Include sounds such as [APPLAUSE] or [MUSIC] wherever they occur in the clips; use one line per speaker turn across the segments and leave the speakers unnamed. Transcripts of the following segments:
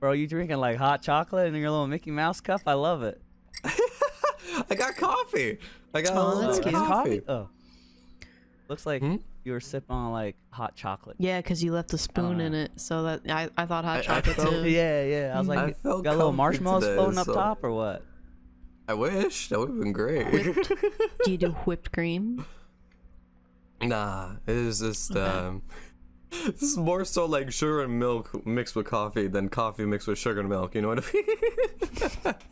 Bro, you drinking like hot chocolate in your little Mickey Mouse cup? I love it.
[LAUGHS] I got coffee. I got
Oh,
a
that's
little
cute.
bit
It's
of
coffee.
coffee.
Oh. Looks like
Hmm?
you were sipping on like hot chocolate.
Yeah, because you left a spoon in it, so that I, I thought hot
I
chocolate
felt-
too.
Yeah, yeah. I was like,
I
you
felt
got little
comfy
marshmallows
today,
floating up
so-
top or what?
I wish that would have been great.
[LAUGHS] Do you do whipped
[LAUGHS]
cream?
[LAUGHS] nah, it is just um, [LAUGHS] this is more so like sugar and milk mixed with coffee than coffee mixed with sugar and milk. You know what I mean? [LAUGHS]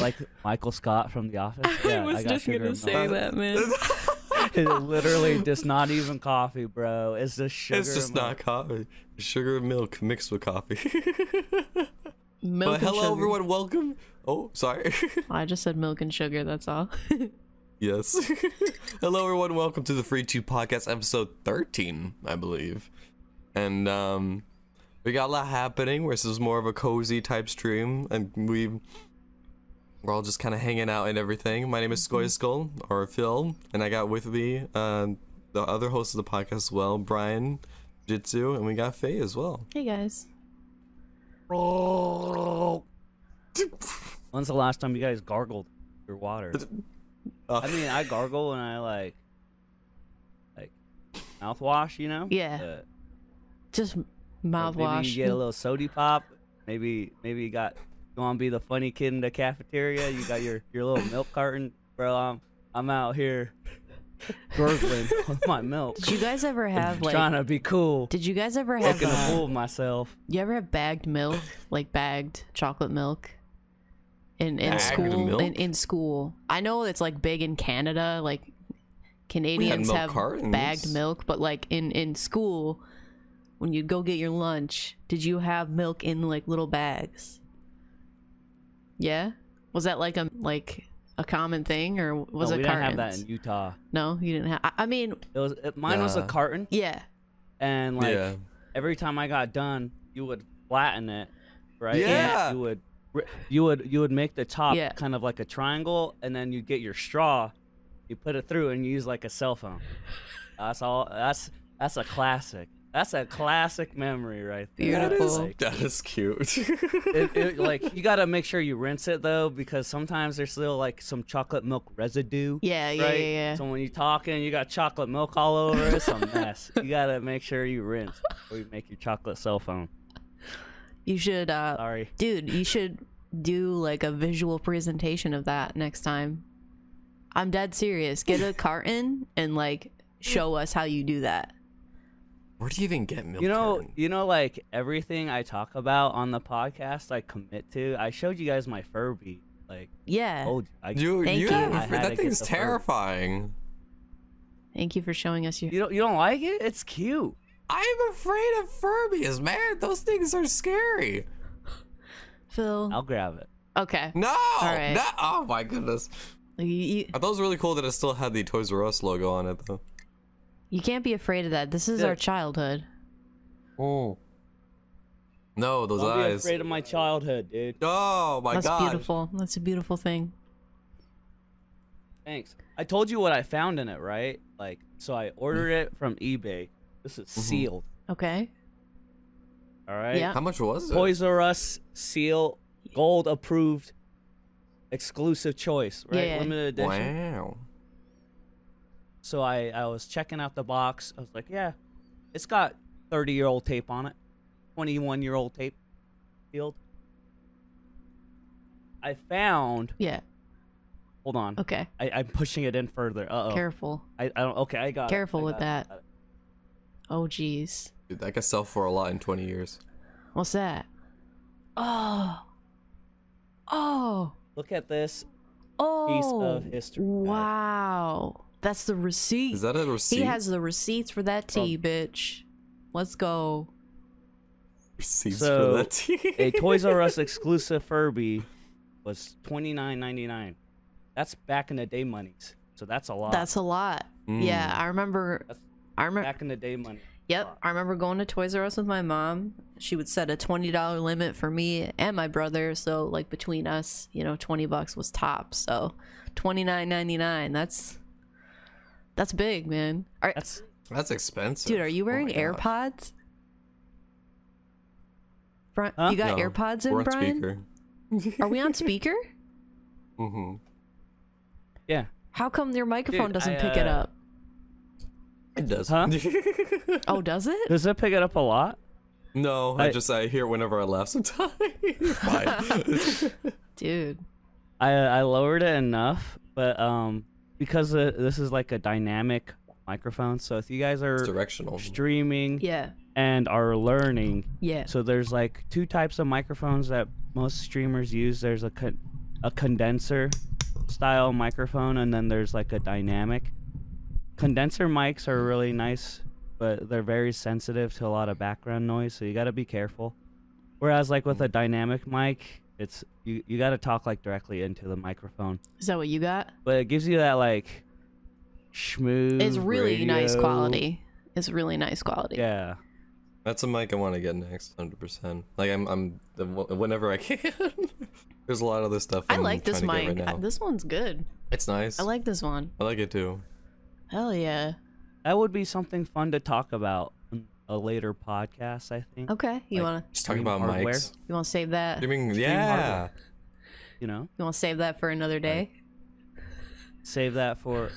Like Michael Scott from The Office. Yeah,
was
got
just
sugar
gonna
in [LAUGHS]
say
mine.
that, man.
it's literally just not even coffee, bro. It's just sugar.
it's just
and
not coffee. Sugar and milk mixed with coffee. [LAUGHS]
Milk
but
and
hello
sugar.
everyone, welcome. Oh, sorry. [LAUGHS]
I just said milk and sugar. That's all. [LAUGHS]
yes. hello everyone, welcome to the Free Two Podcast, episode thirteen, I believe. And um, we got a lot happening. Where this is more of a cozy type stream, and we we're all just kind of hanging out and everything. My name is Skoy Skull or Phil, and I got with me uh, the other host of the podcast as well, Brian Jitsu, and we got Faye as well.
hey guys.
When's the last time you guys gargled your water?
Uh,
I mean, I gargle and I like, like, mouthwash, you know.
Yeah.
But-
Just
or Maybe you
mouthwash.
get a little sody pop. Maybe, maybe you got you want to be the funny kid in the cafeteria. You got your your little milk carton, bro. I'm I'm out here
[LAUGHS]
gurgling with my milk,
Did you guys ever have like?
trying to be cool,
Did you guys ever have?
looking to
Uh,
fool myself.
you ever have bagged milk, like bagged chocolate milk? In in
Bagged
school, in
milk?
in school, I know it's like big in Canada. Like Canadians
milk
have bagged
cartons.
milk, but like in in school, when you'd go get your lunch, did you have milk in like little bags? Yeah, was that like a like a common thing, or was
no, Oh,
it
we didn't have
cartons?
that in Utah.
no, you didn't have. I, I mean,
It was it, mine was a
Nah.
carton,
yeah,
and like
yeah.
every time I got done, you would flatten it, right? And
Yeah.
You would, ri- you would, you would make the top
Yeah.
kind of like a triangle, and then you get your straw, you put it through, and you use like a cell phone. That's all. That's that's a classic. That's a classic memory right there.
That is,
Like,
that is cute.
it, it, like you gotta make sure you rinse it though, because sometimes there's still like some chocolate milk residue.
yeah, yeah,
Right?
yeah, yeah.
So when you're talking, you got chocolate milk all over. It's a mess. you gotta make sure you rinse before you make your chocolate cell phone.
you should uh,
Sorry.
Dude, you should do like a visual presentation of that next time. I'm dead serious. Get a carton and like show us how you do that.
Where do you even get milk?
you know
carton?
you know like everything i talk about on the podcast i commit to i showed you guys my furby like
Yeah.
oh i you,
Dude,
Thank
you
you.
have a
I
fr-
had to
that
get
thing's
the fur.
terrifying.
Thank you for showing us your.
don't you don't like it it's cute
I'm afraid of Furbies, man. Those things are scary.
Phil. Oh.
i'll grab it
Okay.
No,
right.
that- oh my goodness.
You, you,
I thought it was really cool that it still had the Toys R Us logo on it though.
you can't be afraid of that. This is
Yeah.
our childhood.
Oh. No, those
Hmm. don't be
eyes.
afraid of my childhood dude
oh my
That's
god.
beautiful. That's a beautiful thing.
thanks i told you what i found in it right like so i ordered it from ebay this is sealed
Okay.
all right
Yeah.
How much was it?
toys r us seal gold approved exclusive choice right
Yeah.
limited edition
wow.
So I, I was checking out the box. I was like, yeah, it's got 30 year old tape on it, 21 year old tape field. I found,
Yeah.
hold on,
Okay.
I, I'm pushing it in further. Uh oh.
Careful.
I, I don't, okay, I got it,
Careful
I
with
got it,
that.
got it.
Oh, jeez.
Dude, that could sell for a lot in 20 years.
What's that? Oh. Oh.
Look at this.
Oh.
of history, guys.
Wow. That's the receipt.
Is that a receipt?
He has the receipts for that tea, bitch. Let's go.
receipts
So,
for that tea. [LAUGHS]
A Toys R Us exclusive Furby was 29.99. That's back in the day monies. So that's a lot.
That's a lot.
Mm.
Yeah, I remember.
That's-
I remember.
back in the day money.
Yep, I remember going to Toys R Us with my mom. She would set a twenty dollar limit for me and my brother. So like between us, you know, twenty bucks was top. So twenty nine ninety nine. That's that's big, man. Are,
That's
That's expensive.
dude, are you
Oh
wearing
my God.
AirPods? Bri-
Huh?
You got
No,
AirPods in,
we're on
Brian?
speaker.
Are we
[LAUGHS]
on speaker?
Mm-hmm.
[LAUGHS]
Yeah.
How come your microphone
Dude,
doesn't
I,
pick it
uh,
up?
It [LAUGHS] does.
Huh?
Oh, does it?
Does it pick it up a lot?
no, I,
I-
just I hear it whenever I
[LAUGHS]
laugh sometimes. Fine.
Dude.
I I lowered it enough, but um because uh, this is like a dynamic microphone, so if you guys
it's
are
directional.
streaming
Yeah.
and are learning,
Yeah.
so there's like two types of microphones that most streamers use. There's a con- a condenser style microphone, and then there's like a dynamic. Condenser mics are really nice, but they're very sensitive to a lot of background noise, so you got to be careful. Whereas like with a dynamic mic, it's you you got to talk like directly into the microphone
Is that what you got?
but it gives you that like schmoo.
It's really nice
radio-
quality. It's really nice quality.
Yeah,
That's a mic I want to get next, hundred percent. Like I'm, I'm whenever I can. [LAUGHS] There's a lot of this stuff.
I
I'm
like this
trying to
mic.
get right
I-
now.
this one's good.
It's nice.
I like this one.
I like it too.
Hell yeah.
that would be something fun to talk about in a later podcast. I think
Okay. You
Like-
wanna
Just talking
Stream
about
hardware.
mics.
you wanna save that? You
Streaming,
Stream
yeah.
hardware. you know
wanna save that for another day?
save that for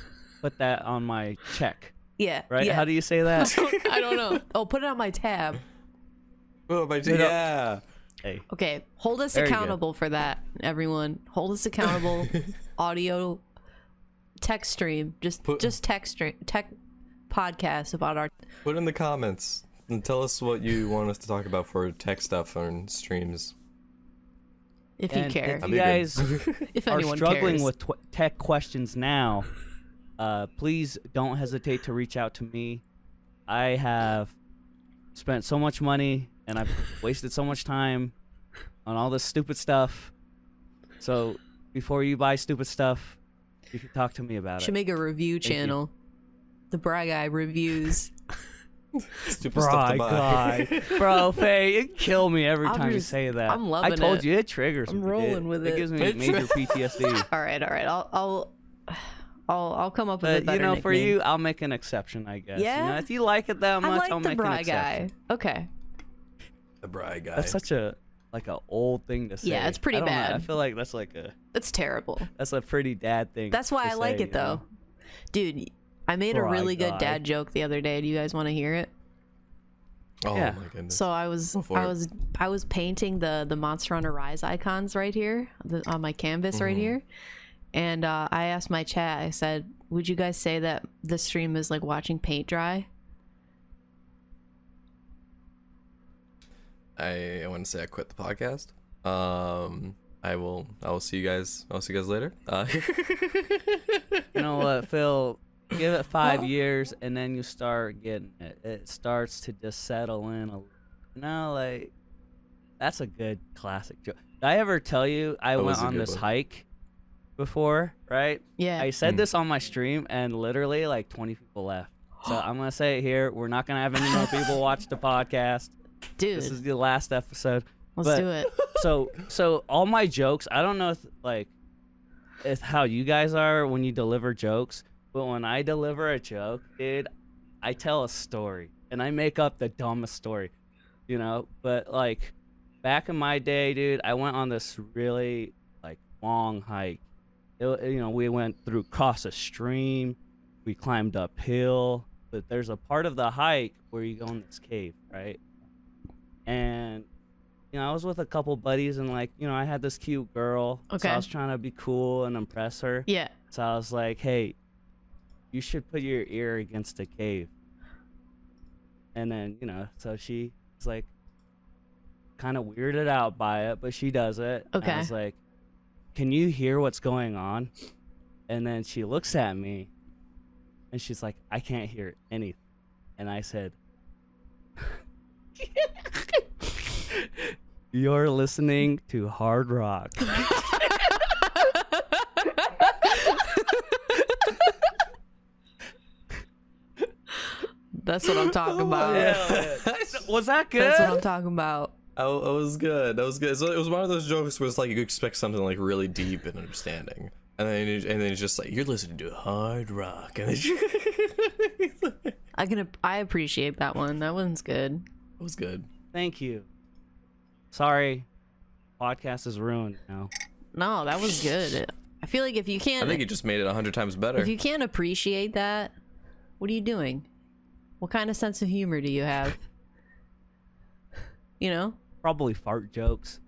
put that on my check.
Yeah.
Right? How do you say that?
[LAUGHS] I [LAUGHS] don't know. Oh, put it on my tab.
Oh, my
Straight up.
yeah.
hey,
Okay, hold us
Very good.
accountable for that, everyone. Hold
[LAUGHS]
us accountable. Audio, text stream, just
Put-
just text stream, tech podcast about our.
Put in the comments and tell us what you want us to talk about for tech stuff on streams.
If you
And
care,
If
That'd
you
be good.
guys
[LAUGHS] if
are
anyone
struggling
cares.
with tw- tech questions now, uh, please don't hesitate to reach out to me. I have spent so much money and I've wasted so much time on all this stupid stuff. So before you buy stupid stuff, you can talk to me about
should
it.
make a review
you.
channel. The Bry
[LAUGHS]
Guy reviews.
Stupid
Bro,
stuff to buy.
God. Bro, Faye, it kill me every
I'm
time you
just-
say that.
I'm
I
loving
told
it.
you it triggers
I'm
me, dude.
rolling with it.
It gives me
It
[LAUGHS]
major PTSD.
all right, all right. I'll I'll I'll, I'll come up with a
But
better
Uh, you know, for
nickname.
you, I'll make an exception, I guess. You know,
Yeah?
if you like it that much,
I like
will
the
make an
Bry
exception.
Guy. Okay,
[LAUGHS] The Bri guy.
That's such a like a old thing to say.
Yeah, it's pretty
I don't know, I
bad.
feel like that's like a
that's terrible.
that's a pretty dad thing.
That's why
to
I like
say, Oh,
it
you know?
though, dude. I made a
Bry
really good
Guy.
dad joke the other day. Do you guys want to hear it?
oh
yeah.
my goodness.
So I was
Go for
I
it.
was I was painting the the Monster Hunter Rise icons right here the, on my canvas
Mm-hmm.
right here, and uh, I asked my chat. I said, "Would you guys say that the stream is like watching paint dry?"
I, I want to say I quit the podcast. Um, I will. I will see you guys. I'll see you guys later. Uh, [LAUGHS]
You know what, Phil? Give it
[LAUGHS]
five years, and then you start getting it. It starts to just settle in. A, you know, like that's a good classic joke. Did I ever tell you I
That
went
was a
on
good
this
one.
hike before? Right?
Yeah,
I said
Mm.
this on my stream, and literally like 20 people left.
[GASPS]
So I'm gonna say it here. We're not gonna have any more
[LAUGHS]
people watch the podcast.
dude,
This is the last episode.
let's
but-
do it.
So so all my jokes, I don't know if like if how you guys are when you deliver jokes, but when I deliver a joke, dude, I tell a story and I make up the dumbest story. You know, but like back in my day, dude, I went on this really like long hike. It, wa- you know, we went through across a stream, we climbed uphill, but there's a part of the hike where you go in this cave, right? And you know, I was with a couple buddies and like, you know, I had this cute girl. So
Okay.
I was trying to be cool and impress her.
Yeah,
So I was like, hey, you should put your ear against the cave. And then, you know, so she's like kind of weirded out by it, but she does it. And
Okay.
I was like, can you hear what's going on? And then she looks at me and she's like, I can't hear anything. And I said, [LAUGHS]
[LAUGHS]
You're listening to hard rock.
that's what
[LAUGHS]
I'm talking about.
Was that good?
That's what I'm talking about.
I, I was good. That was good. So it was one of those jokes where it's like you expect something like really deep and understanding, and then it, and then it's just like you're listening to hard rock, [LAUGHS] and it's it
I can. I appreciate that one. That one's good.
was good.
Thank you. Sorry, podcast is ruined now.
No, that was good. I feel like if you
I
can't
think you just made it a hundred times better.
if you can't appreciate that, what are you doing? What kind of sense of humor do you have? you know?
Probably fart jokes,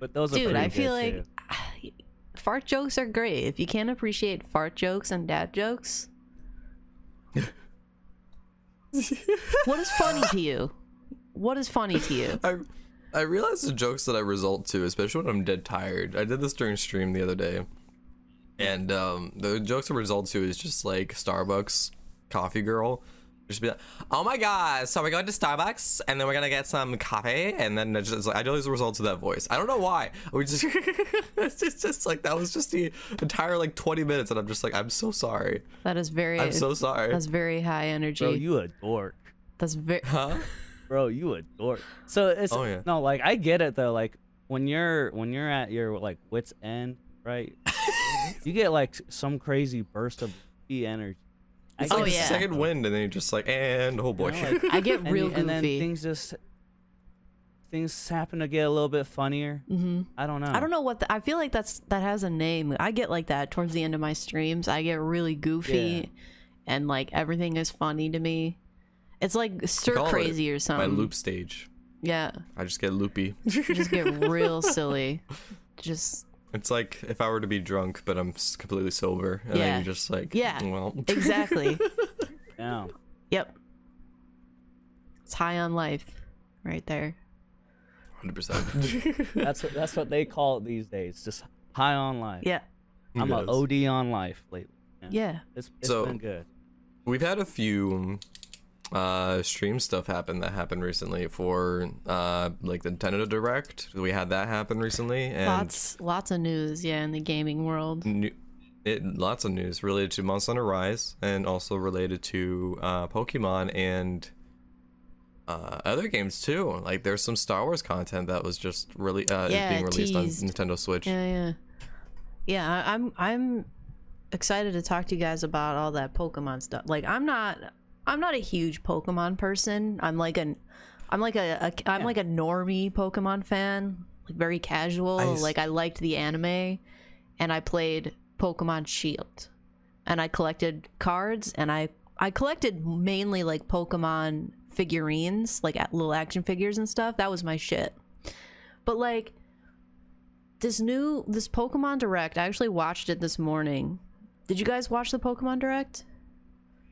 but those are
Dude,
pretty
I feel
good,
like
too.
[SIGHS] fart jokes are great. If you can't appreciate fart jokes and
[LAUGHS]
dad jokes, what is funny to you? What is funny to you?
I I realize the jokes that I result to, especially when I'm dead tired. I did this during stream the other day, and um, the jokes I result to is just like Starbucks coffee girl. Just be like, oh my god! So we're going to Starbucks, and then we're gonna get some coffee, and then it's just like I always result to that voice. I don't know why. We just [LAUGHS] it's just, just like that was just the entire like 20 minutes, and I'm just like I'm so sorry.
That is very
I'm so
[LAUGHS]
sorry.
that's very high energy.
bro, you a dork.
that's very
Huh?
bro you a dork so it's
Oh, yeah.
no like i get it though like when you're when you're at your like wits end
[LAUGHS]
right you get like some crazy burst of e energy I
It's like
Oh,
the
yeah.
second wind, and then you're just like, and oh boy.
you
[LAUGHS]
know,
[LAUGHS]
like-
I
[LAUGHS]
get
and,
real
you- and then
goofy.
things just things happen to get a little bit funnier
hmm
i don't know
Oh.
I don't know what the, I feel like that's that has a name. I get like that towards the end of my streams. I get really goofy and like everything is funny to me. It's like stir
call it
crazy or
My
something.
loop stage.
Yeah.
I just get loopy.
You
[LAUGHS]
just get real silly. Just
It's like if I were to be drunk, but I'm s- completely sober, and
Yeah.
then you're just like,
Yeah.
well, [LAUGHS]
exactly.
know
yep. It's high on life right there.
100. percent
that's what that's what they call it these days just high on life
Yeah.
[LAUGHS] i'm a od on life lately
Yeah.
it's, it's
So-
been good
We've had a few uh stream stuff happen that happened recently for uh like the Nintendo Direct. We had that happen recently, and Mm.
Lots lots of news, yeah, in the gaming world.
new- it, lots of news related to Monster Hunter Rise and also related to uh, Pokemon and uh, other games too. Like there's some Star Wars content that was just really uh, is
Yeah,
being released
teased.
on Nintendo Switch.
Yeah, yeah, yeah. I, I'm I'm excited to talk to you guys about all that Pokemon stuff. Like, I'm not I'm not a huge Pokemon person. I'm like an I'm like a, a I'm like a normie Pokemon fan. Like very casual.
I s-
like I liked the anime, and I played Pokemon Shield, and I collected cards, and I I collected mainly like Pokemon figurines, like a- little action figures and stuff. That was my shit. But like this new this Pokemon Direct, I actually watched it this morning. Did you guys watch the Pokemon Direct?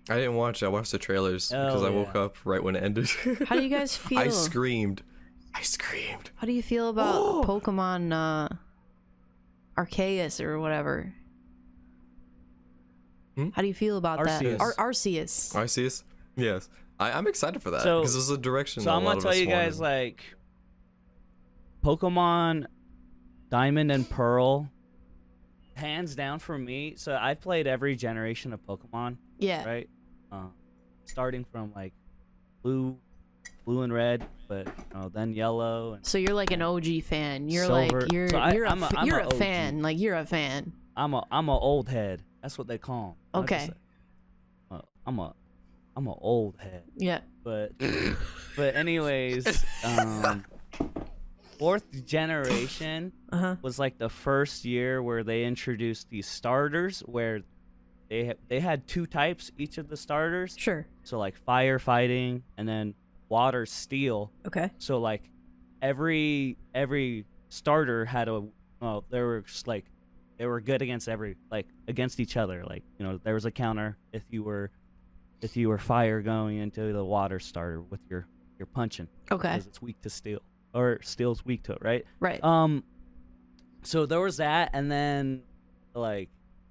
I didn't watch. it. I watched the trailers because
Oh,
I woke
yeah.
up right when it ended. [LAUGHS]
How do you guys feel?
I screamed. I screamed.
How do you feel about Pokemon uh Arceus or whatever?
Hmm?
How do you feel about
Arceus.
that? Ar- Arceus.
I see this. Yes, I, I'm excited for that
So-
because this is a direction.
So
that a
I'm
lot
gonna
of
tell
us
you guys
wanted.
like Pokemon Diamond and Pearl, hands down for me. So I've played every generation of Pokemon,
yeah.
right? Uh, starting from like blue, blue and red, but you know, then yellow. And
So you're like an OG fan. You're
Silver.
like you're
So I-
you're
I'm
a,
a-
f-
I'm
you're
a
a,
OG.
fan. Like you're a fan.
I'm a I'm a old head. That's what they call 'em. I'm just
Okay.
a- uh, I'm a I'm a old head.
Yeah.
but but anyways, um, fourth generation
Uh huh.
was like the first year where they introduced these starters where they ha- they had two types each of the starters
Sure.
so like firefighting and then water steel
Okay.
so like every every starter had a well they were just like they were good against every like against each other like you know there was a counter if you were if you were fire going into the water starter with your your punching
Okay.
because it's weak to steel or steel's weak to it right
Right.
um, so there was that, and then like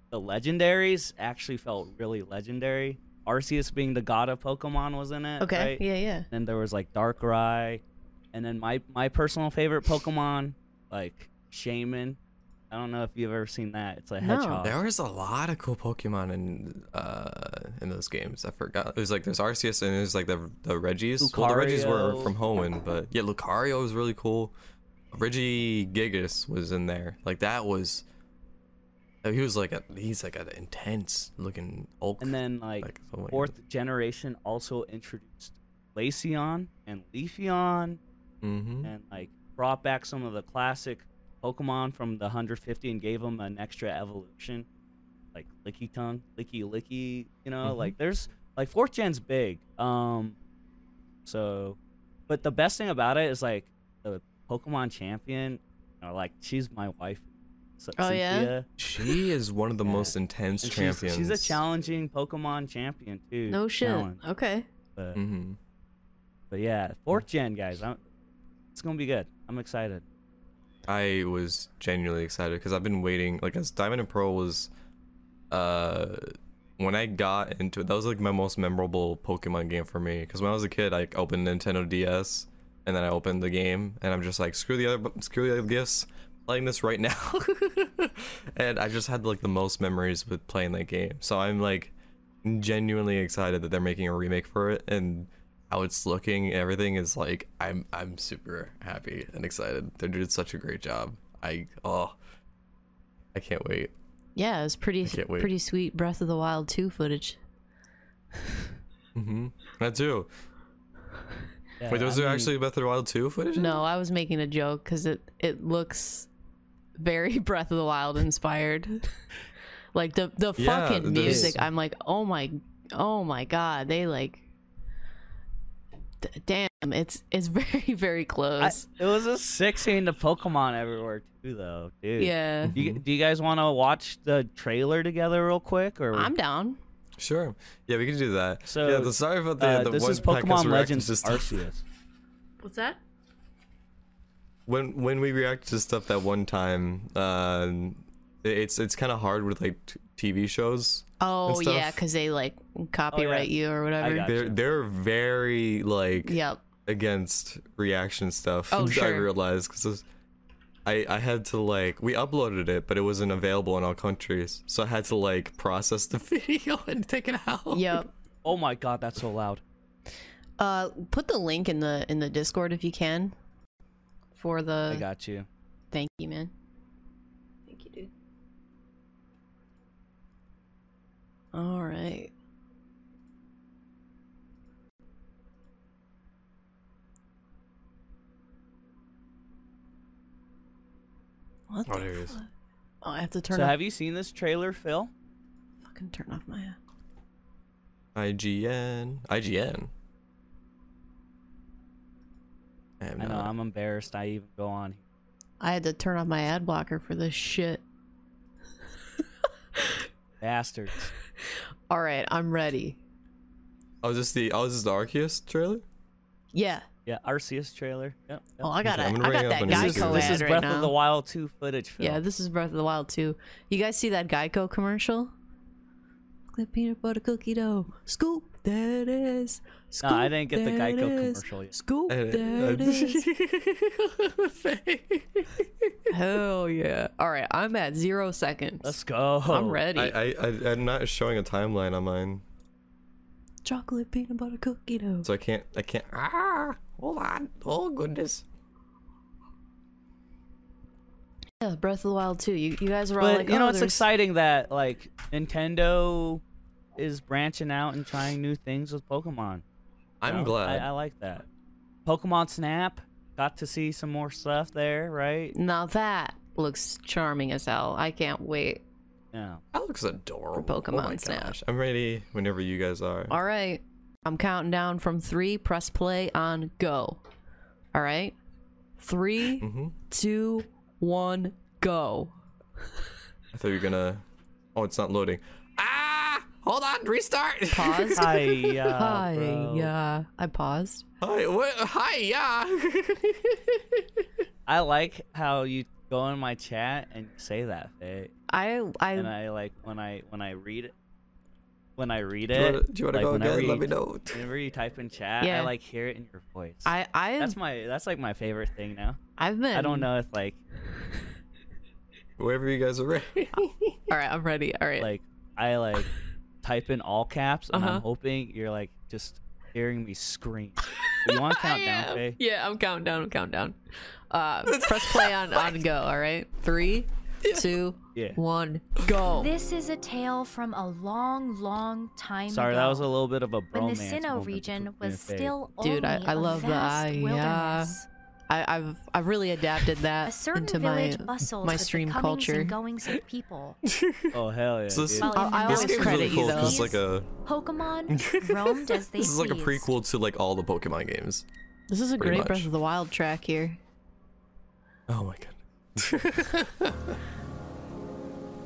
the legendaries actually felt really legendary. Arceus being the god of Pokemon was in it.
okay.
Right?
Yeah. Yeah.
Then there was like Darkrai, and then my my personal favorite Pokemon, like Shaman. I don't know if you've ever seen that. It's a
No.
hedgehog.
There was a lot of cool Pokemon in uh in those games. I forgot. It was like there's Arceus and there's like the the Reggies. Well, the Reggies were
Lucario.
from Hoenn, but yeah, Lucario was really cool. Reggie Gigas was in there. Like that was. uh, He was like a he's like an intense looking oh old.
And then like, fourth generation also introduced Glaceon and Leafeon
Mm-hmm.
and like brought back some of the classic Pokemon from the 150 and gave them an extra evolution, like Licky Tongue, Licky Licky. You know,
Mhm.
like there's like fourth gen's big. Um, so, but the best thing about it is like the Pokemon champion. You know, like she's my wife. So,
Oh, yeah?
Cynthia,
She is one of the
Yeah.
most intense
and she's,
champions.
she's a challenging Pokemon champion too.
No shit.
challenge,
Okay.
but-
hmm
But yeah, fourth gen guys, I'm, it's gonna be good. I'm excited.
I was genuinely excited because I've been waiting. Like, as Diamond and Pearl was, uh, when I got into it, that was like my most memorable Pokemon game for me. Because when I was a kid, I opened Nintendo DS, and then I opened the game, and I'm just like, screw the other, screw the other gifts, playing this right now. [LAUGHS] and I just had like the most memories with playing that game. So I'm like genuinely excited that they're making a remake for it and how it's looking everything is like i'm i'm super happy and excited they did such a great job i oh i can't wait
Yeah, it's pretty
can't wait.
pretty sweet Breath of the Wild 2 footage.
mm-hmm. that too
Yeah,
wait those
I
are
mean,
actually Breath of the Wild 2 footage in it?
No, I was making a joke cuz it it looks very [LAUGHS] Breath of the Wild [LAUGHS] inspired. like the the
Yeah,
fucking
there's-
music. I'm like, "Oh my oh my god, they like d- damn, it's it's [LAUGHS] very very
I-
close."
it was a sixteen to Pokemon everywhere too, though, dude. [LAUGHS]
yeah.
Do you, do you guys want to watch the trailer together real quick, or
I'm down.
sure yeah we can do that
So,
yeah the, sorry about the,
uh,
the
this
one
is
podcast
Pokemon
reacting
Legends
to stuff. [LAUGHS]
Arceus.
What's that?
when when we reacted to stuff that one time uh it's it's kind of hard with like t- tv shows
Oh
stuff.
yeah, cuz they like copyright you or whatever.
got
they're
Gotcha.
they're very like
Yep.
against reaction stuff.
Oh,
[LAUGHS] I
sure.
realized because I I had to like we uploaded it, but it wasn't available in all countries, so I had to like process the [LAUGHS] video and take it out.
[LAUGHS] Yep.
Oh my god, that's so loud.
Uh, put the link in the in the Discord if you can. For
I
the
got you.
thank you, man. Thank you, dude. All right. What
Oh,
the
there it is.
fuck? Oh, I have to turn
so,
off.
have you seen this trailer, Phil?
fucking turn off my.
IGN, IGN. I am
I know
not.
I'm embarrassed. I even go on.
I had to turn off my ad blocker for this shit.
Bastards.
[LAUGHS] All right, I'm ready.
Oh, is this the oh, is this the Arceus trailer?
Yeah.
Yeah, Arceus trailer. Yep. yep.
Oh, I got
Okay,
it.
I'm gonna
I got
ring
that
up an
this is,
Geico
Geico
this
ad
is
right
Breath
now.
of the Wild 2 footage, Phil.
Yeah, this is Breath of the Wild too. You guys see that Geico commercial? Look at peanut butter cookie dough. Scoop, there it is. Scoop,
I didn't get the
there it
Geico
is.
commercial yet.
Scoop,
Uh,
there it
uh,
[LAUGHS]
is. Hell yeah! All right, I'm at zero seconds.
Let's go.
I'm
[LAUGHS]
ready.
I, I I I'm not showing a timeline on mine,
Chocolate peanut butter cookie dough.
so I can't I can't. Ah, hold on. Oh goodness.
Yeah, Breath of the Wild too. You, you guys are all
but
like,
you know
oh,
it's
there's-
exciting that like nintendo is branching out and trying new things with pokemon you
I'm
know?
glad.
I, I like that pokemon snap got to see some more stuff there right
Now that looks charming as hell. I can't wait.
yeah
That looks adorable.
Pokemon
oh my
Snap.
gosh. I'm ready whenever you guys are.
All right. I'm counting down from three. Press play on go. All right.
[LAUGHS]
Three,
Mm-hmm.
two, one, go.
I thought you were gonna. Oh, it's not loading. Ah! Hold on, restart.
[LAUGHS]
Paused.
hi yeah
[LAUGHS] Hi.
bro.
Yeah. I paused.
Hi, what? Hi, yeah. [LAUGHS]
i like how you go in my chat and say that Faye.
I
and
I
i like when i when i read it when i read
do you wanna,
it
do you wanna
like,
go
whenever
again? Let
you-
me know.
whenever you type in chat
Yeah.
i like hear it in your voice
I I
that's my that's like my favorite thing now
I've been
i don't know if like
Wherever you guys are ready.
All right, I'm ready. All right.
like I like type in all caps and
Uh-huh.
I'm hoping you're like just hearing me scream.
[LAUGHS]
you want to
I
count down,
am.
Faye?
Yeah, I'm counting down. I'm counting down.
[LAUGHS]
Uh, press play on on go. All right. Three, two,
Yeah.
one, go.
This is a tale from a long, long time
Sorry,
ago.
that was a little bit of a bromance.
when the Sinnoh
moment
region
between me
was
and Faye.
still
Dude, I-
only
I love
a
the
vast
eye, yeah.
wilderness.
I, I've I've really adapted
A
that
certain
into my
village bustles
my
with the
stream
comings
culture.
and goings of
[LAUGHS]
people.
Oh
[LAUGHS]
hell yeah!
So this-
dude.
While in the
I
This
always
mountains
game's
credit
really
you,
cool
though.
because like a [LAUGHS]
Pokemon roamed as they
this is like a
pleased.
prequel to like all the Pokemon games.
This is a
pretty
great
much.
Breath of the Wild track here.
Oh my god.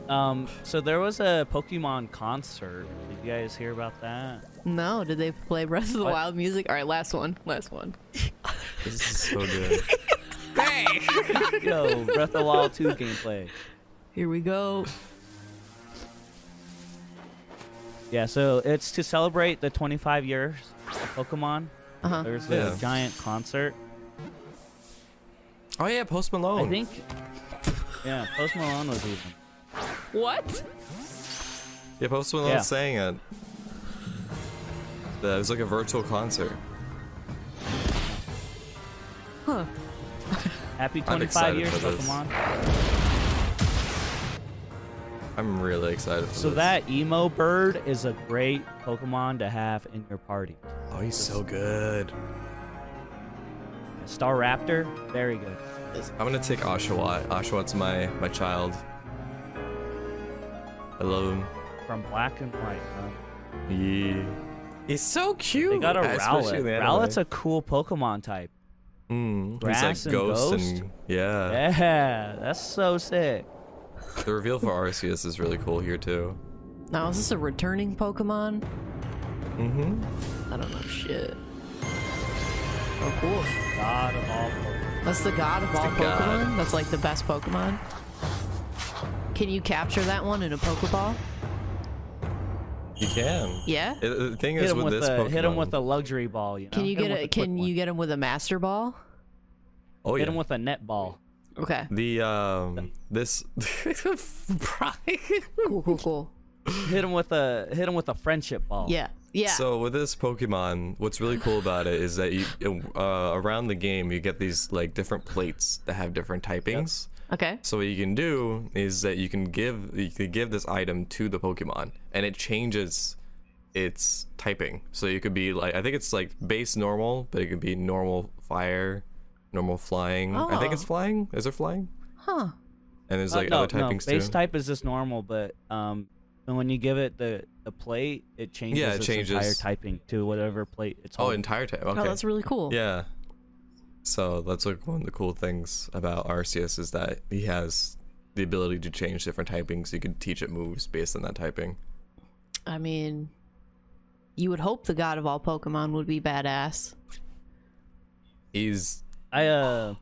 Um, so there was a Pokemon concert. Did you guys hear about
[LAUGHS]
that?
No, did they play Breath of the
What?
Wild music? All right, last one, last one.
This is so good.
Yo, Breath of the Wild 2 gameplay.
Here we go.
Yeah, so it's to celebrate the 25 years of Pokemon.
Uh-huh.
There's
Yeah.
a giant concert.
oh yeah, Post Malone.
I think. Yeah, Post Malone was even.
What?
Yeah, Post Malone
Yeah.
sang it. That it was like a virtual concert.
Happy
I'm
25
excited
years,
for this.
Pokemon.
I'm really excited for
So
this.
that emo bird is a great Pokemon to have in your party.
Oh, he's so good.
Star Raptor, very good.
I'm gonna take Oshawott. Oshawott's my my child. I love him.
From Black and White. Huh?
Yeah. He's so cute.
They got a
Especially in the
Rowlet.
anime.
Rowlet's a cool Pokemon type.
Mm,
grass
he's
and
like ghost,
ghost?
and yeah.
Yeah, that's so sick.
The reveal for Arceus is really cool here too.
Now is this a returning Pokemon?
Mm-hmm.
I don't know shit. Oh cool.
God of all Pokemon.
That's the god of all
the
Pokemon.
god.
That's like the best Pokemon. Can you capture that one in a Pokeball?
You can.
Yeah.
It- uh, the thing
Hit
is
him
with,
with,
this
a
Pokemon.
hit him with a luxury ball. You know?
Can you
Hit 'em
get
with
a?
quick
Can
one.
you get him with a Master Ball?
oh yeah.
hit him with a net ball?
[LAUGHS]
Okay.
the um this [LAUGHS]
Cool. Cool. Cool.
Hit him with a hit him with a friendship ball.
Yeah. Yeah.
So with this Pokemon, what's really cool about it is that you uh, around the game you get these like different plates that have different typings.
okay.
So what you can do is that you can give you can give this item to the Pokemon, and it changes its typing. So you could be like, I think it's like base normal, but it could be normal fire, normal flying. I think
Oh.
it's flying. Is it flying?
Huh. Oh,
And there's
Uh,
like
no,
other
no,
typings
base
too.
type is just normal, but um, and when you give it the the plate, it changes
Yeah, it
its
changes.
entire typing to whatever plate it's
oh,
holding.
entire type. Okay.
Oh, that's really cool.
Yeah. So that's like one of the cool things about Arceus is that he has the ability to change different typings. You can teach it moves based on that typing.
I mean, you would hope the god of all Pokemon would be badass.
He's
I uh,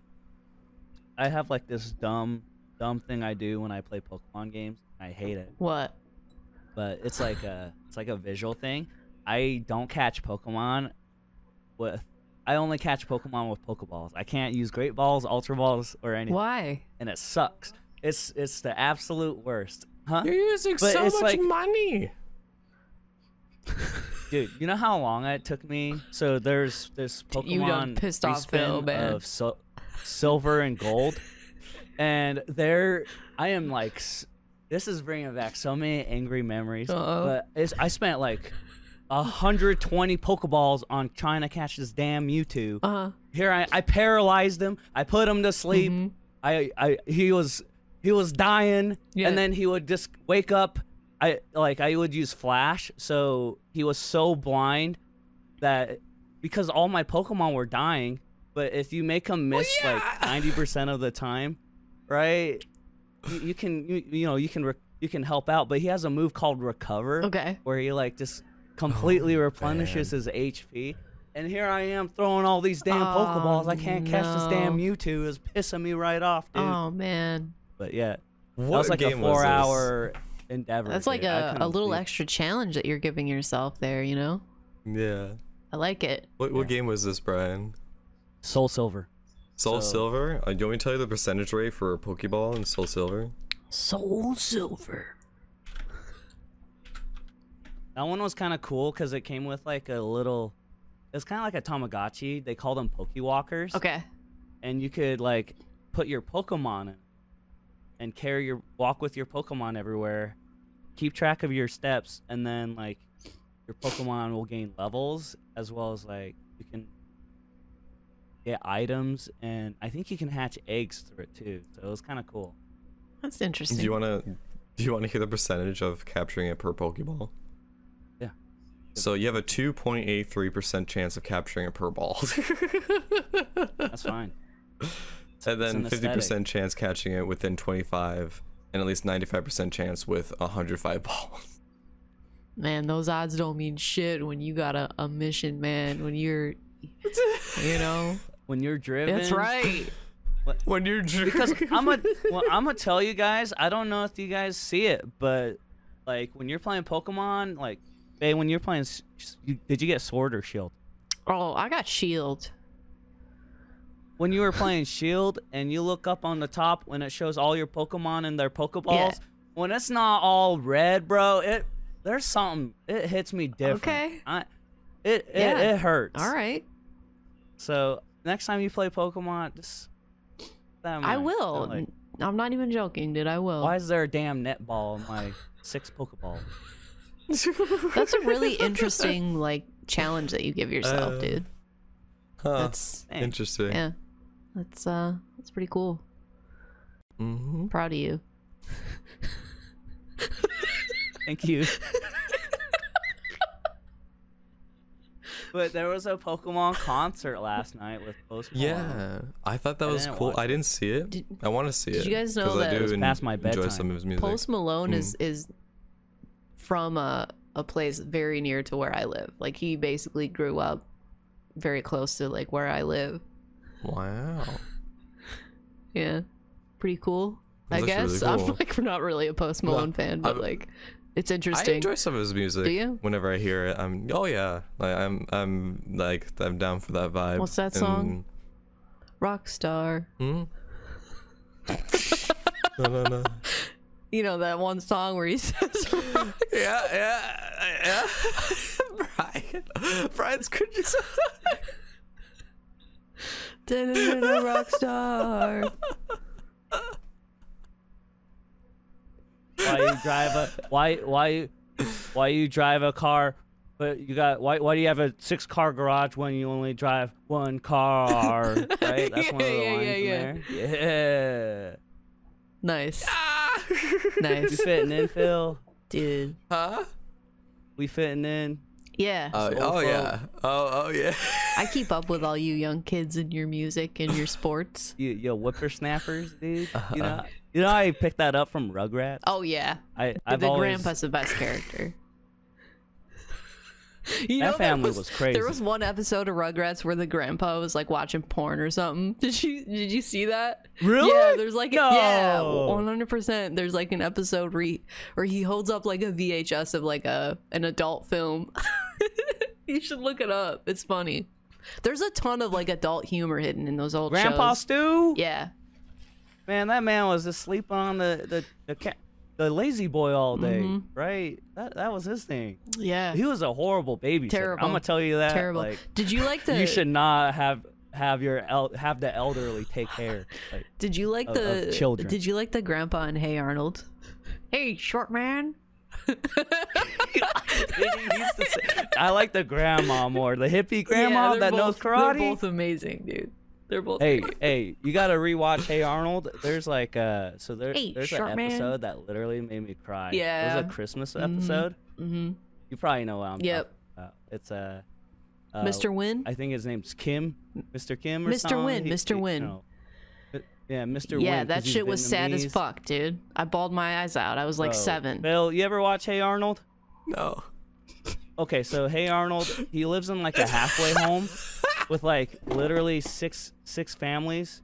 I have like this dumb dumb thing I do when I play Pokemon games. I hate it,
What?
but it's like a it's like a visual thing. I don't catch Pokemon with. I only catch Pokemon with Pokeballs. I can't use Great Balls, Ultra Balls, or anything,
Why?
and it sucks. It's it's the absolute worst, huh?
using
But so it's much like-
money.
Dude, you know how long it took me? So there's this Pokemon
[LAUGHS] you done pissed off Phil,
respin
man.
of sil- silver
[LAUGHS]
and gold, and there I am like, s- this is bringing back so many angry memories.
Uh-oh.
But it's, I spent like 120 Pokeballs on trying to catch this damn Mewtwo.
Uh
Uh-huh.
huh.
Here I, I paralyzed him. I put him to sleep. I, I he was he was dying,
Yeah.
and then he would just wake up. I like I would use flash, so he was so blind that because all my Pokemon were dying. But if you make him miss like
[LAUGHS]
ninety percent of the time, right? You, you can you, you know you can re- you can help out. But he has a move called recover
Okay.
where he like just
Oh,
completely replenishes his HP. And here I am throwing all these damn
Oh,
Pokeballs. I can't catch this damn
no.
Mewtwo. It's pissing me right off, dude.
Oh man,
But yeah,
What
that was like a
game was this?
four-hour endeavor.
that's like
dude. I
a, a
couldn't
little
believe-
extra challenge that you're giving yourself there. You know,
Yeah.
I like it.
What what game was this, Brian?
Soul Silver.
Soul
So-
Silver? Uh, do you want me to tell you the percentage rate for Pokeball and Soul Silver?
Soul Silver.
That one was kind of cool because it came with like a little. It's kind of like a Tamagotchi. They call them Pokewalkers.
Okay.
and you could like put your Pokemon in and carry your walk with your Pokemon everywhere. Keep track of your steps, and then like your Pokemon will gain levels as well as like you can get items, and I think you can hatch eggs through it too. So it was kind of cool.
That's
Do
interesting.
you wanna do you wanna hear the percentage of capturing it per Pokeball?
Yeah.
So you have a two point eight three percent chance of capturing it per ball. [LAUGHS]
That's fine.
and
an
then fifty
aesthetic.
percent chance catching it within twenty five and at least ninety five percent chance with hundred five balls.
man, those odds don't mean shit when you got a, a mission, man. When you're,
[LAUGHS]
you know,
When you're driven,
that's right.
[LAUGHS] When you're dr-
because
[LAUGHS]
I'm a well, I'm gonna tell you guys. I don't know if you guys see it, but like when you're playing Pokemon, like Bay, when you're playing, s- s- you- did you get Sword or Shield?
Oh, I got shield.
When
[LAUGHS]
you were playing Shield and you look up on the top when it shows all your Pokemon and their Pokeballs, when it's not all red, bro, it there's something it hits me different.
Okay.
I, it, it
Yeah.
it hurts.
All right.
So next time you play Pokemon, just that
I
much.
will.
Like,
I'm not even joking, dude. I will.
why is there a damn netball in my six Pokeball?
That's a really interesting like challenge that you give yourself,
Uh,
dude.
Huh,
That's
Dang.
interesting.
yeah. That's uh that's pretty cool.
Mm-hmm.
I'm proud of you.
Thank
[LAUGHS]
you. but there was a Pokemon concert last night with Post Malone.
Yeah, I thought that
I
was
didn't
cool.
watch
I didn't see it.
Did-
I want to see
did
it.
you guys know
'cause
that-
I
It
do
was past my
enjoy
bedtime.
some of his music. Hmm.
Post Malone is is from a a place very near to where I live. Like he basically grew up very close to like where I live.
wow.
Yeah. Pretty cool. I
That's really
guess
cool.
I'm like not really a Post Malone fan, but
I'm-
like it's
I
interesting.
enjoy some of his music.
Do you?
Whenever I hear it, I'm oh yeah, like I'm I'm like I'm down for that vibe.
What's
[LAUGHS]
that song? Rockstar.
And- Hmm? no, no, no.
You know that one song where he [LAUGHS] says
Yeah, yeah, [LAUGHS] yeah. Brian, [LAUGHS] Brian's cringy.
Da-da-da-da,
[LAUGHS]
rock star.
Why you drive a why why why you drive a car? But you got why why do you have a six car garage when you only drive one car? Right, that's one of the
Yeah,
lines
[LAUGHS] yeah,
in there.
Nice.
Yeah, you
Nice.
fitting in, Phil?
[LAUGHS] Dude.
huh?
We fitting in?
Yeah.
Oh,
Soul
oh
folk.
yeah. Oh oh yeah. [LAUGHS]
I keep up with all you young kids and your music and your sports.
You, yo, whippersnappers, dude. You
Uh-huh.
know, you know, I picked that up from Rugrats.
Oh yeah.
I, I've
the
always
grandpa's the best character. You
That
know, there
family was crazy.
There was one episode of Rugrats where the grandpa was like watching porn or something. [LAUGHS] Did you did you see that?
Really?
Yeah, there's like a, yeah,
No.
one hundred percent. There's like an episode where he, where he holds up like a VHS of like a an adult film. [LAUGHS] you should look it up. It's funny. There's a ton of like adult humor hidden in those old
Grandpa
shows.
Stu.
Yeah,
Man, that man was just sleeping on the the the, ca- the lazy boy all day,
Mm-hmm.
right? That that was his thing.
yeah,
He was a horrible baby.
Terrible.
I'm gonna tell you that.
terrible.
Like,
did you like the?
you should not have have your el- have the elderly take
[LAUGHS]
care. Like,
Did you like
of-
the
of children.
Did you like the grandpa and
[LAUGHS]
Hey Arnold? Hey, short man.
he used to say- I like the grandma more, the hippie grandma
Yeah, they're
that knows
both-
karate.
They're both amazing, dude. They're both.
hey, hey, you gotta rewatch Hey Arnold. There's like uh so there,
Hey,
there's
short
an
man.
episode that literally made me cry. It
Yeah.
was a Christmas episode.
hmm
You probably know what I'm
Yep.
talking about. It's uh, uh
Mr. Wynn.
I think his name's Kim, Mr. Kim or
Mr.
something.
Wynn,
He-
Mr.
he-
Wynn.
no. But- Yeah, Mr. Wynn,
yeah,
'cause
that
he's
shit was sad as
Vietnamese.
fuck, dude. I bawled my eyes out. I was like
Bro,
seven.
Bill, you ever watch Hey Arnold?
No.
Okay, so Hey Arnold, he lives in like a halfway
[LAUGHS]
home with like literally six six families.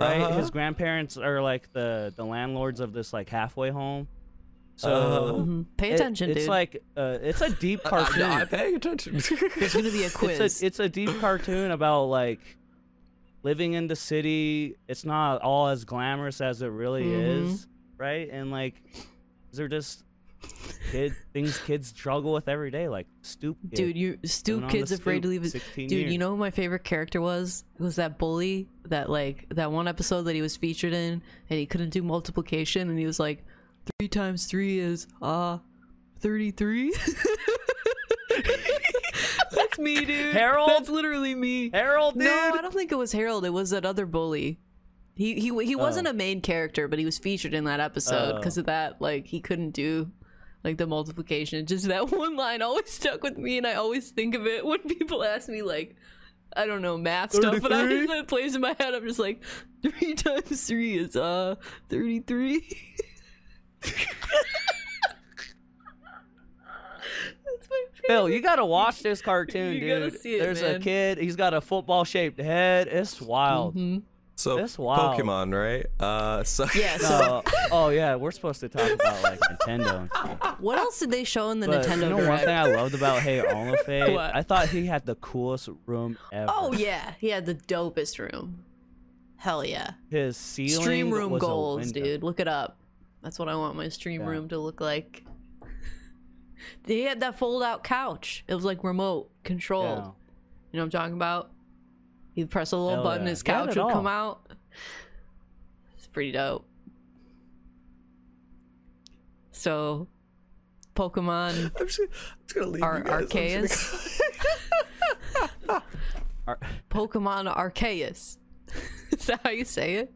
Right?
Uh-huh.
His grandparents are like the the landlords of this like halfway home. So
Uh-huh.
Mhm. Pay
it-
attention,
it's
dude.
like uh, it's a
[LAUGHS]
deep cartoon.
I'm paying attention. [LAUGHS]
There's gonna be a
[LAUGHS]
quiz.
It's a it's a deep cartoon about like living in the city. It's not all as glamorous as it really
Mm-hmm.
is, right? And like, these are just
[LAUGHS]
kid things kids struggle with every day, like stupid.
dude, you stoop
on
kids
the
afraid to
stoop,
leave. his-
16
Dude, you
years.
know who my favorite character was? It was that bully that like that one episode that he was featured in, and he couldn't do multiplication, and he was like, three uh, times three is ah, thirty-three. [LAUGHS] That's That's me, dude.
Harold?
That's literally me.
Harold, dude.
No, I don't think it was Harold. It was that other bully. He he he wasn't
Oh.
a main character, but he was featured in that episode because of that. Like he couldn't do like the multiplication. [LAUGHS] Just that one line always stuck with me, and I always think of it when [LAUGHS] people ask me like. I don't know math stuff, but I
33?
that plays in my head. I'm just like, three [LAUGHS] times three is uh thirty three. [LAUGHS] That's my favorite.
Bill, you gotta watch this cartoon,
You gotta
dude.
see it,
There's a
man.
kid. He's got a football-shaped head. It's wild.
Mhm.
So
That's wild.
Pokemon, right? Uh, so
Yeah. So
So, oh yeah, we're supposed to talk about like Nintendo.
[LAUGHS]
and stuff.
what else did they show in the
But
Nintendo
you know one
Direct?
thing I loved about Hey
[LAUGHS]
Arnold Fade?
What?
I thought he had the coolest room ever.
Oh yeah, he had the dopest room. Hell yeah.
His ceiling
Stream room
was a
goals,
window.
dude. Look it up. That's what I want my stream
Yeah.
room to look like. [LAUGHS] He had that fold out couch. It was like remote controlled.
Yeah.
You know what I'm talking about? He'd press a little
Hell
button,
yeah.
his
He had
couch
it
would come
all.
out. It's pretty dope. So Pokemon
I'm just, I'm just gonna leave
Ar-
you guys. I'm just
Arceus?
gonna-
[LAUGHS]
Ar-
Pokemon Arceus. [LAUGHS] Is that how you say it?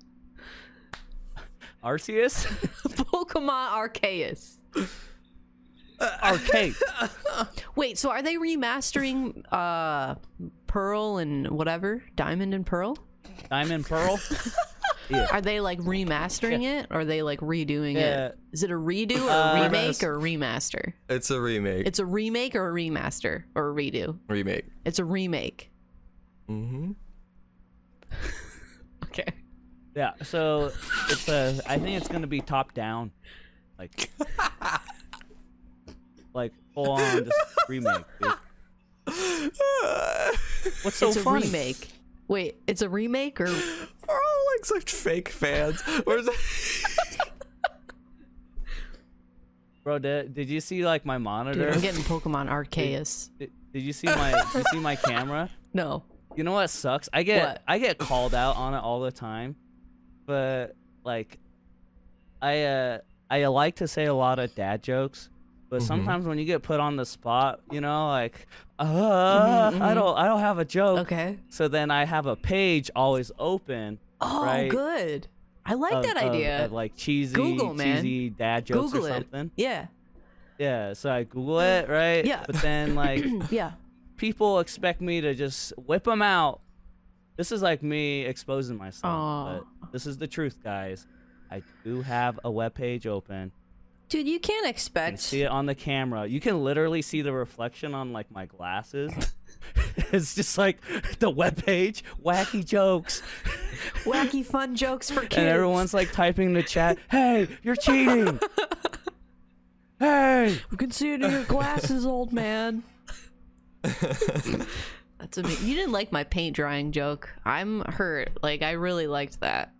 Arceus?
[LAUGHS]
Pokemon Arceus.
Arcade.
Wait, so are they remastering uh Pearl and whatever? Diamond and Pearl?
Diamond Pearl?
Are they like remastering it or are they like redoing
Yeah.
it? Is it a redo or
Uh,
a remake or a remaster?
[LAUGHS] It's a remake.
It's a remake or a remaster or a redo.
remake.
It's a remake.
[LAUGHS] Mm-hmm.
Okay.
Yeah, so it's a. I think it's gonna be top down, like, like full on just remake. dude. What's so
it's a
funny?
remake. Wait, it's a
[LAUGHS]
remake or
We're all like such fake fans. Where's
bro? Did, did you see like my
dude,
monitor?
I'm getting Pokemon Arceus.
did, did you see my? Did you see my camera?
No.
You know what sucks? I get
What?
I get
[LAUGHS]
called out on it all the time, but like, I uh I like to say a lot of dad jokes, but
Mm-hmm.
Mhm.
sometimes when you get put on the spot, you know, like, uh, I
mhm.
don't I don't have a joke.
Okay.
So then I have a page always open.
Oh,
Right.
good. I like
of-
that
of-
idea.
of, like cheesy,
Google, man.
cheesy dad jokes
Google
or
it.
something.
Yeah.
Yeah. So I Google it, right?
Yeah.
But then
[CLEARS THROAT]
like
Yeah.
people expect me to just whip them out. This is like me exposing
Aw.
myself. But this is the truth, guys. I do have a web page open.
Dude, you can't
You can
expect
see it on the camera. You can literally see the reflection on like my glasses. [LAUGHS] it's just like the web page, wacky jokes.
wacky fun jokes for kids.
and everyone's like typing in the chat, "Hey, you're
[LAUGHS]
cheating! hey,
You can see it in your glasses,
[LAUGHS]
old man. That's amazing. You didn't like my paint drying joke. I'm hurt. Like I really liked that.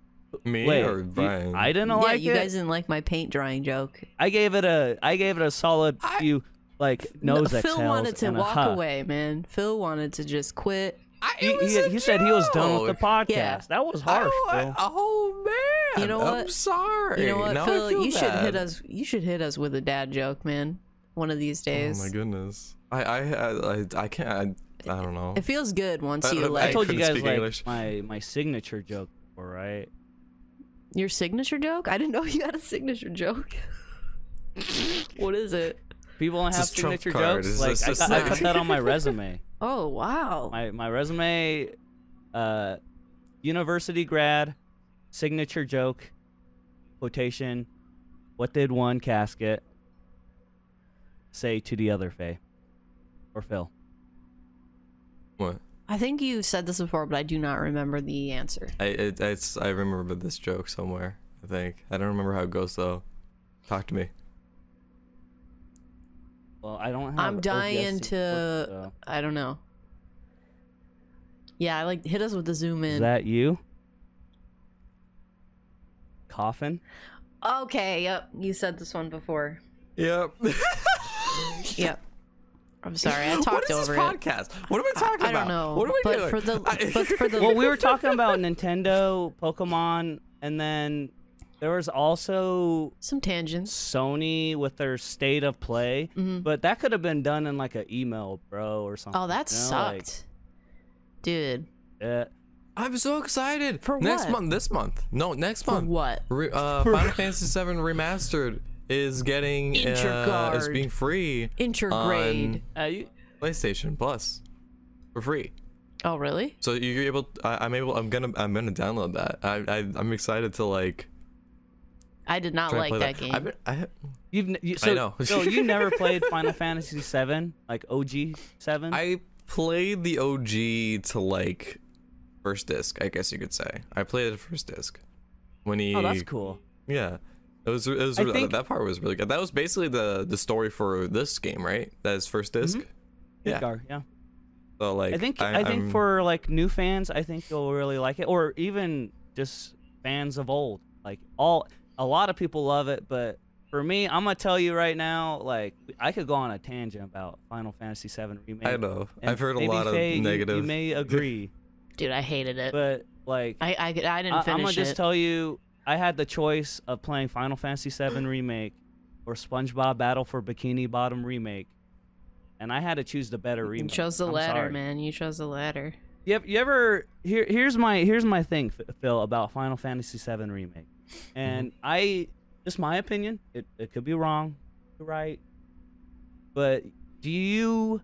[LAUGHS] me
wait,
or
you-
Brian?
I didn't
yeah,
like
you
it.
guys didn't like my paint drying joke.
I gave it a, I gave it a solid few, like
No,
nose
Phil
exhales
wanted to
and a
walk
huh.
away, man. Phil wanted to just quit.
I,
He, he, he said he was done with the podcast.
Yeah.
That was
I
harsh,
don't-
Phil.
oh man.
You know
I'm
what?
sorry.
You know what,
Now I
Phil?
feel
You should hit
bad.
us. You should hit us with a dad joke, man. One of these
Oh
days.
my goodness. I I I I, I can't. I, I don't know.
It feels good once
I- I-
you
I
I
like
told you
couldn't
guys
speak
like
English.
my my signature joke, before, right?
your signature joke. I didn't know [LAUGHS] you had a signature joke. [LAUGHS] what is it?
People don't
It's
have
his trump
signature
card.
jokes.
It's
like
just-
I,
it's
got- I put
like-
that on
[LAUGHS]
my resume.
Oh wow.
My my resume, uh, university grad, signature joke, quotation. What did one casket say to the other, Faye or Phil?
what?
I think you said this before, but I do not remember the answer.
I it, it's I remember this joke somewhere. I think I don't remember how it goes though. Talk to me.
Well, I don't have.
I'm
OBS
dying
signature,
to-
so-
I don't know. Yeah, I like hit us with the zoom
Is
in.
that you? Coffin.
okay, yep. You said this one before.
[LAUGHS] Yep.
Yep. I'm sorry, [LAUGHS] I talked
[LAUGHS] what is this
over it.
podcast? What are we talking about?
I don't know.
What are we
but
doing?
For the,
[LAUGHS] I-
[LAUGHS]
but for the [LAUGHS]
well, we were talking about Nintendo, Pokemon, and then There was also
Some tangents.
Sony with their state of play,
Mhm.
but that could have been done in like an email, bro, or something.
Oh, that
you know, like,
sucked, dude.
eh.
I'm so excited
For
next
what?
month. This month, no, next
For
month.
what?
Re- uh,
[LAUGHS]
Final Fantasy VII Remastered is getting uh, is
Interguard.
being free
Intergrade.
on
Uh, you-
PlayStation Plus for free.
Oh, really?
So you're able. I, I'm able. I'm gonna. I'm gonna download that. I, I I'm excited to like.
I did not
try and
like
play
that, game.
I've been, I,
You've n- you, so,
know.
so
[LAUGHS]
you never played Final Fantasy Seven, like OG Seven.
I played the OG to like first disc. I guess you could say. I played the first disc when he.
oh, that's cool.
Yeah. It was, it was
I
re-
think-
that part was really good. That was basically the the story for this game, right? That is first disk Yeah.
Midgar, yeah.
So like
Mm-hmm. I think I, think
I'm-
for like new fans, I think you'll really like it, or even just fans of old. Like all, a lot of people love it, but for me, I'm gonna tell you right now, like I could go on a tangent about Final Fantasy VII remake.
I know
and
I've heard a
maybe
lot of
Faye, you-
negative.
You,
[LAUGHS]
may agree,
Dude, I hated it.
but like
I, I, I didn't
I, am
finish
gonna
it.
just tell you, I had the choice of playing Final Fantasy VII remake or SpongeBob Battle for Bikini Bottom remake, and I had to choose the better
you
remake.
chose the
I'm
latter,
sorry.
man. You chose the latter.
You ever, you ever here? Here's my here's my thing, Ph- Phil, about Final Fantasy VII remake,
Mm-hmm.
and I just my opinion. It it could be wrong, could be right, but do you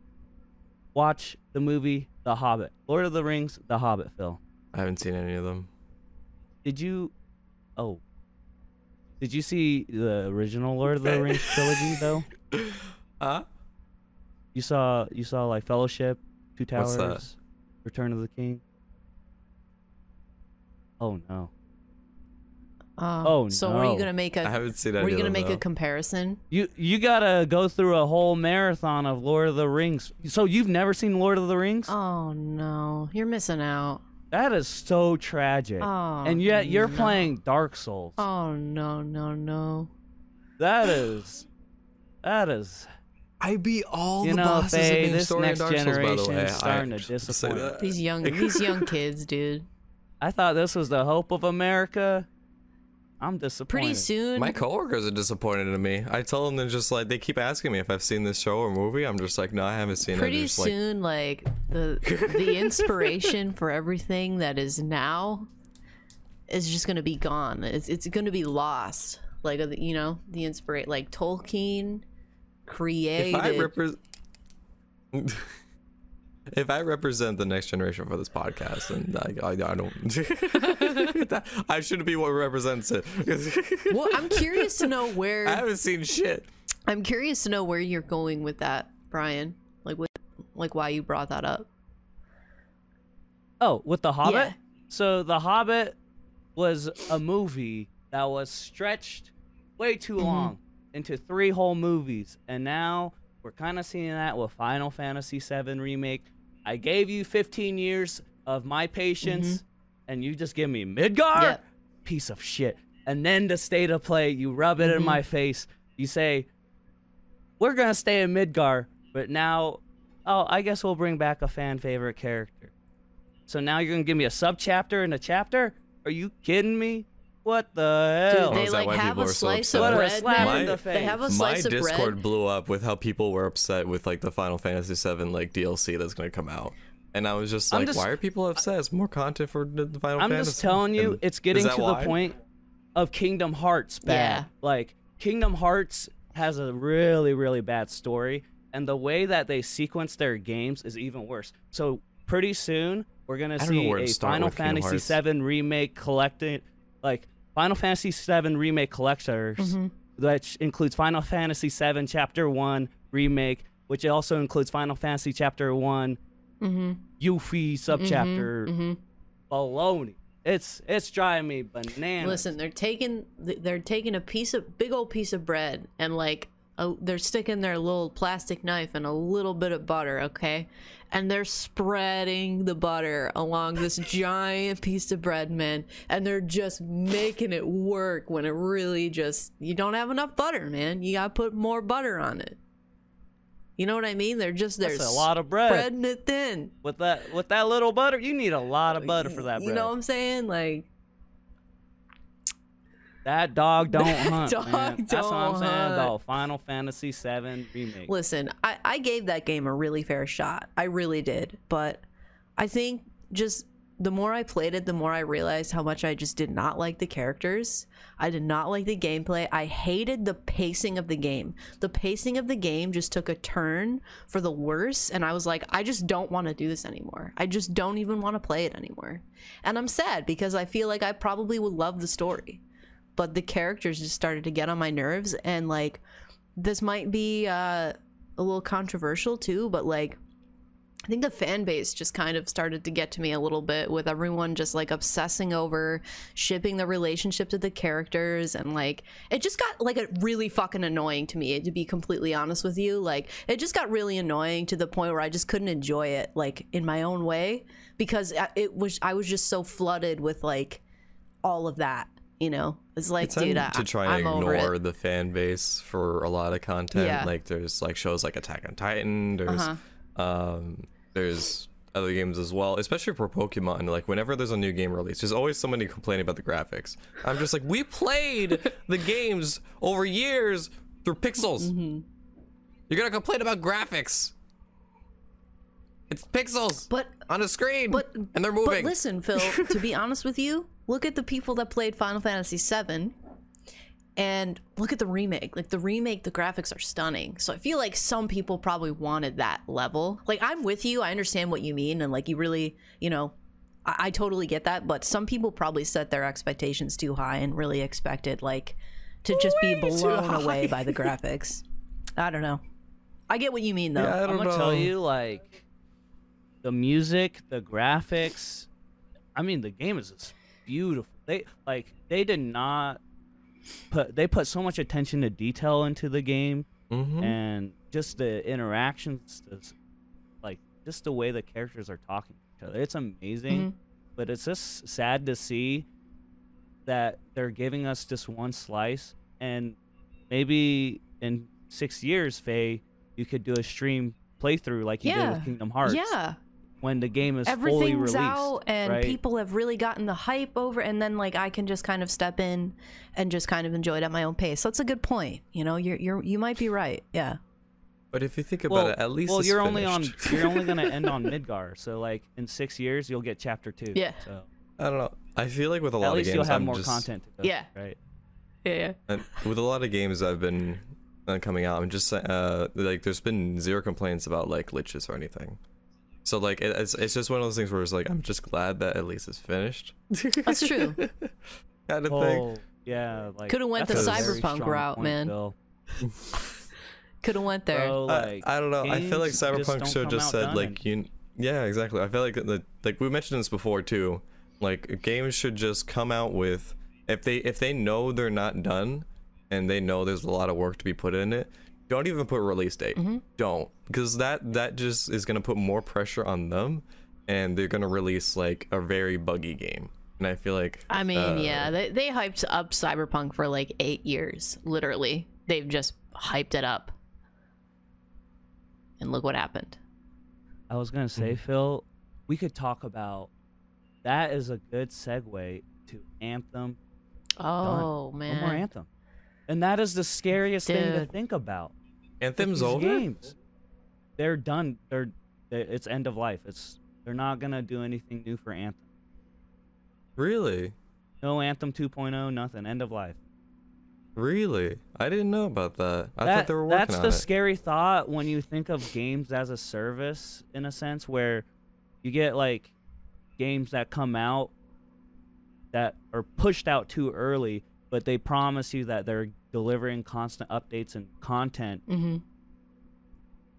watch the movie The Hobbit, Lord of the Rings, The Hobbit, Phil?
I haven't seen any of them.
Did you? Oh, did you see the original Lord of
[LAUGHS]
the Rings trilogy though?
Huh?
You saw you saw like Fellowship, Two
What's
Towers,
that?
Return of the King. Oh no.
Um,
Oh,
So were you
no.
gonna make
I
a?
haven't seen any.
Were you
of
gonna
them,
make a
though.
comparison?
You you gotta go through a whole marathon of Lord of the Rings. So you've never seen Lord of the Rings?
Oh no, you're missing out.
that is so tragic.
Oh,
and yet you're
no.
playing Dark Souls.
Oh no, no, no.
That is that is
I beat all
You
the
know,
bosses
Faye,
in the
this
story in
next
Dark Souls. By the
generation
way,
is starting
I
to
just wanna [LAUGHS] say
disappoint.
that.
[LAUGHS]
These young, these young kids, dude.
I thought this was the hope of America. I'm disappointed.
Pretty soon,
My coworkers are disappointed in me. I tell them they're just like they keep asking me if I've seen this show or movie. I'm just like, no, I haven't seen it. They're
pretty
just like,
soon, like the the inspiration for everything that is now is just gonna be gone. It's it's gonna be lost. Like uh, you know, the inspirate like Tolkien created.
if I represent, [LAUGHS] if I represent the next generation for this podcast, and I, I, I don't, [LAUGHS]
[LAUGHS]
I shouldn't be what represents it. [LAUGHS]
well, I'm curious to know
I
where.
haven't seen shit.
I'm curious to know where you're going with that, Brian. Like with like why you brought that up.
Oh, with The Hobbit?
Yeah.
So The Hobbit was a movie that was stretched way too long into three whole movies. And now we're kind of seeing that with Final Fantasy VII Remake. I gave you 15 years of my patience, and you just give me Midgar?
Yeah.
Piece of shit. And then the state of play, you rub it in my face. You say, we're going to stay in Midgar, but now, oh, I guess we'll bring back a fan favorite character. So now you're gonna give me a sub chapter and a chapter? Are you kidding me? What the
Dude,
hell?
Oh,
they
is that
like
why
have
people
a
are so
slice
upset?
of
What a
bread.
slap
man.
in the
They have a
My
slice of
Discord
bread.
blew up with how people were upset with like the Final Fantasy VII like DLC that's gonna come out, and I was just
I'm
like,
just-
why are people upset? It's more content for the the Final
I'm
Fantasy.
just telling you,
And
it's
is
getting
that
to
why?
the point of Kingdom Hearts bad.
Yeah.
Like Kingdom Hearts has a really, really bad story, and the way that they sequence their games is even worse. So pretty soon we're gonna
I don't know
see
where to
a
start
Final
with Kingdom
Fantasy
Hearts.
VII remake collecting, like Final Fantasy VII remake collectors,
Mm-hmm.
which includes Final Fantasy VII Chapter One remake, which also includes Final Fantasy Chapter One
Mm-hmm.
Yuffie subchapter baloney. It's it's driving me bananas.
Listen, they're taking th- they're taking a piece of big old piece of bread and like a, they're sticking their little plastic knife and a little bit of butter, okay? And they're spreading the butter along this [LAUGHS] giant piece of bread, man. And they're just making it work when it really just you don't have enough butter, man. You gotta put more butter on it. You know what I mean? They're just they're
That's a lot of bread.
spreading it thin.
with that with that little butter, you need a lot of butter for that bread.
You know what I'm saying? Like
That dog don't
[LAUGHS] That
hunt.
dog
man. That's what I'm
don't
saying
hunt.
about Final Fantasy VII remake.
Listen, I, I gave that game a really fair shot. I really did. But I think just the more I played it, the more I realized how much I just did not like the characters. I did not like the gameplay. I hated the pacing of the game. The pacing of the game just took a turn for the worse. And I was like, I just don't want to do this anymore. I just don't even want to play it anymore. And I'm sad because I feel like I probably would love the story. But the characters just started to get on my nerves. And like, this might be uh, a little controversial too, but like I think the fan base just kind of started to get to me a little bit with everyone just like obsessing over shipping the relationship to the characters and like it just got like a really fucking annoying to me to be completely honest with you like it just got really annoying to the point where I just couldn't enjoy it like in my own way because I- it was I was just so flooded with like all of that you know it's like
It's
dude I,
to try
I'm
and
over it.
ignore the fan base for a lot of content.
Yeah. Uh-huh.
Like there's like shows like Attack on Titan. There's um there's other games as well, especially for Pokemon. Like whenever there's a new game release, there's always somebody complaining about the graphics. I'm just like, we played the games over years through pixels.
Mm-hmm.
You're gonna complain about graphics. It's pixels
but
on a screen,
But
and they're moving.
But listen, Phil. to be honest with you, look at the people that played Final Fantasy VII, and look at the remake. Like the remake, the graphics are stunning. So I feel like some people probably wanted that level. Like I'm with you. I understand what you mean, and like you really, you know, I, I totally get that. But some people probably set their expectations too high and really expected like to just be blown away by the graphics. I don't know. I get what you mean though.
Yeah, I
I'm
don't
gonna
know.
tell you, like, the music, the graphics. I mean, the game is just beautiful. They like they did not put they put so much attention to detail into the game,
Mm-hmm.
Mhm.
and just the interactions, the s- like just the way the characters are talking to each other. It's amazing,
Mm-hmm.
but it's just sad to see that they're giving us just one slice. And maybe in six years, Faye, you could do a stream playthrough like you did
Yeah.
with Kingdom Hearts.
Yeah.
When the game is fully
everything's
released,
out and
right?
people have really gotten the hype over and then like I can just kind of step in and just kind of enjoy it at my own pace. That's a good point. You know, you're you're you might be right. Yeah.
But if you think about
Well,
it, at least
well,
it's
you're only
finished.
on you're only gonna end
[LAUGHS]
on Midgar, so like in six years you'll get chapter two.
Yeah.
So
I don't know. I feel like with a lot
at
of
least
games,
you'll have
I'm
more
just,
content. To go
Yeah.
through, Right.
Yeah.
and with a lot of games I've been uh, coming out, I'm just uh, like there's been zero complaints about like glitches or anything. So like it, it's it's just one of those things where it's like I'm just glad that at least it's finished.
[LAUGHS]
[LAUGHS]
That's true.
Kind of thing.
Oh, yeah. Like
Coulda went
that's
the
a very
cyberpunk
strong
route,
point,
man.
Bill.
Could have went there.
So,
I,
like,
I don't know. I feel like
games just
Cyberpunk
don't
should
come
just
out
said
done
like you. Yeah, exactly. I feel like the, like we mentioned this before too. Like games should just come out with if they if they know they're not done and they know there's a lot of work to be put in it. Don't even put a release date.
Mm-hmm.
Don't because that that just is gonna put more pressure on them, and they're gonna release like a very buggy game. And I feel like
I mean,
uh,
yeah, they, they hyped up Cyberpunk for like eight years. Literally, they've just hyped it up, and look what happened.
I was gonna say,
Mm-hmm.
Phil, we could talk about that is a good segue to Anthem.
Oh
No more
man,
Anthem. And that is the scariest thing to
Dude.
think about. with
Anthem's
these
over.
Games. They're done. They're they- it's end of life. It's they're not gonna do anything new for Anthem.
Really,
No Anthem 2.0, nothing. End of life.
really, I didn't know about that. I thought
That-
they were working
that's
on
the
it.
scary thought when you think of games as a service in a sense where you get like games that come out that are pushed out too early but they promise you that they're delivering constant updates and content
Mhm.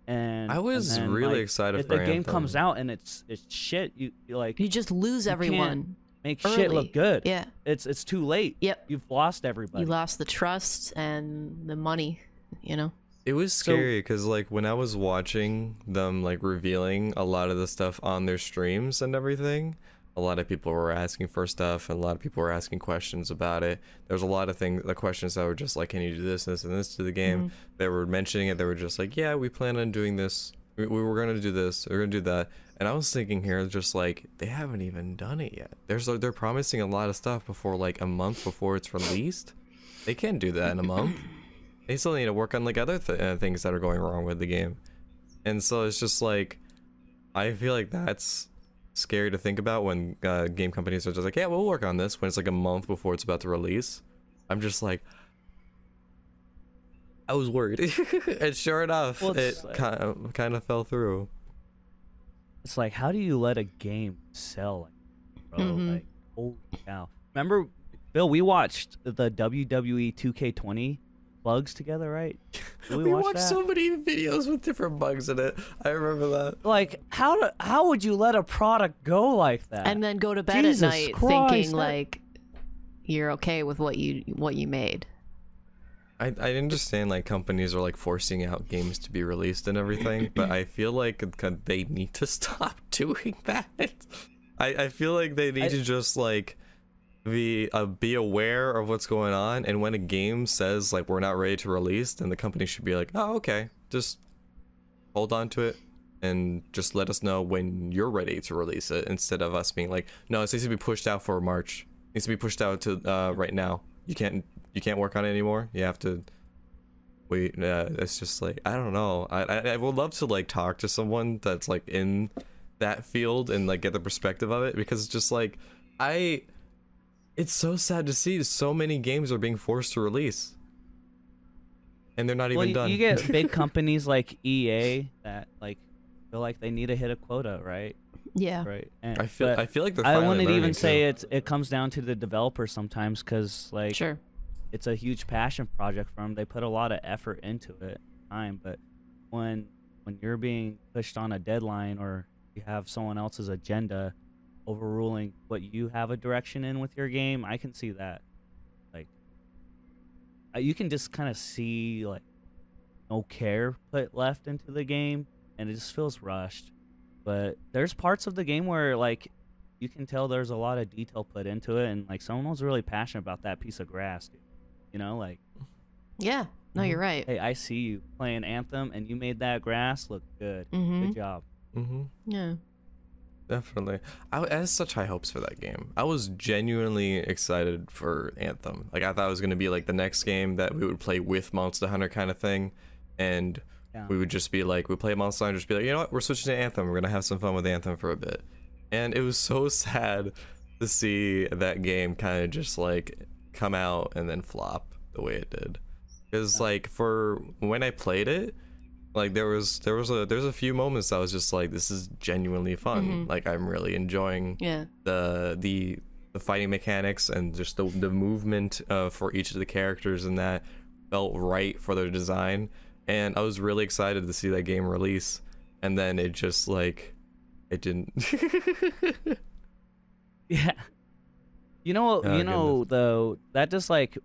and
I
and
was
then,
really
like,
excited
if
for
the game comes
Anthem.
out and it's it's shit you, you like
you just lose
You
everyone.
make shit
early.
look good
Yeah.
it's it's too late
Yep.
you've lost everybody
you lost the trust and the money. You know,
It was
So-
scary because, like, when I was watching them, like, revealing a lot of the stuff on their streams and everything, a lot of people were asking for stuff and a lot of people were asking questions about it. There was a lot of things, the questions that were just like, can you do this, this, and this to the game? They were mentioning it. They were just like, yeah, we plan on doing this we, we were gonna do this, we are gonna do that, and I was thinking here, just like they haven't even done it yet. There's like, they're promising a lot of stuff before like a month before it's released. They can't do that in a month. They still need to work on like other th- uh, things that are going wrong with the game, and so it's just like, I feel like that's scary to think about when uh, game companies are just like, yeah, we'll work on this when it's like a month before it's about to release. I'm just like, I was worried, [LAUGHS] and sure enough,
Well,
it
it's like-
kind of, kind of fell through.
It's like, how do you let a game sell? Like, that, bro,
Mhm.
like, holy cow. Remember, Bill, we watched the E WWE 2K20 bugs together,
[LAUGHS]
right? Did
we
watch
watched
that?
so many [LAUGHS] videos with different bugs in it. I remember that.
like how do, how would you let a product go like that?
and then go to bed
Jesus
at night
Christ,
thinking
that-
like you're okay with what you what you made.
I, I understand like companies are like forcing out games to be released and everything, but I feel like it could- they need to [LAUGHS] stop doing that. I, I feel like they need
I-
to just like be uh, be aware of what's going on, and when a game says like we're not ready to release, then the company should be like, oh okay, just hold on to it and just let us know when you're ready to release it, instead of us being like, no, it needs to be pushed out for March. It needs to be pushed out to uh, right now. You can't you can't work on it anymore. You have to we uh, it's just like i don't know I, I i would love to like talk to someone that's like in that field and like get the perspective of it because it's just like i it's so sad to see so many games are being forced to release and they're not
well,
even
you,
done
you get
[LAUGHS]
big companies like EA that like feel like they need to hit a quota, right?
Yeah.
Right. And,
i feel
but
i feel like they're
I
finally
wouldn't
learning,
even say
too.
it's it comes down to the developer sometimes because like
Sure.
it's a huge passion project for them. They put a lot of effort into it, time. But when when you're being pushed on a deadline or you have someone else's agenda overruling what you have a direction in with your game, I can see that. Like, uh, you can just kind of see like no care put left into the game, and it just feels rushed. But there's parts of the game where like you can tell there's a lot of detail put into it, and like someone was really passionate about that piece of grass. Dude. You know, like,
Yeah. No, you're right.
Mm-hmm. hey, I see you playing Anthem, and you made that grass look good.
Mm-hmm.
Good job. [LAUGHS]
Mhm.
Yeah.
Definitely. I, I had such high hopes for that game. I was genuinely excited for Anthem. Like I thought it was gonna be like the next game that we would play with Monster Hunter kind of thing, and
Yeah.
we would just be like, we play Monster Hunter, just be like, you know what, we're switching to Anthem. We're gonna have some fun with Anthem for a bit. And it was [LAUGHS] so sad to see that game kind of just like come out and then flop the way it did. Because like for when I played it, like there was there was a there's a few moments that I was just like this is genuinely fun like i'm really enjoying
Yeah.
the the the fighting mechanics and just the, the movement uh, for each of the characters and that felt right for their design and i was really excited to see that game release and then it just like it didn't [LAUGHS]
Yeah. You know, what?
Oh,
you know, though, that just like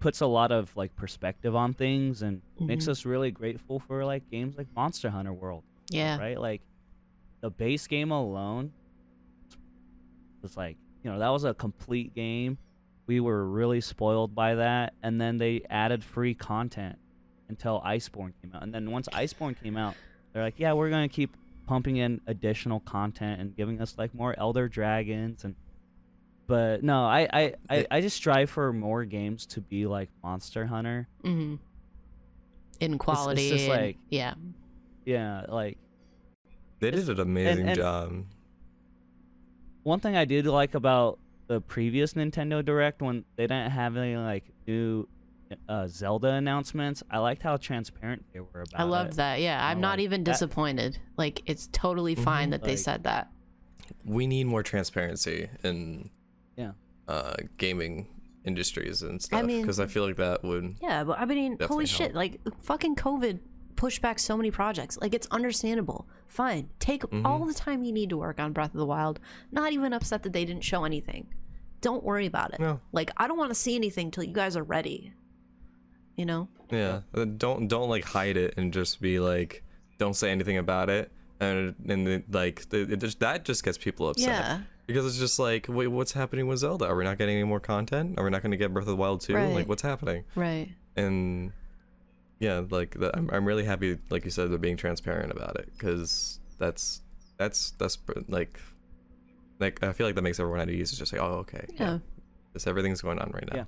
puts a lot of like perspective on things and
Mm-hmm.
makes us really grateful for like games like Monster Hunter World,
Yeah.
right? Like, the base game alone was like, you know, that was a complete game. We were really spoiled by that. And then they added free content until Iceborne came out. And then once Iceborne came out, they're like, yeah, we're going to keep pumping in additional content and giving us like more Elder Dragons and but no, I I, I,
It-
I just strive for more games to be like Monster Hunter.
Mm-hmm. In quality.
just
and-
like-
yeah.
Yeah, like
they did an amazing
and-
job
one thing I did like about the previous Nintendo Direct when they didn't have any like new uh, Zelda announcements, I liked how transparent they were about
I loved
it.
that. Yeah.
uh,
I'm
I
not
like
even
that. Mm-hmm.
disappointed. Like it's totally fine that they
Like-
said that.
we need more transparency in
Yeah.
uh gaming industries and stuff
mean-
because I, feel like that would
Yeah, but I mean,
Definitely
holy shit!
help.
Like, fucking COVID pushed back so many projects. Like, it's understandable. Fine, take
Mm-hmm.
all the time you need to work on Breath of the Wild. Not even upset that they didn't show anything. Don't worry about it.
No.
Like, I don't want to see anything till you guys are ready. You know?
Yeah, uh, don't don't like hide it and just be like, don't say anything about it, and and then, like it, it just, that just gets people upset.
Yeah.
Because it's just like, wait, what's happening with Zelda? Are we not getting any more content? Are we not going to get Breath of the Wild 2?
Right.
Like, what's happening?
Right.
And yeah, like the, I'm, I'm really happy, like you said, they're being transparent about it because that's that's that's pr- like like I feel like that makes everyone at ease. It's just like, oh, okay,
Yeah.
this everything's going on right now.
Yeah.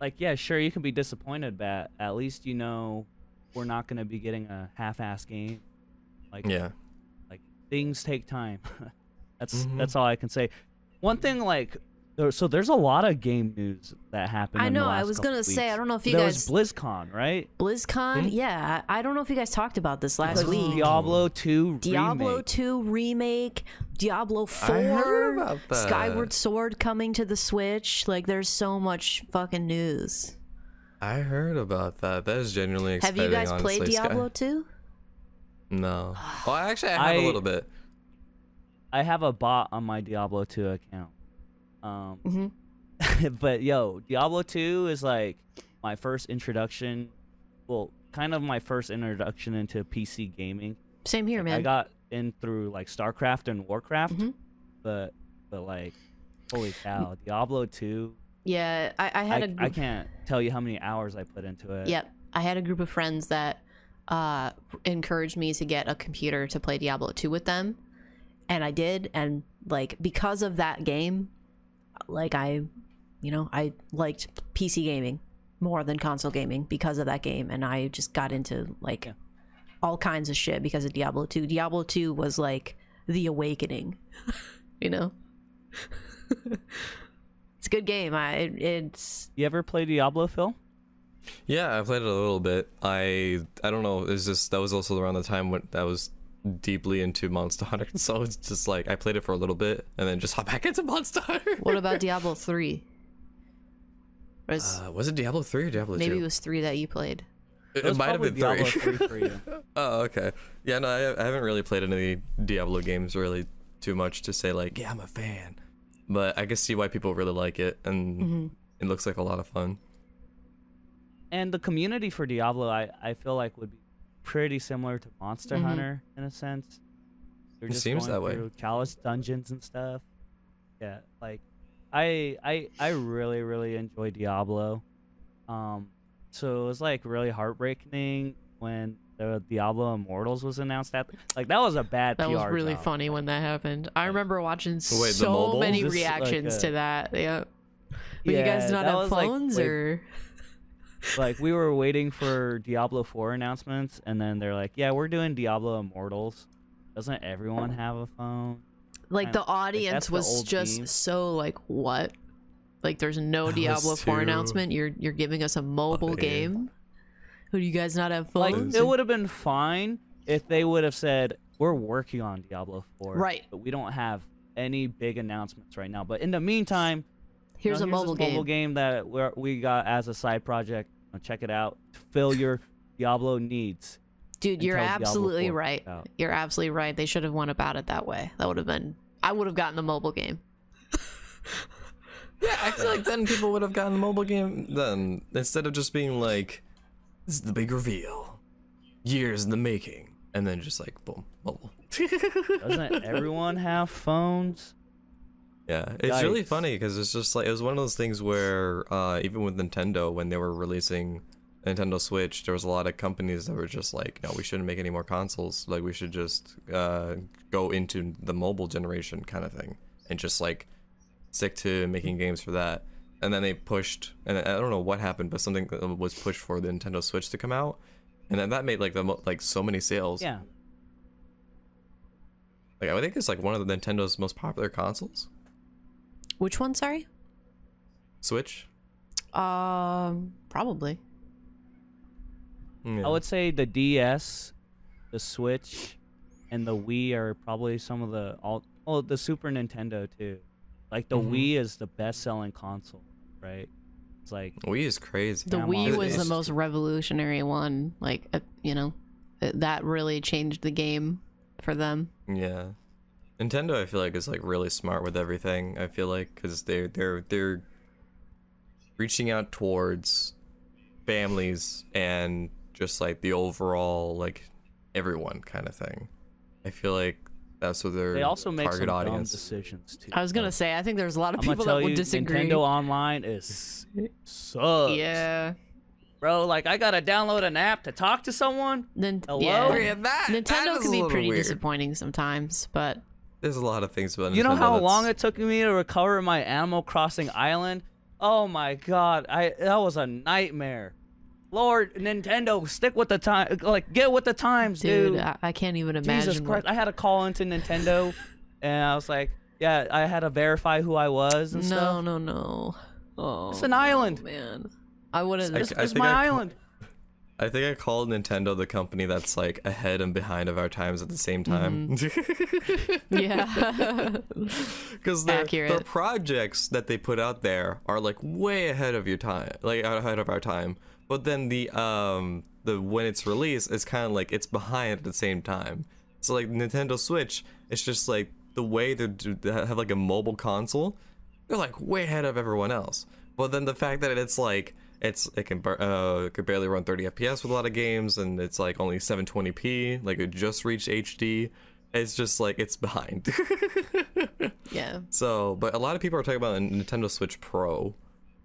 Like, yeah, sure, you can be disappointed, but at least you know we're not going to be getting a half-ass game. Like,
Yeah.
like things take time [LAUGHS] that's
Mhm.
that's all i can say one thing like there, so there's a lot of game news that happened
I
in the
know. I
last
was
couple
gonna say. I
weeks.
don't know if you
there
guys
was blizzcon right
Mm-hmm.
BlizzCon. Yeah, I I don't know if you guys talked about this last
Like
week.
diablo 2
Diablo
remake.
2 remake, Diablo 4,
heard about that.
Skyward Sword coming to the Switch. Like, there's so much fucking news.
I heard about that. That is genuinely
Have
exciting.
you guys played
honestly, Sky.
Diablo 2?
No. Well, actually, I have a
I-
little bit.
i have a bot on my diablo 2 account um [LAUGHS]
Mm-hmm.
Mhm.
but yo diablo 2 is like my first introduction well kind of my first introduction into pc gaming
Same here,
Like,
man.
I got in through like StarCraft and Warcraft,
Mhm.
but but like, holy cow, Diablo two.
yeah, I, I
I,
Mm-hmm. had a
I
group
can't tell you how many hours I put into it.
Yep. I had a group of friends that uh, encouraged me to get a computer to play Diablo 2 with them. And I did. And, like, because of that game,
Like, I, you know, I liked PC gaming more than console gaming because of that game. And I just got into, like,
Yeah.
all kinds of shit because of Diablo 2. Diablo 2 was, like, the awakening. [LAUGHS]
you know,
It's a good game. I, it, it's,
You ever play Diablo, Phil?
Yeah, I played it a little bit. I I don't know. It was just that was also around the time when I was deeply into Monster [LAUGHS] Hunter, so it's just like I played it for a little bit and then just [LAUGHS] hop back into Monster Hunter. Uh,
what about Diablo 3? Or is-
Uh, was it Diablo three or Diablo
maybe
two?
it was 3 that you played.
It-
That
it
was
might have
probably
been
Diablo
three.
for you.
[LAUGHS] oh, okay. Yeah, no, I, I haven't really played any Diablo games really too much to say like, yeah, I'm a fan. But I can see why people really like it, and
Mm-hmm.
it looks like a lot of fun.
And the community for Diablo, I I feel like would be pretty similar to Monster
Mhm.
Hunter in a sense. They're
It seems
going
that way.
through Chalice dungeons and stuff. Yeah, like I I I really really enjoy Diablo. Um, so it was like really heartbreaking when the Diablo Immortals was announced. At like that was a bad
That
PR
was really
job.
funny when that happened. I remember watching
the
so
mobile?
many
This is like
reactions
a-
to that. Yeah. But you
Yeah,
guys not
that
have
was, like,
phones
way-
or.
like we were waiting for Diablo 4 announcements and then they're like, "Yeah, we're doing Diablo Immortals." Doesn't everyone have a phone?
like
Kind
the
of- like,
audience
that's the
was
old
just
meme.
so like what like there's no
That was
diablo 4
too-
announcement you're you're giving us a mobile
Funny.
game who do you guys not have
Like
phones
it would have been fine if they would have said, "We're working on Diablo 4."
Right.
But we don't have any big announcements right now. But in the meantime, you know,
here's a
this
mobile game
mobile game that we're, we got as a side project. Now check it out. Fill your Diablo needs.
dude you're
until Diablo
absolutely
4 comes
right
out.
you're absolutely right they should have went about it that way that would have been i would have gotten the mobile game
Yeah, I feel like then people would have gotten the mobile game then instead of just being like, "This is the big reveal, years in the making," and then just like, boom, mobile.
Doesn't everyone have
[LAUGHS]
phones?
Yeah, it's really
Yikes.
funny because it's just like it was one of those things where uh, even with Nintendo when they were releasing Nintendo Switch, there was a lot of companies that were just like, no, we shouldn't make any more consoles. Like we should just uh, go into the mobile generation kind of thing and just like stick to making games for that. And then they pushed, and I I don't know what happened, but something that was pushed for the Nintendo Switch to come out, and then that made like the mo- like so many sales.
Yeah.
Like I think it's like one of the Nintendo's most popular consoles,
which one sorry
Switch.
um probably
Mm, Yeah.
I would say the DS, the Switch, and the Wii are probably some of the all. Oh, the Super Nintendo too. Like the
Mhm.
Wii is the best-selling console, right? It's like
Wii is crazy.
the
Yeah, I'm
wii
on
was
it.
the most revolutionary one like uh, you know th- that really changed the game for them
Yeah, Nintendo. I feel like is like really smart with everything. I feel like because they're they're they're reaching out towards families and just like the overall like everyone kind of thing. I feel like that's what their
they also make some
target
dumb
audience.
decisions too.
i was Uh, gonna say i think there's a lot of
I'm gonna
people that
tell
would [LAUGHS]
you,
disagree
Nintendo Online is sucks.
Yeah.
bro. Like I gotta download an app to talk to someone.
Then
Hello?
yeah.
Yeah, that- that
Nintendo
is
can
a
be
little
pretty
weird.
disappointing sometimes, but
There's a lot of things about
You know
Nintendo
how
that's-
long it took me to recover my Animal Crossing island? Oh my god, I that was a nightmare. Lord Nintendo, stick with the time. Like get with the times, dude.
dude, I, I can't even imagine.
Jesus
what-
Christ, I had to call into
[LAUGHS]
Nintendo, and I was like, yeah, I had to verify who I was and
no,
stuff.
no, no. Oh,
It's an island.
man. I wouldn't.
I-
It's,
I
it's
think
my
I ca-
island.
I think I called Nintendo the company that's like ahead and behind of our times at the same time.
[LAUGHS]
Mm-hmm.
[LAUGHS]
yeah. [LAUGHS]
Because their, their
Accurate.
projects that they put out there are like way ahead of your time, like ahead of our time. But then the um the when it's released, it's kind of like it's behind at the same time. So like Nintendo Switch, it's just like the way they do- they have like a mobile console, they're like way ahead of everyone else. But then the fact that it's like it's it can bar- uh it could barely run 30 FPS with a lot of games, and it's like only 720p, like it just reached HD. It's just like it's behind. [LAUGHS]
yeah.
So, but a lot of people are talking about a Nintendo Switch Pro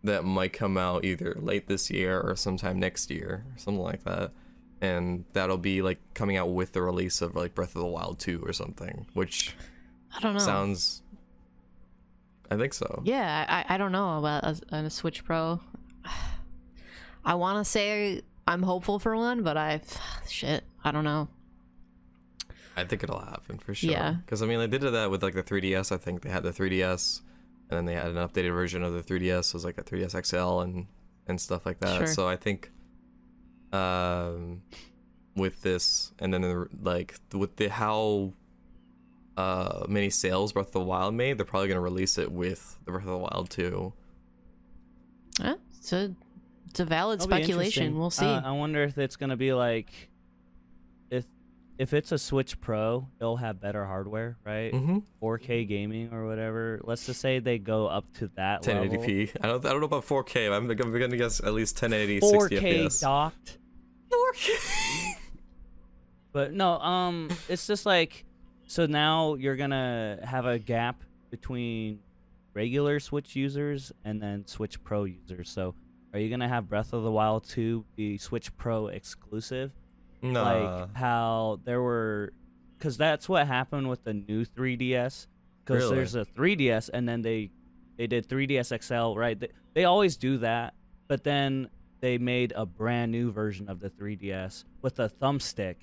that might come out either late this year or sometime next year, or something like that. And that'll be like coming out with the release of like Breath of the Wild 2 or something, which
I don't know.
sounds. I think so.
Yeah, I, I don't know about a, a Switch Pro. [SIGHS] I want to say I'm hopeful for one, but I [SIGHS] shit, I don't know.
I think it'll happen for sure.
Yeah.
Because I mean, they did that with like the 3DS. I think they had the 3DS, and then they had an updated version of the 3DS. So it was like a 3DS XL and and stuff like that.
Sure.
So I think, um, with this, and then the, like with the how uh many sales Breath of the Wild made, they're probably gonna release it with the Breath of the Wild too.
Eh, It's a, it's a valid
That'll be
speculation.
interesting.
We'll see.
Uh, I wonder if it's gonna be like, if if it's a Switch Pro, it'll have better hardware, right?
Mm-hmm.
4K gaming or whatever. Let's just say they go up to that level.
1080p. I don't. I don't know about 4K. But I'm, I'm gonna guess at least 1080, 60
4K
FPS.
docked.
4K.
But no, um, it's just like so now you're gonna have a gap between regular Switch users and then Switch Pro users. So are you gonna have Breath of the Wild 2 be Switch Pro exclusive?
Nah.
Like how there were, because that's what happened with the new 3DS. Because
Really?
there's a 3DS, and then they they did 3DS XL, right? They, they always do that, but then they made a brand new version of the 3DS with a thumbstick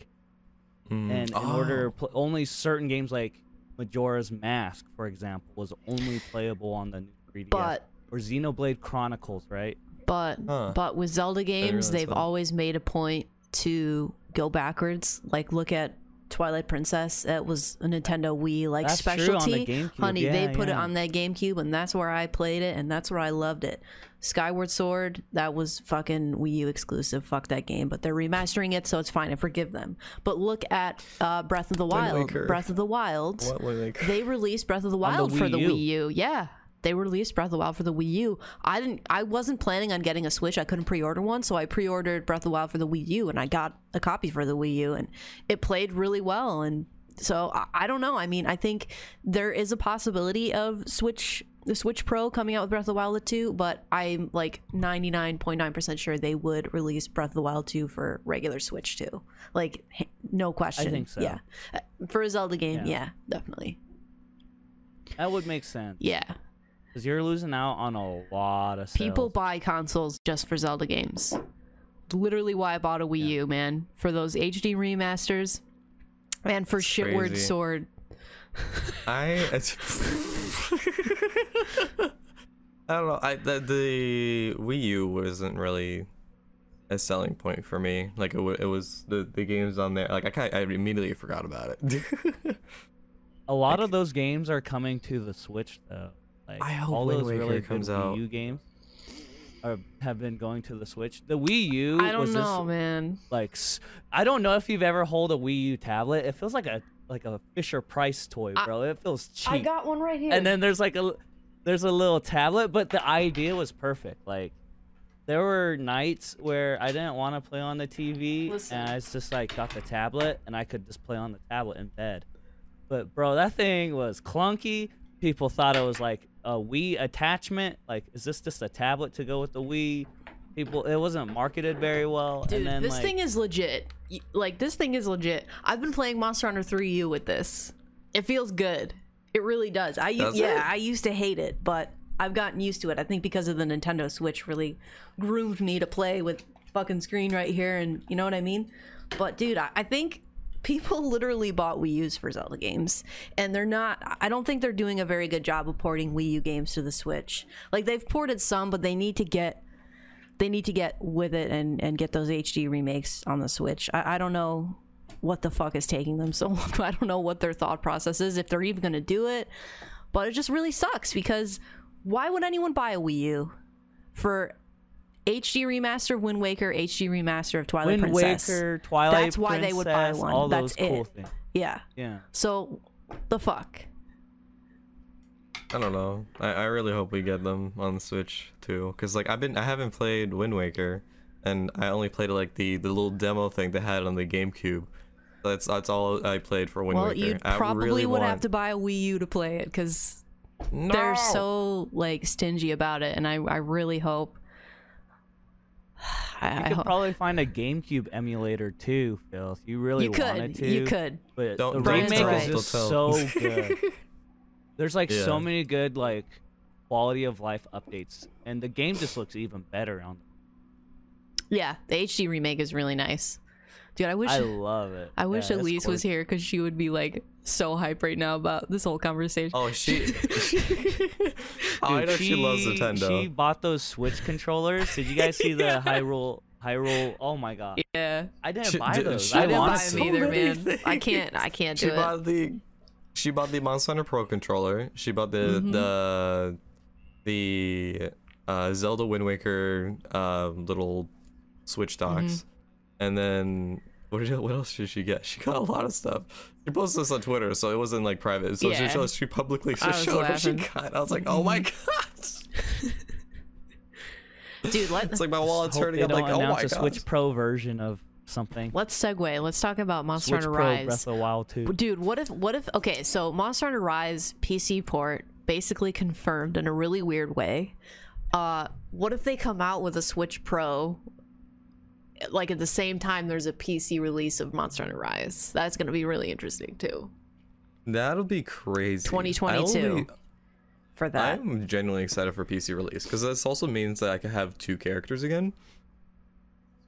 Mm.
and in order
Oh.
to pl- only certain games like Majora's Mask, for example, was only playable on the new 3DS.
but
or Xenoblade Chronicles, right?
but
Ah. Huh.
but with Zelda
realize
games, they've
that.
always made a point to go backwards. Like look at Twilight Princess. That was a Nintendo Wii like
That's true, on the
specialty.
GameCube,
Honey,
yeah,
they put it
yeah.
on that GameCube, and that's where I played it, and that's where I loved it. Skyward Sword, that was fucking Wii U exclusive. Fuck that game, but they're remastering it, so it's fine. I forgive them. But look at uh, Breath of the Wild.
Waker.
Breath of the Wild
What were they?
they released Breath of the
the
Wild for
Wii
the
U.
Wii U. Yeah. They released Breath of the Wild for the Wii U. I didn't I wasn't planning on getting a Switch. I couldn't pre-order one, so I pre-ordered Breath of the Wild for the Wii U and I got a copy for the Wii U and it played really well and so I, I don't know. I mean, I think there is a possibility of Switch the Switch Pro coming out with Breath of the Wild 2, but I'm like 99.9% sure they would release Breath of the Wild 2 for regular Switch too. Like h- no question.
think so.
Yeah. Uh, For a Zelda game,
Yeah.
yeah definitely.
That would make sense
Yeah.
because you're losing out on a lot of
People
sales.
buy consoles just for Zelda games. Literally why I bought a Wii U, man. For those HD remasters and for Shitward
crazy.
Sword.
I. it's- [LAUGHS] I don't know. I the, the Wii U wasn't really a selling point for me. Like it, wa- it was the, the games on there. Like I kind I immediately forgot about it. [LAUGHS]
A lot of those games are coming to the Switch though. Like
I hope
all
Wind
those
Waker
really
comes
good
out.
Wii U games are, have been going to the Switch. The Wii U
I don't
was
know,
this
man.
like s- I don't know if you've ever held a Wii U tablet. It feels like a like a Fisher Price toy, bro. it feels cheap.
one right here.
and then there's like a there's a little tablet but the idea was perfect like there were nights where i didn't want to play on the tv and i was just like got the tablet and i could just play on the tablet in bed but bro that thing was clunky people thought it was like a wii attachment like is this just a tablet to go with the wii People, it wasn't marketed very well.
Dude,
and then
this
like,
thing is legit. Y- Like this thing is legit. I've been playing Monster Hunter 3U with this. It feels good. It really does. I u-
Does
yeah,
it?
I used to hate it, but I've gotten used to it. I think because of the Nintendo Switch really groomed me to play with fucking screen right here and you know what I mean? But dude, I, I think people [LAUGHS] literally bought Wii U's for Zelda games, and they're not. I don't think they're doing a very good job of porting Wii U games to the Switch. Like they've ported some, but they need to get they need to get with it and and get those HD remakes on the Switch. I, I don't know what the fuck is taking them so [LAUGHS] long. I don't know what their thought process is if they're even going to do it. But it just really sucks because why would anyone buy a Wii U for HD remaster of Wind Waker, HD remaster of Twilight
Wind
Princess?
Waker, Twilight
That's why they would buy
Princess,
one.
All
That's
those cool
it.
things.
Yeah.
Yeah.
So the fuck.
I don't know. I, I really hope we get them on the Switch too, cause like I've been I haven't played Wind Waker, and I only played like the the little demo thing they had on the GameCube. That's that's all I played for Wind
Well,
Waker.
you
I
probably
really
would
want...
have to buy a Wii U to play it because they're so like stingy about it, and I, I really hope. [SIGHS]
You
I, I
could
hope
probably find a GameCube emulator too, Phil, if you really
you
wanted
could,
to.
you could.
But
Don't-
the
don't
remake
tell,
is
don't
just
tell.
so
[LAUGHS]
good. There's like
Yeah.
so many good like quality of life updates, and the game just looks even better on.
Yeah, the HD remake is really nice, dude. I wish
I
I,
love it.
wish
Yeah, it's
Elise was
gorgeous.
here because she would be like so hype right now about this whole conversation.
Oh, she. [LAUGHS] oh, I
Dude,
know she, loves
she-
Nintendo.
She bought those Switch controllers. Did you guys see
[LAUGHS]
the Hyrule? Hyrule. Oh my god.
[LAUGHS] Yeah,
I didn't
She-
buy
dude,
those.
she
I
I didn't
want
buy
so
them either,
many
man. I
things.
can't, I can't do
she
it.
bought the she bought the Monster Hunter Pro controller. She bought the
Mm-hmm.
the the uh, Zelda Wind Waker uh, little Switch docks,
Mm-hmm.
and then what did, what else did she get? She got a lot of stuff. She posted this on Twitter, so it wasn't like private. So she
Yeah.
showed she publicly
I was
showed what she
laughing.
got. I was like,
[LAUGHS]
oh my god!
dude. Let,
It's like my wallet's
Hope
hurting.
they
I'm
don't
like, oh
announce
my
a
god!
Switch Pro version of something.
let's segue. Let's talk about Monster
Switch
Hunter
Pro
Rise.
Breath of the Wild 2.
Dude, what if what if okay, so Monster Hunter Rise PC port basically confirmed in a really weird way. Uh what if they come out with a Switch Pro like at the same time there's a PC release of Monster Hunter Rise? That's going to be really interesting too.
That'll be crazy. I
2022.
only-
for that.
I'm genuinely excited for PC release because this also means that I can have two characters again.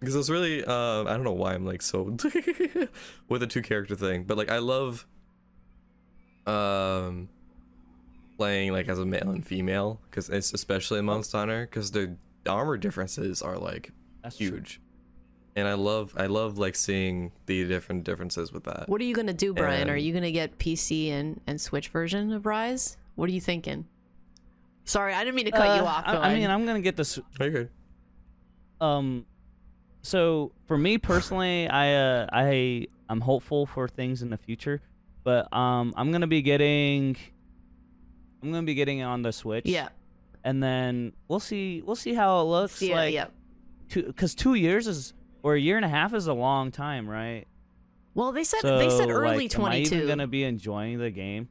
Because it's really, uh, I don't know why I'm like so [LAUGHS] with the two character thing, but like I love, um, playing like as a male and female because it's especially in Monster Hunter because the armor differences are like
That's true.
huge, and I love I love like seeing the different differences with that.
What are you going to do, Brian? Are
Um,
you going to get PC and and Switch version of Rise? What are you thinking? Sorry, I didn't mean to cut you
Uh,
off.
I, I
Dylan.
mean, I'm gonna get this.
Are you good?
Um, so for me personally, I uh, I I'm hopeful for things in the future, but um, I'm gonna be getting. I'm gonna be getting it on the Switch.
yeah.
and then we'll see. We'll see how it looks.
Yeah,
like,
yeah.
Because two years is or a year and a half is a long time, right?
Well, they said
so
they said early
like, am I
22.
even gonna be enjoying the game?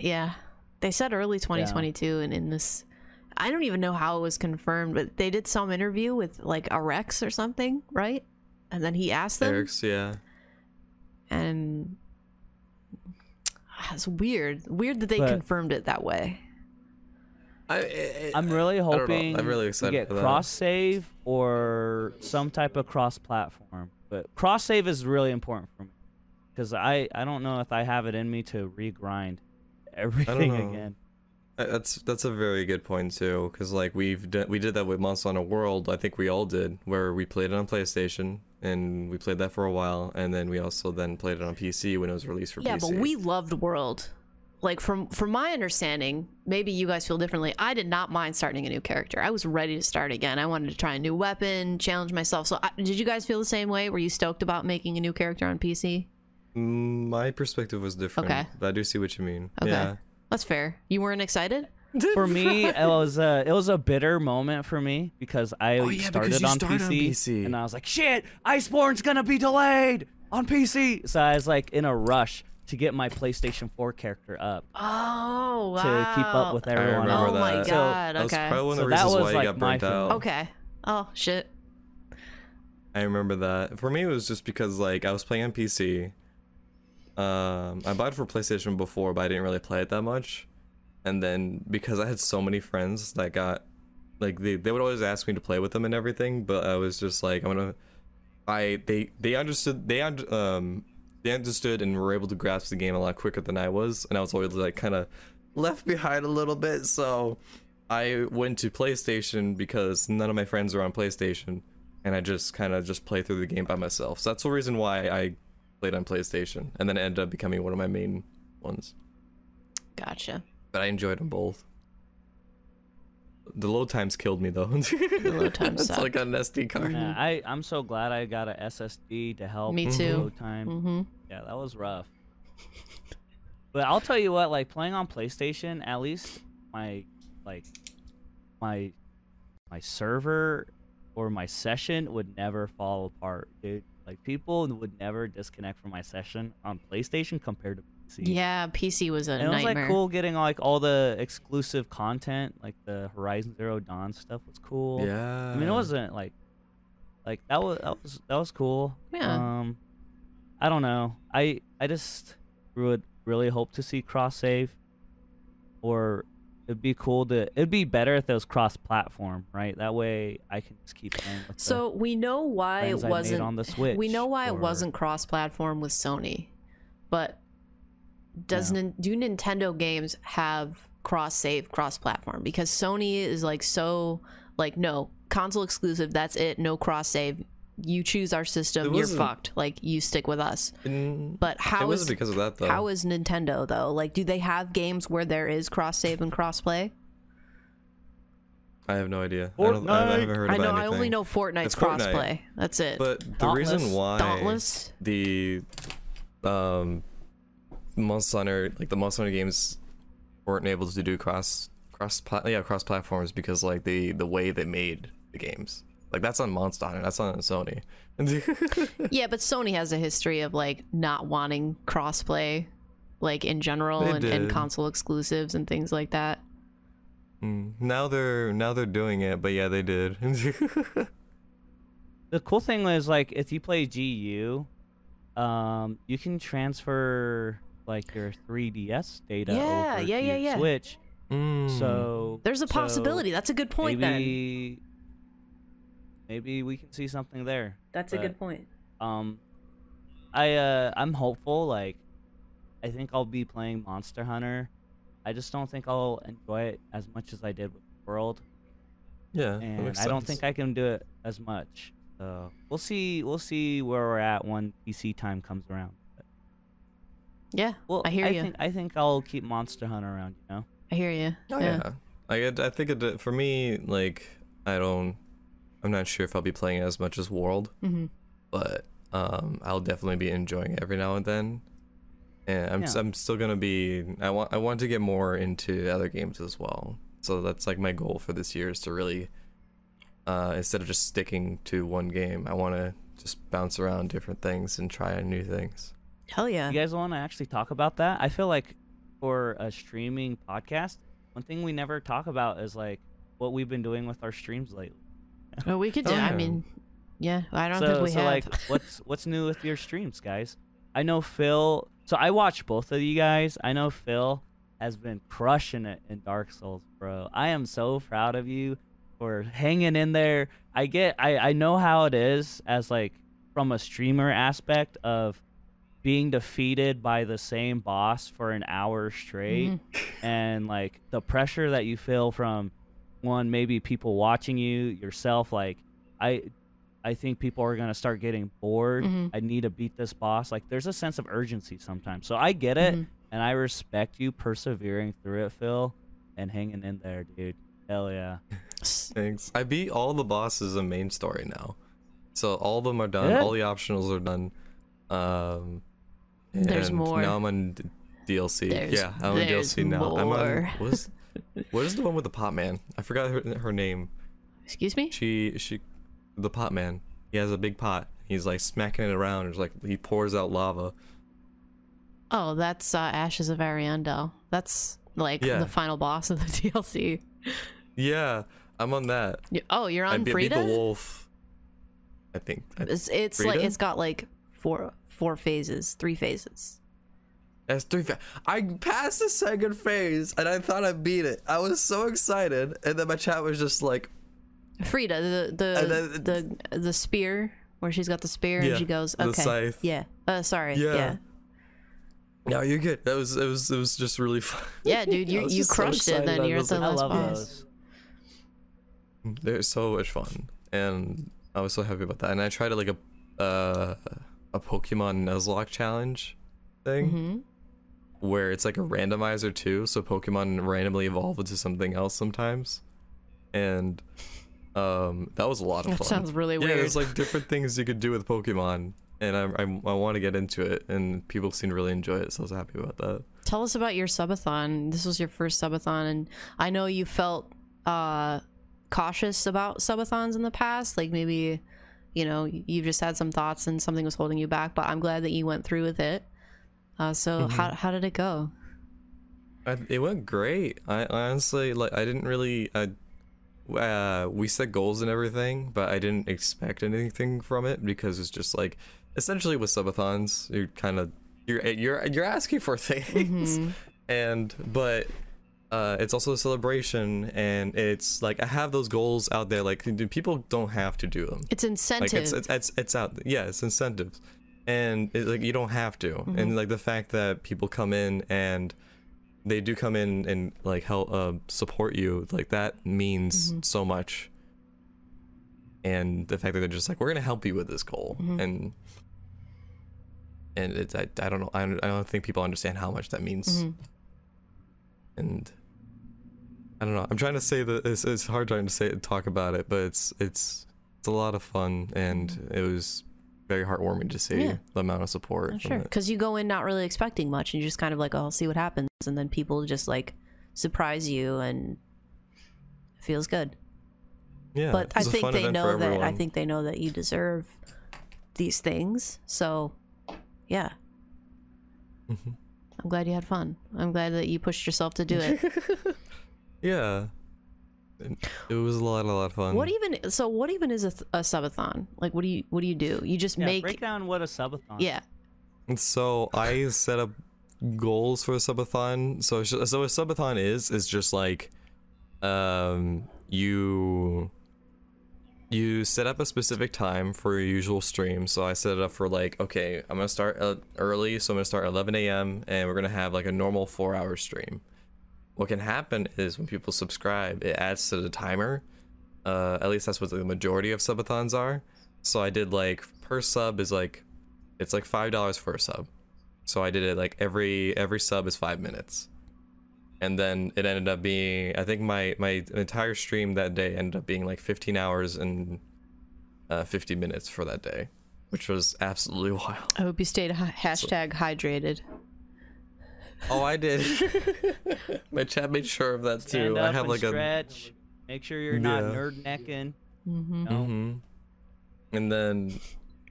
Yeah. They said early 2022 and in this I don't even know how it was confirmed, but they did some interview with like a Rex or something, right? And then he asked them
Eric's, yeah.
and [SIGHS] it's weird. Weird that they
But-
confirmed it that way.
I, I,
I'm really
don't know. I'm
hoping
really
to
excited
get
for that.
cross save or some type of cross platform. But cross save is really important for me because I I don't know if I have it in me to regrind [LAUGHS] everything
know.
again.
[LAUGHS] Uh, That's that's a very good point too, because like we've done, we did that with Monster Hunter World. I think we all did, where we played it on PlayStation and we played that for a while, and then we also then played it on PC when it was released for
Yeah,
PC.
but we loved World. Like from from my understanding, maybe you guys feel differently. I did not mind starting a new character. I was ready to start again. I wanted to try a new weapon, challenge myself. So, I, did you guys feel the same way? Were you stoked about making a new character on PC?
Mm, my perspective was different.
Okay.
but I do see what you mean.
Okay.
Yeah,
That's fair. You weren't excited?
for me, it was a it was a bitter moment for me because I
Oh, yeah, because
started
you
on,
start
PC,
on PC.
and I was like, "Shit, Iceborne's gonna be delayed on PC." So I was like in a rush to get my PlayStation 4 character up
Oh, wow.
to keep up with everyone.
remember
else.
Oh my
that.
So-
god.
that was
okay.
probably one of
So
the
that
reasons
was,
why
like,
you got
my
burnt
feeling.
out.
okay. Oh shit.
I remember that. For me, it was just because like I was playing on PC. Um, I bought it for PlayStation before, but I didn't really play it that much. And then because I had so many friends that got, like they they would always ask me to play with them and everything, but I was just like I'm gonna. I they they understood they und- um they understood and were able to grasp the game a lot quicker than I was, and I was always like kind of left behind a little bit. So I went to PlayStation because none of my friends were on PlayStation, and I just kind of just play through the game by myself. So that's the reason why I played on PlayStation, and then it ended up becoming one of my main ones.
Gotcha.
But I enjoyed them both. The load times killed me though. [LAUGHS] the
load times
It's like on an SD card.
Yeah, I I'm so glad I got a SSD to help.
Mm-hmm. Me
with
too. Mm-hmm.
load Time. Yeah, that was rough. but I'll tell you what, like playing on PlayStation, at least my like my my server or my session would never fall apart, dude. Like people would never disconnect from my session on PlayStation compared to PC.
Yeah, PC was a
And it was
nightmare.
like cool getting like all the exclusive content, like the Horizon Zero Dawn stuff was cool.
Yeah.
I mean, it
Um,
wasn't like, like that was that was that was cool.
Yeah.
Um, I don't know. I I just would really hope to see cross save, or it'd be cool to. It'd be better if it was cross platform, right? That way I can just keep playing. With the
So we know why it
plans I made
wasn't
on the Switch.
We know why
or-
it wasn't cross-platform with Sony, but does
Yeah.
Nin- do Nintendo games have cross-save, cross-platform? Because Sony is like so like no console exclusive. That's it. No cross-save. You choose our
It
system. You're
wasn't-
fucked. Like you stick with us.
Mm,
But
it
how
wasn't
is
because of that though.
how is Nintendo though? Like, do they have games where there is cross-save and cross-play?
I have no idea. I, don't, I haven't heard
I
about
know.
anything.
I only know Fortnite's
It's Fortnite.
cross-play. That's it.
But the reason
Dauntless-
why
Dauntless.
the um Monster Hunter like the Monster Hunter games weren't able to do cross cross pla- yeah cross platforms because like the the way they made the games like that's on Monster Hunter that's on Sony [LAUGHS]
Yeah, but Sony has a history of like not wanting crossplay, like in general,
They
and, and
did.
console exclusives and things like that.
Mm, now they're now they're doing it but yeah they did [LAUGHS]
the cool thing was like if you play GU, um, you can transfer like your 3DS data
Yeah,
over
yeah,
to
yeah,
your
yeah.
Switch.
Mm.
So
There's a
so
possibility. That's a good point. then
maybe, Maybe we can see something there.
That's
but,
point.
Um, I uh, I'm hopeful. Like, I think I'll be playing Monster Hunter. I just don't think I'll enjoy it as much as I did with World,
yeah that
and
makes
I don't
sense.
think I can do it as much. So we'll see. We'll see where we're at when PC time comes around.
yeah,
Well,
I hear you.
Think, I think I'll keep Monster Hunter around. You know.
I hear you.
Oh yeah. I get- I think it, for me like I don't I'm not sure if I'll be playing it as much as World,
Mhm.
but um I'll definitely be enjoying it every now and then. And I'm s
Yeah.
am still gonna be I want I want to get more into other games as well. So that's like my goal for this year is to really uh instead of just sticking to one game, I want to just bounce around different things and try new things.
Hell yeah.
You guys want to actually talk about that? I feel like for a streaming podcast, one thing we never talk about is like what we've been doing with our streams lately.
Well, we could
Oh,
do. I
yeah.
mean, yeah, I don't
so,
think we
so
have.
like, what's what's new with your streams, guys? I know Phil. So I watch both of you guys. I know Phil has been crushing it in Dark Souls, bro. I am so proud of you for hanging in there. I get. I I know how it is as like from a streamer aspect of being defeated by the same boss for an hour straight [LAUGHS] and like the pressure that you feel from one maybe people watching you yourself like i i think people are going to start getting bored
Mhm.
i need to beat this boss like there's a sense of urgency sometimes so i get it
Mhm.
and i respect you persevering through it phil and hanging in there dude hell yeah
S-
Thanks. I beat all the bosses in main story now. So all of them are done.
Good.
All the optionals are done. Um
[LAUGHS] There's
and
more.
Now I'm on d- DLC.
There's-
yeah, I'm on
there's
DLC now. I'm on
more.
what is, what is the one with the pot man? I forgot her, her name.
Excuse me.
She she the pot man. He has a big pot. He's like smacking it around. It's like he pours out lava.
Oh, that's uh, Ashes of Ariandel. That's like
Yeah.
[LAUGHS] the final boss of the DLC.
Yeah, I'm on that.
You- Oh, you're
I
on
beat, beat the
Frida.
wolf. I think. I-
It's it's like
Frida?
it's got like four four phases, three phases.
That's three. Fa- I passed the second phase, and I thought I beat it. I was so excited, and then my chat was just like,
Frida, the
And
the
then-
the, the spear where she's got the spear
Uh, Yeah,
and she goes,
the
okay,
scythe.
yeah, uh, sorry,
Yeah.
yeah,
"No, you're good." That was it. Was it was just really [LAUGHS] fun.
yeah, dude,
I
you
was
you
just so
crushed it.
excited.
Then
I
you're at
was
the
like,
I
last
love
boss.
those.
They're so much fun, and I was so happy about that. And I tried like a uh, a Pokemon Nuzlocke challenge thing,
Mm-hmm.
where it's like a randomizer too. So Pokemon randomly evolve into something else sometimes, and um, that was a lot of
That
fun.
sounds really
yeah,
weird.
there's like different things you could do with Pokemon, and I I, I want to get into it, and people seem to really enjoy it, so I was happy about that.
Tell us about your subathon. This was your first subathon, and I know you felt uh, cautious about subathons in the past. Like maybe, you know, you just had some thoughts and something was holding you back. But I'm glad that you went through with it. Uh, so
Mm-hmm.
how how did it go?
I, it went great. I I honestly like I didn't really I uh we set goals and everything, but I didn't expect anything from it because it's just like essentially with subathons, you're kind of you're you're you're asking for [LAUGHS]
Mm-hmm.
things. And but uh it's also a celebration and it's like I have those goals out there like dude, people don't have to do them.
It's incentive.
Like it's it's it's, it's out yeah, it's incentives. And it, like you don't have to. And like the fact that people come in and they do come in and like help uh, support you like that means so much and the fact that they're just like we're gonna help you with this goal and and it's I, I don't know I don't, I don't think people understand how much that
Mm-hmm.
means and I don't know I'm trying to say that it's, it's hard trying to say talk about it but it's it's it's a lot of fun and it was very heartwarming to see
Yeah.
the amount of support from
Oh, sure
it.
because you go in not really expecting much and you're just kind of like oh i'll see what happens and then people just like surprise you and it feels good
yeah
but
it
i
was a
think
fun
they
event for
know that i
everyone.
think they know that you deserve these things so yeah
Mm-hmm.
i'm glad you had fun i'm glad that you pushed yourself to do it
Yeah. It, it was a lot, a lot of [LAUGHS] fun.
what even so what even is a, th- a subathon like what do you what do you do you just
Yeah,
make
break down what a subathon.
yeah
And so I set up goals for a subathon. So it's ju- so a subathon is is just like, um, you you set up a specific time for your usual stream. So I set it up for like, okay, I'm gonna start uh, early. So I'm gonna start at 11 a.m. and we're gonna have like a normal four-hour stream. What can happen is when people subscribe, it adds to the timer. Uh, at least that's what the majority of subathons are. So I did like per sub is like it's like five dollars for a sub so i did it like every every sub is five minutes and then it ended up being i think my my entire stream that day ended up being like 15 hours and uh, 50 minutes for that day which was absolutely [LAUGHS] wild
i hope you stayed hy- hashtag hydrated
oh i did [LAUGHS] my chat made sure of that
Stand
too
up
i have
and
like a
stretch. Make sure you're not
Yeah.
nerd necking.
Mm-hmm.
Mhm. and then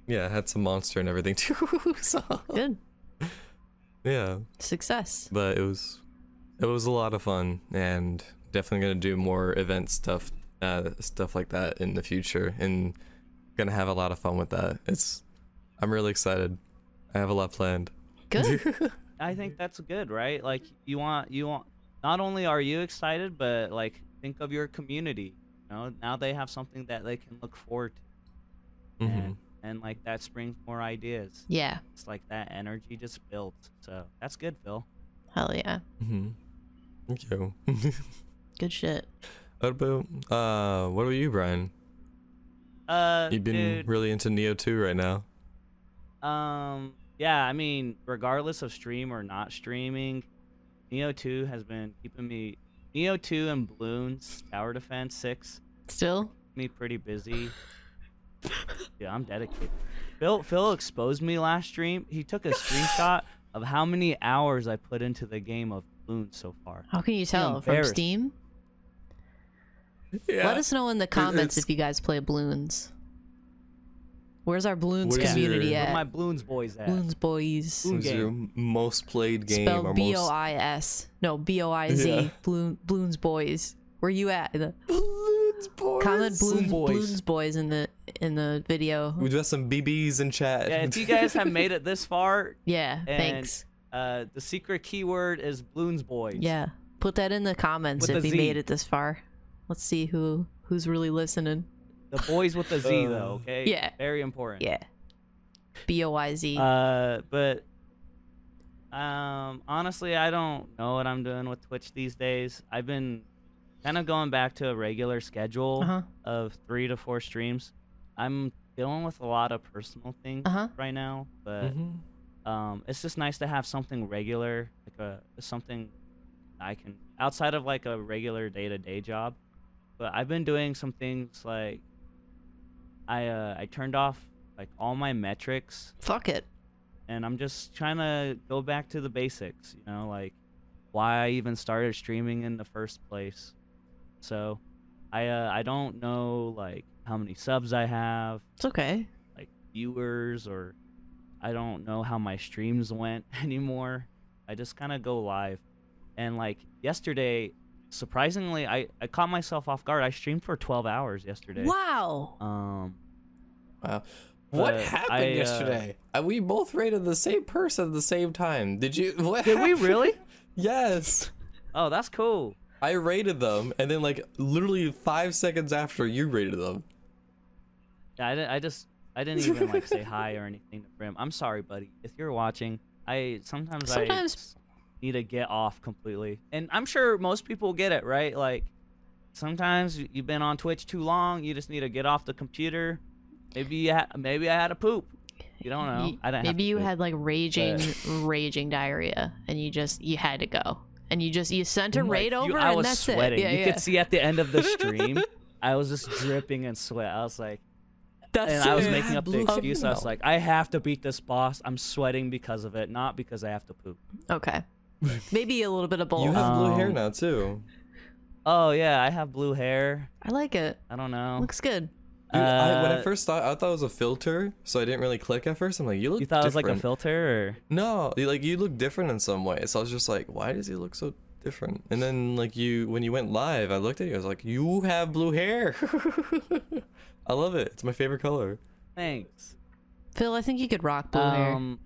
yeah i had some monster and everything [LAUGHS] too so
good
yeah
success
but it was it was a lot of fun and definitely gonna do more event stuff uh stuff like that in the future and gonna have a lot of fun with that it's i'm really excited i have a lot planned [LAUGHS]
good
I think that's good, right? Like you want you want not only are you excited, but like think of your community. You know, now they have something that they can look forward to.
Mm-hmm.
And, and like that springs more ideas.
yeah
It's like that energy just builds. So that's good, Phil.
hell yeah
mm-hmm. thank you [LAUGHS]
good shit
what about uh what about you brian
Uh
you've been
dude,
really into neo 2 right now
Um, yeah, I mean, regardless of stream or not streaming, Neo 2 has been keeping me. Neo 2 and Bloons Tower Defense 6
still
me pretty busy. yeah, I'm dedicated. Phil Phil exposed me last stream. He took a
[LAUGHS]
screenshot of how many hours I put into the game of Bloons so far.
How can you tell from
embarrassed.
Steam?
yeah
Let us know in the comments
it's-
if you guys play Bloons. Where's our Bloons
Where's
community
your-
Where
at?
my Bloons boys at?
Bloons boys.
Bloon
Who's your most played game or
Spelled
most-
B O I S. No, B O I Z.
Yeah.
Bloon Bloons boys. Where you at? in the-
It's boring.
Comment Bloons,
boys.
Bloons boys in the in the video.
We do have some BBs in chat.
Yeah,
[LAUGHS]
if you guys have made it this
[LAUGHS]
far,
Yeah,
And-
thanks.
uh, the secret keyword is Bloons Boys.
Yeah, put that in the comments
With
if
a
you
Z.
made it this far. Let's see who who's really listening.
The boys with the Z, though, okay?
yeah.
Very important.
Yeah, B O Y Z.
Uh, but um, honestly, I don't know what I'm doing with Twitch these days. I've been kind of going back to a regular schedule
Uh-huh.
of three to four streams. I'm dealing with a lot of personal things
Uh-huh.
right now, but
Mm-hmm.
Mhm.
um, it's just nice to have something regular, like a something I can outside of like a regular day to day job. But I've been doing some things like I uh, I turned off like all my metrics
Fuck it.
and I'm just trying to go back to the basics, you know, like why I even started streaming in the first place. So, I uh, I don't know like how many subs I have,
It's okay.
like viewers or I don't know how my streams went [LAUGHS] anymore. I just kind of go live. And like yesterday, surprisingly, I I caught myself off guard. I streamed for 12 hours yesterday.
Wow.
Um
Wow. What
But
happened
I, uh,
yesterday? Uh, we both rated the same person at the same time. Did
[LAUGHS]
you? What
Did we
happened?
really?
Yes.
[LAUGHS] Oh, that's cool.
I rated them, and then like literally five seconds after you rated them.
Yeah, I, di- I just I
[LAUGHS]
didn't even like say hi or anything to Brim. I'm sorry, buddy. If you're watching, I sometimes, I
Sometimes-
s- need to get off completely, and I'm sure most people get it, right? Like sometimes y- you've been on Twitch too long, you just need to get off the computer. Maybe you ha- maybe I had a poop. You don't know.
Y-
I didn't. have
Maybe
to
you
poop.
had like raging, raging diarrhea, and you just you had to go, and you just you sent a
Like,
raid
you-
over,
I
and
was
that's
sweating.
it. Yeah,
you
yeah.
could see at the end of the
[LAUGHS]
stream, I was just dripping in sweat. I was like, and I was making up the excuse. I was like, I have to beat this boss. I'm sweating because of it, not because I have to poop. [LAUGHS]
okay. Maybe a little bit of both.
You have blue hair
Um,
now too.
Oh yeah, I have blue hair.
I like it.
I don't know.
Looks good.
Dude, I, when I
Uh,
first thought, I thought it was a filter, so I didn't really click at first. I'm like, you look.
you thought it was
different.
like a filter, or
No, you- like you look different in some way. So I was just like, why does he look so different? And then like you, when you went live, I looked at you. I was like, you have blue hair. [LAUGHS] I love it. It's my favorite color.
thanks.
Phil, I think you could rock blue hair.
um,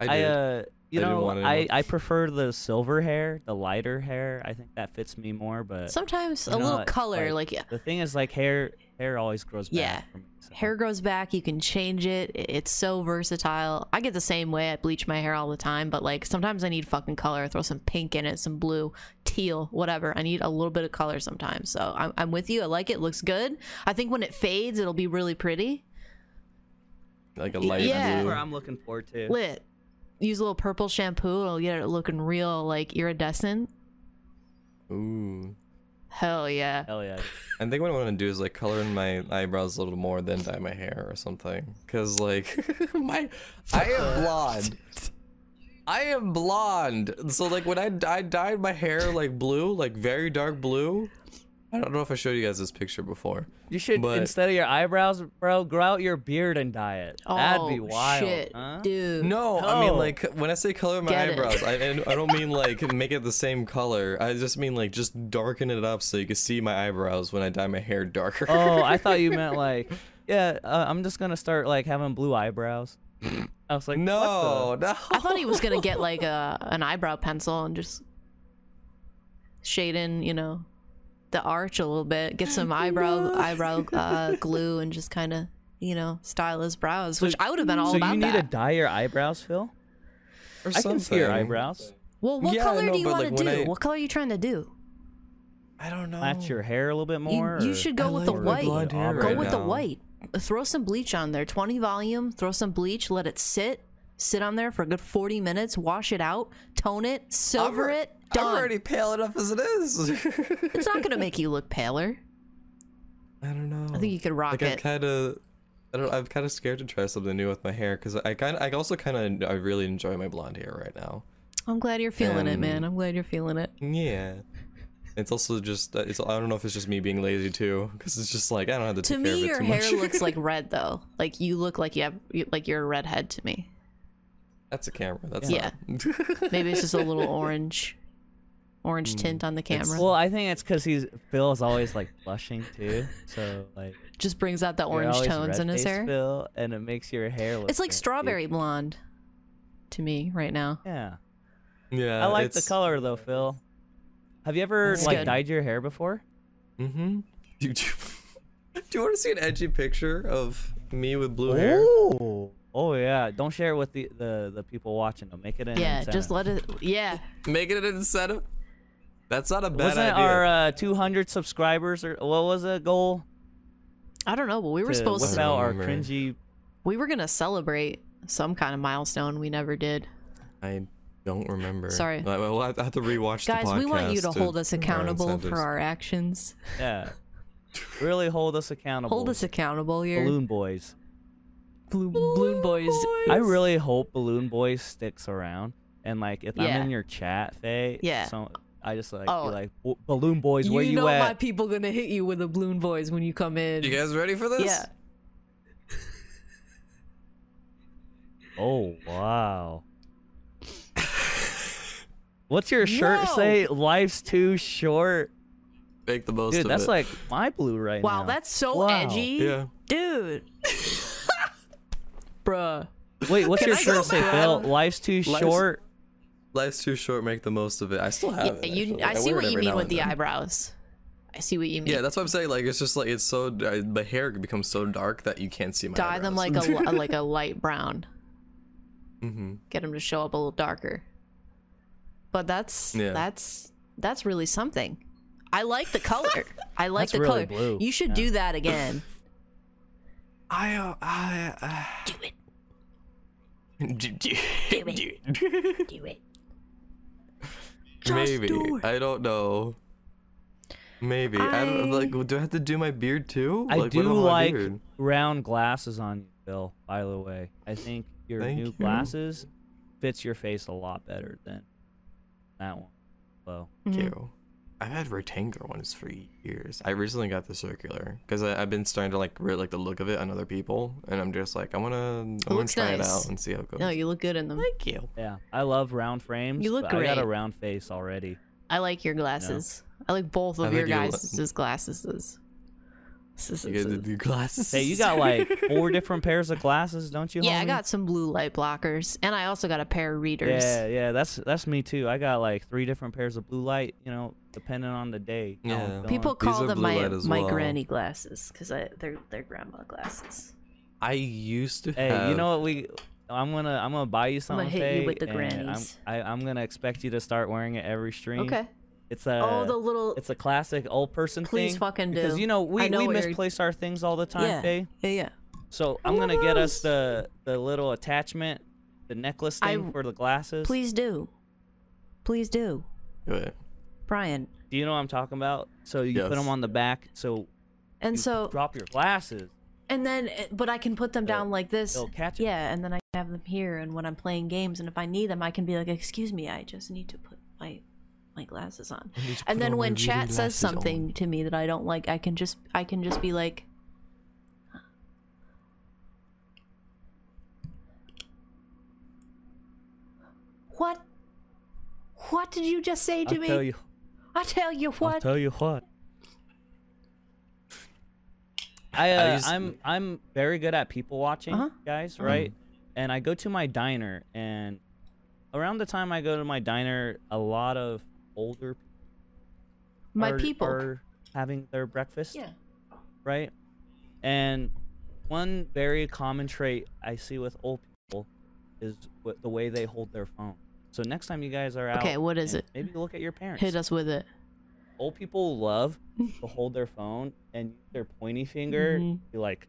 I
I,
did.
uh, you
I didn't
know,
want it
I
enough.
I prefer the silver hair, the lighter hair. I think that fits me more. But
Sometimes
you
a
know,
little
like-
color, like,
the thing is, like hair, hair always grows back.
Yeah.
for me, so-
hair grows back, you can change it. i- It's so versatile. I get the same way. I bleach my hair all the time, but like sometimes I need fucking color. Throw some pink in it, some blue, teal, whatever. I need a little bit of color sometimes. So I'm, I'm with you. I like it. Looks good. I think when it fades, it'll be really pretty.
like a light
yeah.
That's
blue.
what I'm looking forward to.
Lit. Use a little purple shampoo. It'll get it looking real like iridescent.
Ooh.
Hell yeah.
Hell yeah.
I think what I want to do is like color in my eyebrows a little more, then dye my hair or something. Cause like [LAUGHS] my, I am blonde. I am blonde. So like when I I dyed my hair like blue, like very dark blue. I don't know if I showed you guys this picture before.
You should
But-
instead of your eyebrows, bro, grow out your beard and dye it. That'd be wild,
Oh, shit,
huh?
dude. [LAUGHS]
No, I mean
Oh.
like when I say color my
Get it.
eyebrows, I and I don't mean like make it the same color. I just mean like just darken it up so you can see my eyebrows when I dye my hair darker.
Oh, I thought you meant like, yeah, uh, I'm just gonna start like having blue eyebrows. I was like, what the-
[LAUGHS] no, no.
I thought he was gonna get like a an eyebrow pencil and just shade in, you know, the arch a little bit, get some eyebrow eyebrow uh, glue, and just kind of, you know, style his brows, which I would have been all
so
about
you need to
that.
dye your eyebrows, Phil?
Or
I can see your
something.
eyebrows.
well, what
Yeah, I
color
know,
do you
but,
want to
like, when
do?
I-
What color are you trying to do?
I don't know.
Match your hair a little bit
You-
more.
you
or-
should go
I like
with the
my
white.
blonde hair
Auburn.
Go
right
with the
now.
white. Throw some bleach on there. 20 volume, throw some bleach, let it sit. Sit on there for a good 40 minutes, wash it out, tone it, silver
alre-
it, done.
I'm already pale enough as it is. [LAUGHS]
It's not going to make you look paler.
I don't know.
I think you could rock
like
it.
I'm kind of. I don't. I'm kind of scared to try something new with my hair because I kind. I also kind of. I really enjoy my blonde hair right now.
I'm glad you're feeling it, man.
And-
I'm glad you're feeling it.
Yeah. It's also just. uh, It's. I don't know if it's just me being lazy too, because it's just like I don't have to.
To
take care
me,
of it
your
too much.
hair looks like red, though. Like you look like you have, you- like you're a redhead to me.
[LAUGHS] That's a camera. That's
Yeah. [LAUGHS]
Not...
Maybe it's just a little orange. orange tint on the camera.
Well, I think it's because he's Phil is always like blushing too, so like
Just brings out the
you're
orange
always
tones in his
red-faced,
hair.
Phil, and it makes your hair look.
It's like
good, dude.
strawberry blonde to me right now.
Yeah,
Yeah.
I like
it's-
the color though, Phil. Have you ever
It's
like
good.
dyed your hair before?
Mm-hmm.
[LAUGHS] Do, do, do you [LAUGHS] want to see an edgy picture of me with blue hair?
Oh, oh yeah. Don't share it with the the, the people watching. Though. Make it an
Yeah,
incentive.
just let it. Yeah,
Making it an incentive. That's not a bad
Wasn't it
idea.
our uh, 200 subscribers or what was the goal?
I don't know, but we were
to
supposed
whip
to.
out our
remember.
cringy.
We were gonna celebrate some kind of milestone. We never did.
I don't remember.
Sorry.
I, well, I have to rewatch the
Guys, we want you to
podcast
hold us
our
accountable for
incentives.
our actions.
[LAUGHS] Yeah. really hold us accountable.
Hold us accountable here.
Balloon Boys.
Balloon, boys.
I really hope Balloon Boys sticks around. And like, if
Yeah.
I'm in your chat, Faye,
Yeah.
so I just like
Oh.
be like, "Ba- Balloon Boys,
You,
where you,
know
at?
my people gonna hit you with a balloon boys when you come in.
You guys ready for this?
yeah.
Oh
[LAUGHS]
wow. What's your shirt
Whoa.
say? Life's too short,
Make the most
dude.
of
That's
it.
like my blue right now.
Wow, that's so
Wow.
edgy,
Yeah.
dude. Bruh.
Wait, what's your shirt say, Phil? Life's too
Life's-
short.
Life's too short. Make the most of it. I still have
Yeah,
it.
you,
actually.
I see
wear it
what you
every
mean
now
with
and
the
then.
eyebrows. I see what you mean.
Yeah, that's what I'm saying. Like, it's just like it's so uh, the hair becomes so dark that you can't see my.
Dye them like
[LAUGHS]
a li- like a light brown.
hmm
Get them to show up a little darker. But that's
Yeah.
that's that's really something. I like
[LAUGHS]
the color. I like
That's
the
really
color.
blue,
You should
yeah.
do that again.
I, uh, I, uh... Do it. do it. Do it. [LAUGHS]
maybe. I don't know.
Maybe. I, don't like. Do I have to do my beard too?
I
what
do
about my
like
beard?
round glasses on you, Phil. By the way, I think your
Thank
new
you.
glasses fits your face a lot better than that one. Well,
Mhm.
Thank you. I've had rectangular ones for years. I recently got the circular because I've been starting to like really like the look of it on other people, and I'm just like, I wanna, I wanna
looks
try it
nice.
out and see how it goes.
No, you look good in them.
Thank you.
yeah, I love round frames.
You look
but I got a
great.
round face
[LAUGHS]
already.
I like your glasses. I like both of
I
your
think you look-
guys' glasses. This
You got
is-
the glasses.
Hey, you
[LAUGHS]
got like four different pairs of glasses, don't you?
Yeah, I
homie?
got some blue light blockers, and I also got a pair of readers.
Yeah, yeah, that's that's me too. I got like three different pairs of blue light, you know, depending on the day. how I'm
Yeah.
feeling.
People
These
call
are
them
blue
my
light as
my
well.
granny glasses because they're they're grandma glasses.
I used to.
Hey,
have...
you know what we? I'm gonna I'm gonna buy you something.
gonna hit you
Faye,
with the
and
grannies.
I'm, I, I'm gonna expect you to start wearing it every stream.
Okay.
It's
uh,
a
oh, the little
it's a classic old person
Please
thing.
fucking
Because
do.
you know
I
we
know
we
what you're-
misplace our things all the time,
yeah.
Faye.
yeah yeah.
So I'm gonna get us the the little attachment, the necklace
I-
thing for the glasses.
Please do, please do,
Do it.
Brian.
Do you know what I'm talking about? So you put
Yes.
them on the back. So
And
you
so
drop your glasses.
and then eh, but I can put them
They'll-
down like this.
they'll catch it.
yeah, and then I can have them here, and when I'm playing games, and if I need them, I can be like, "Excuse me, I just need to put my my glasses on."
I need to put
And
on
then
my
when
reading
chat says
glasses
something
on.
to me that I don't like, I can just I can just be like, "What? What did you just say to
I'll
me?
tell you.
I tell you what."
I'll tell you what. I, uh,
I just-
I'm I'm very good at people watching,
Uh-huh.
guys, right? And I go to my diner, and around the time I go to my diner, a lot of older
My
are-
people.
are having their breakfast,
yeah.
right? And one very common trait I see with old people is what, the way they hold their phone. So next time you guys are out,
Okay, what is
and
it?
Maybe look at your parents
Hit us with it.
old people love to hold their phone and use their pointy finger
Mhm.
be like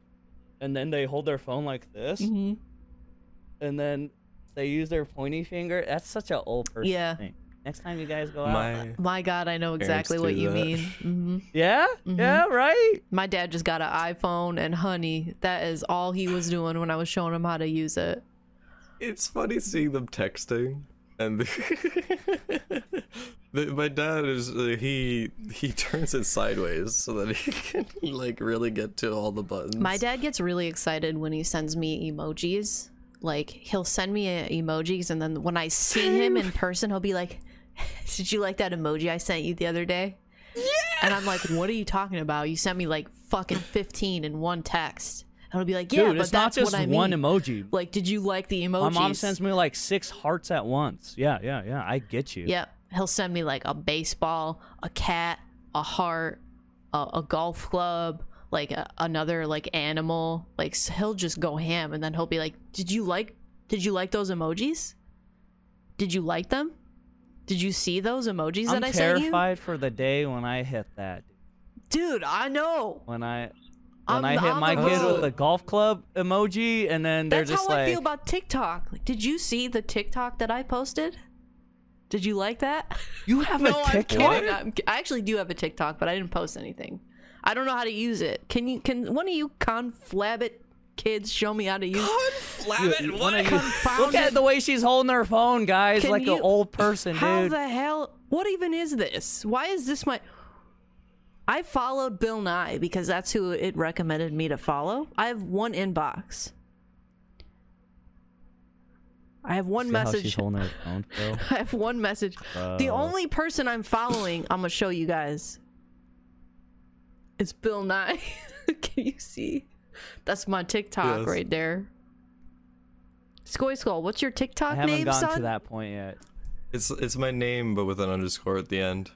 and then they hold their phone like this
Mhm.
and then they use their pointy finger that's such an old person
Yeah.
thing next time you guys go out
My
My God, I know exactly
do
what you
that.
mean. hmm
yeah yeah right
My dad just got an iPhone, and honey, that is all he was doing when I was showing him how to use it.
It's funny seeing them texting, and [LAUGHS] the, the, my dad is uh, he he turns it sideways so that he [LAUGHS] can like really get to all the buttons.
My dad gets really excited when he sends me emojis. Like [LAUGHS] he'll send me uh, emojis, and then when I see him in person, he'll be like, Did you like that emoji I sent you the other day? And I'm like, what are you talking about? You sent me like fucking 15 in one text. And I'll be like, yeah,
Dude,
but
it's not
that's
just
what I mean.
one emoji.
like, did you like the
My
emojis?
mom sends me like six hearts at once. Yeah, yeah, yeah. I get you.
Yep. He'll send me like a baseball, a cat, a heart, a, a golf club, like a, another like animal. Like s he'll just go ham, and then he'll be like, "Did you like? Did you like those emojis? Did you like them? Did you see those emojis
I'm
that I sent
terrified for the day when I hit that.
you, dude? I know.
When I
I'm
when i hit
on
my
the
kid
road.
with a golf club emoji, and then they're
That's
just
how
like,
I feel about TikTok. Like, did you see the TikTok that I posted? Did you like that? [LAUGHS]
"You have
no,
a
I'm
ticket."
kidding. I'm, I actually do have a TikTok, but I didn't post anything. I don't know how to use it. Can you? Can one of you conflabbit kids show me how to use?
You- one of you- Look
Confound
at
it.
the way she's holding her phone, guys,
Can
like
you-
an old person,
How
dude.
the hell? What even is this? Why is this my? I followed Bill Nye because that's who it recommended me to follow. I have one inbox. I have one
See how she's
message.
holding her phone,
[LAUGHS]
Phil?
I have one message. the
Bro.
only person I'm following, I'm gonna show you guys. It's Bill Nye. [LAUGHS] Can you see? That's my TikTok
Yes.
right there. Skoy Skull, what's your
I
TikTok
haven't
name,
gotten
son? [LAUGHS]
to that point yet.
It's it's my name but with an underscore at the end.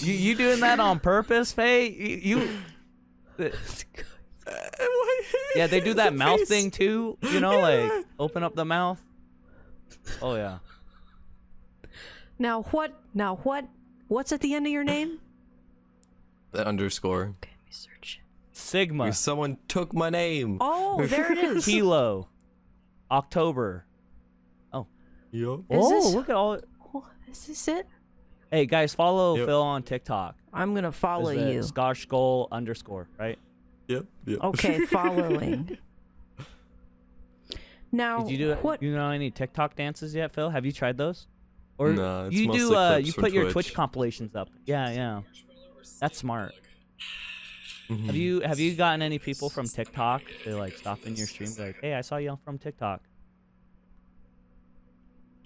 You, you doing that on purpose, Faye? You, you
[LAUGHS]
[LAUGHS] yeah, they do that mouth thing too. You know, like open up the mouth. Oh yeah,
Now what? Now what? What's at the end of your name?
That underscore.
okay, let me search.
Sigma,
Someone took my name.
[LAUGHS]
Oh, there it is. [LAUGHS]
Kilo, October.
Yup.
Is
oh,
this-
look at all.
Oh, is this it?
Hey guys, follow
Yep.
Phil on TikTok.
I'm gonna follow
Is it
you.
Scotch Skull underscore, right?
Yep. Yep. [LAUGHS]
Okay,
[LAUGHS]
following. Now
Did you do
Oh, what?
you know any TikTok dances yet, Phil? Have you tried those? Or
Nah, it's
you do
mostly
uh
clips
you
from
put your Twitch
Twitch.
compilations up. Yeah, yeah. That's smart.
Mm-hmm.
Have you have you gotten any people from TikTok to like stop in your stream and be like, "Hey, I saw you from TikTok."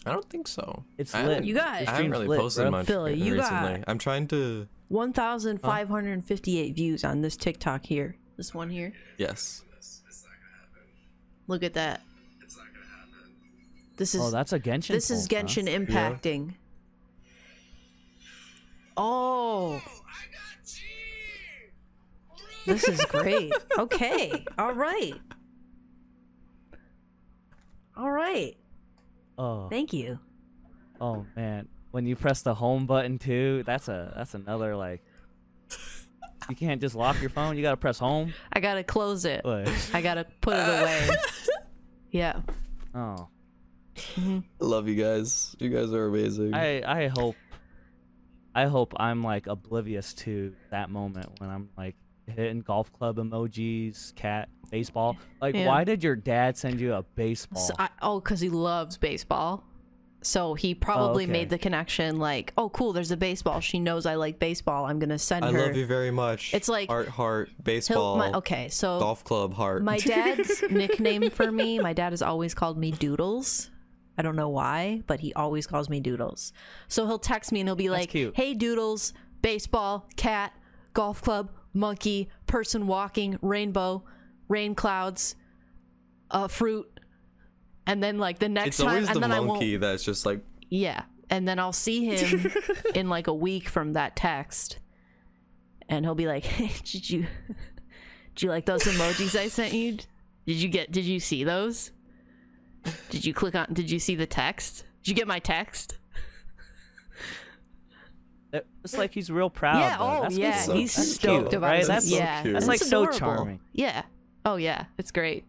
I don't think so.
It's
I
lit.
haven't-
You got-
Your
I haven't
stream's
really
lit,
posted
bro.
much
Phil, you got-
recently. I'm trying to
1,558 views on this TikTok here. This one here.
Yes.
Look at that. This is
Oh, that's a Genshin.
this is
pull, huh?
Genshin impacting. Oh. This is great. okay. All right. All right.
Oh,
Thank you.
oh man. When you press the home button too, that's a that's another like you can't just lock your phone. You gotta press home.
I gotta close it.
Like,
I gotta put it away. yeah.
oh,
I love you guys. You guys are amazing.
I I hope I hope I'm like oblivious to that moment when I'm like hitting golf club emojis, cat, baseball. Like
Yeah.
why did your dad send you a baseball?
So I, oh, because he loves baseball. So he
Oh,
probably
okay.
made the connection like, oh, cool, there's a baseball. She knows I like baseball. I'm going to send
I
her.
love you very much.
It's like-
heart, heart,
He'll-
baseball,
my, okay, so
golf club,
[LAUGHS]
heart.
my dad's nickname for me, my dad has always called me Doodles. I don't know why, but he always calls me Doodles. So he'll text me and he'll be like,
cute.
hey, Doodles, baseball, cat, golf club, monkey, person walking, rainbow, rain clouds, uh, fruit. And then, like, the next
it's
time,
always
and
the
then I won't.
monkey that's just like
Yeah. And then I'll see [LAUGHS] him in like a week from that text. And he'll be like, [LAUGHS] hey, did you did you like those emojis I sent you? Did you get did you see those? Did you click on did you see the text? Did you get my text?
That- It's like he's real proud.
yeah,
though.
oh
That's
yeah.
what's up.
He's
That's
stoked
cute,
about
right?
this.
That's
so
yeah.
cute.
That's
It's
like so
adorable.
charming.
Yeah. Oh yeah. It's great.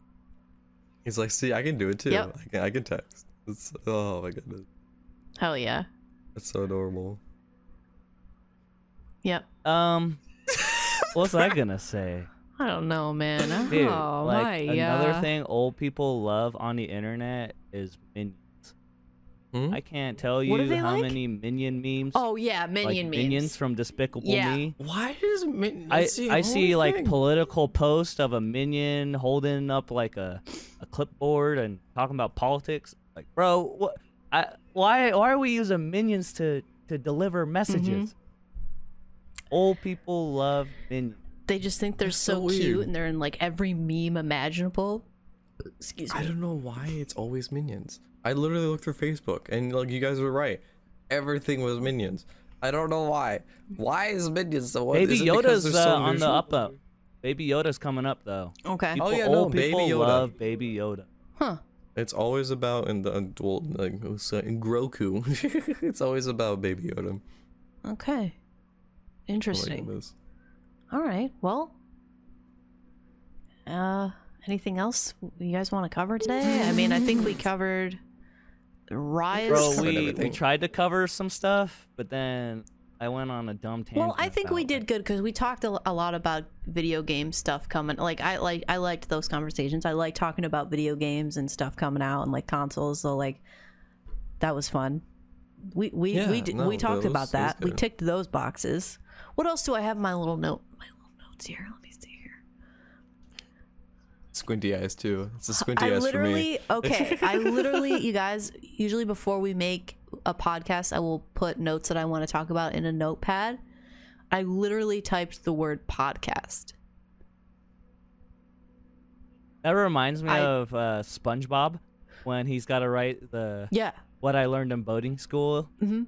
he's like, see, I can do it too.
Yep.
I can I can text. It's oh my goodness.
Hell yeah.
That's so adorable.
Yep.
Um What's I
[LAUGHS]
gonna say?
I don't know, man.
Dude,
oh
like
my
another
yeah.
thing old people love on the internet is minions.
Hmm?
I can't tell
What are
you
they
how
like?
many minion memes
Oh yeah,
like
minion memes.
minions from Despicable
Yeah.
Me.
Why does min-
I, I see like political post of a minion holding up like a, a clipboard and talking about politics. Like, bro, what I, why why are we using minions to to deliver messages?
Mm-hmm.
Old people love minions.
They just think they're so, cute and they're in like every meme imaginable. Excuse
I
me.
don't know why it's always minions. I literally looked through Facebook and like you guys were right. Everything was minions. I don't know why. Why is minions the one?
Baby
is it because
Yoda's
they're
uh,
so
on the
neutral?
up up. Baby Yoda's coming up though.
Okay.
Oh,
People-
yeah, no,
old
Baby
people
Yoda.
love Baby Yoda.
Huh.
It's always about in the adult like who's, uh, Groku. [LAUGHS] it's always about Baby Yoda.
Okay. Interesting.
Like this.
All right. Well, uh, anything else you guys want to cover today? I mean, I think we covered rise.
Bro,
covered
we, we
everything.
tried to cover some stuff, but then I went on a dumb tangent.
well, I think we
about
did
it.
good because we talked a, a lot about video game stuff coming. Like, I like I liked those conversations. I like talking about video games and stuff coming out and like consoles. So like, that was fun. We we
Yeah,
we did,
no,
we talked
those-
about
those
that. We
good.
ticked those boxes. What else do I have? in My little note. My little notes here. Let me see here.
Squinty eyes too. It's a squinty
I
eyes for me.
literally okay.
[LAUGHS]
I literally, you guys. Usually, before we make a podcast, I will put notes that I want to talk about in a notepad. I literally typed the word podcast.
That reminds me
I-
of uh, SpongeBob when he's got to write the
Yeah,
what I learned in boating school,
Mhm.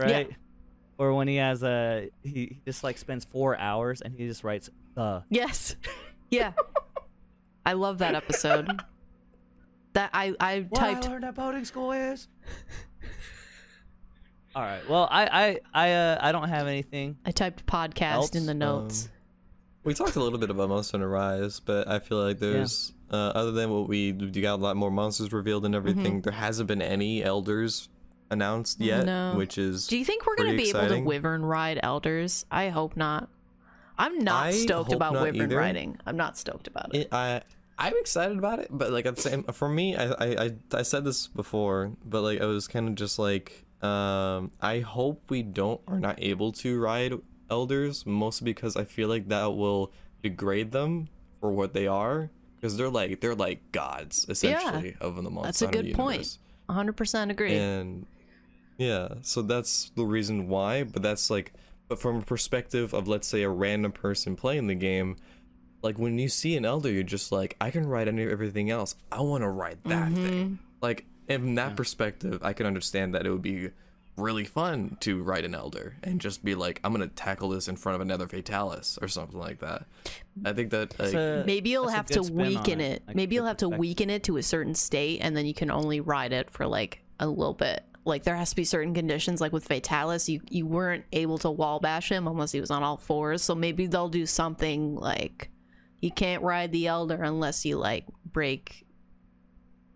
Yeah.
right? Or when he has a he he just like spends four hours and he just writes the.
Yes. [LAUGHS] Yeah. I love that episode. [LAUGHS] That I I typed
learned at boating school is. [LAUGHS] All right. Well, I I I uh, I don't have anything.
I typed podcast
Else?
in the
um,
notes.
We talked a little bit about Monster Hunter Rise, but I feel like there's uh, other than what we you got a lot more monsters revealed and everything.
Mm-hmm.
There hasn't been any elders announced yet,
No.
which is
Do you think we're gonna
pretty
be
exciting.
able to Wyvern ride elders? I hope not. I'm not
I
stoked
hope
about
not
Wyvern
either.
riding. I'm not stoked about it.
It, I I'm excited about it, but like at the same for me, I I I, I said this before, but like I was kind of just like um I hope we don't are not able to ride elders mostly because I feel like that will degrade them for what they are because they're like they're like gods essentially of the Monster
That's a
Hunter
good point.
universe.
100% agree.
And yeah, so that's the reason why, but that's like but from a perspective of let's say a random person playing the game, like when you see an elder, you're just like, I can ride any everything else. I wanna ride that thing. Like in that perspective, I can understand that it would be really fun to ride an elder and just be like, I'm gonna tackle this in front of another Fatalis or something like that. I think that like,
Maybe you'll have to weaken it. Maybe you'll have to
weaken.
weaken it to a certain state, and then you can only ride it for like a little bit. Like there has to be certain conditions. Like with Fatalis, you you weren't able to wall bash him unless he was on all fours. So maybe they'll do something like you can't ride the elder unless you like break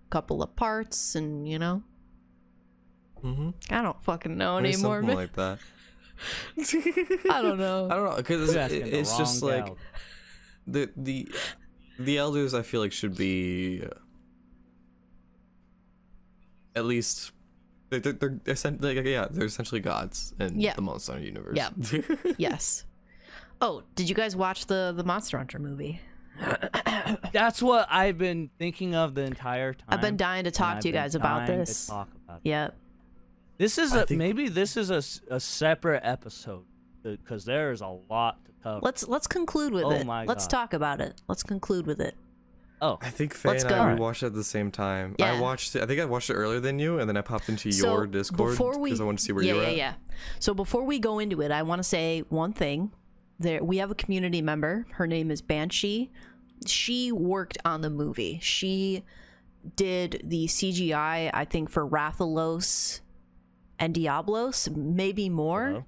a couple of parts, and you know.
Mhm.
I don't fucking know
maybe
anymore.
something
man. [LAUGHS]
like that.
I don't know.
I don't know
[LAUGHS]
because
You're
it's,
asking the
it's just
wrong
like
gal.
the the the elders I feel like should be uh, at least they're they're, they're essen- like, yeah they're essentially gods in
Yeah.
the Monster Hunter universe.
Yeah.
[LAUGHS]
yes. Oh, did you guys watch the the Monster Hunter movie?
That's what I've been thinking of the entire time.
I've been dying to
and
talk
I've
to you
been
guys about
dying to
this.
talk about it.
Yep.
This is
I
a
think-
maybe this is a, s- a separate episode because there is a lot to cover.
Let's let's conclude with
Oh
it.
my
Let's
God.
talk about it. Let's conclude with it.
oh,
I think Faye
Let's
and
go.
I we watched it at the same time.
Yeah.
I watched it. I think I watched it earlier than you, and then I popped into your Discord
before we-
because I wanted to see where
yeah,
you were
yeah,
at.
yeah. So before we go into it, I want to say one thing. There, we have a community member. Her name is Banshee. She worked on the movie. She did the CGI, I think, for Rathalos and Diablos, maybe more.
Uh-huh.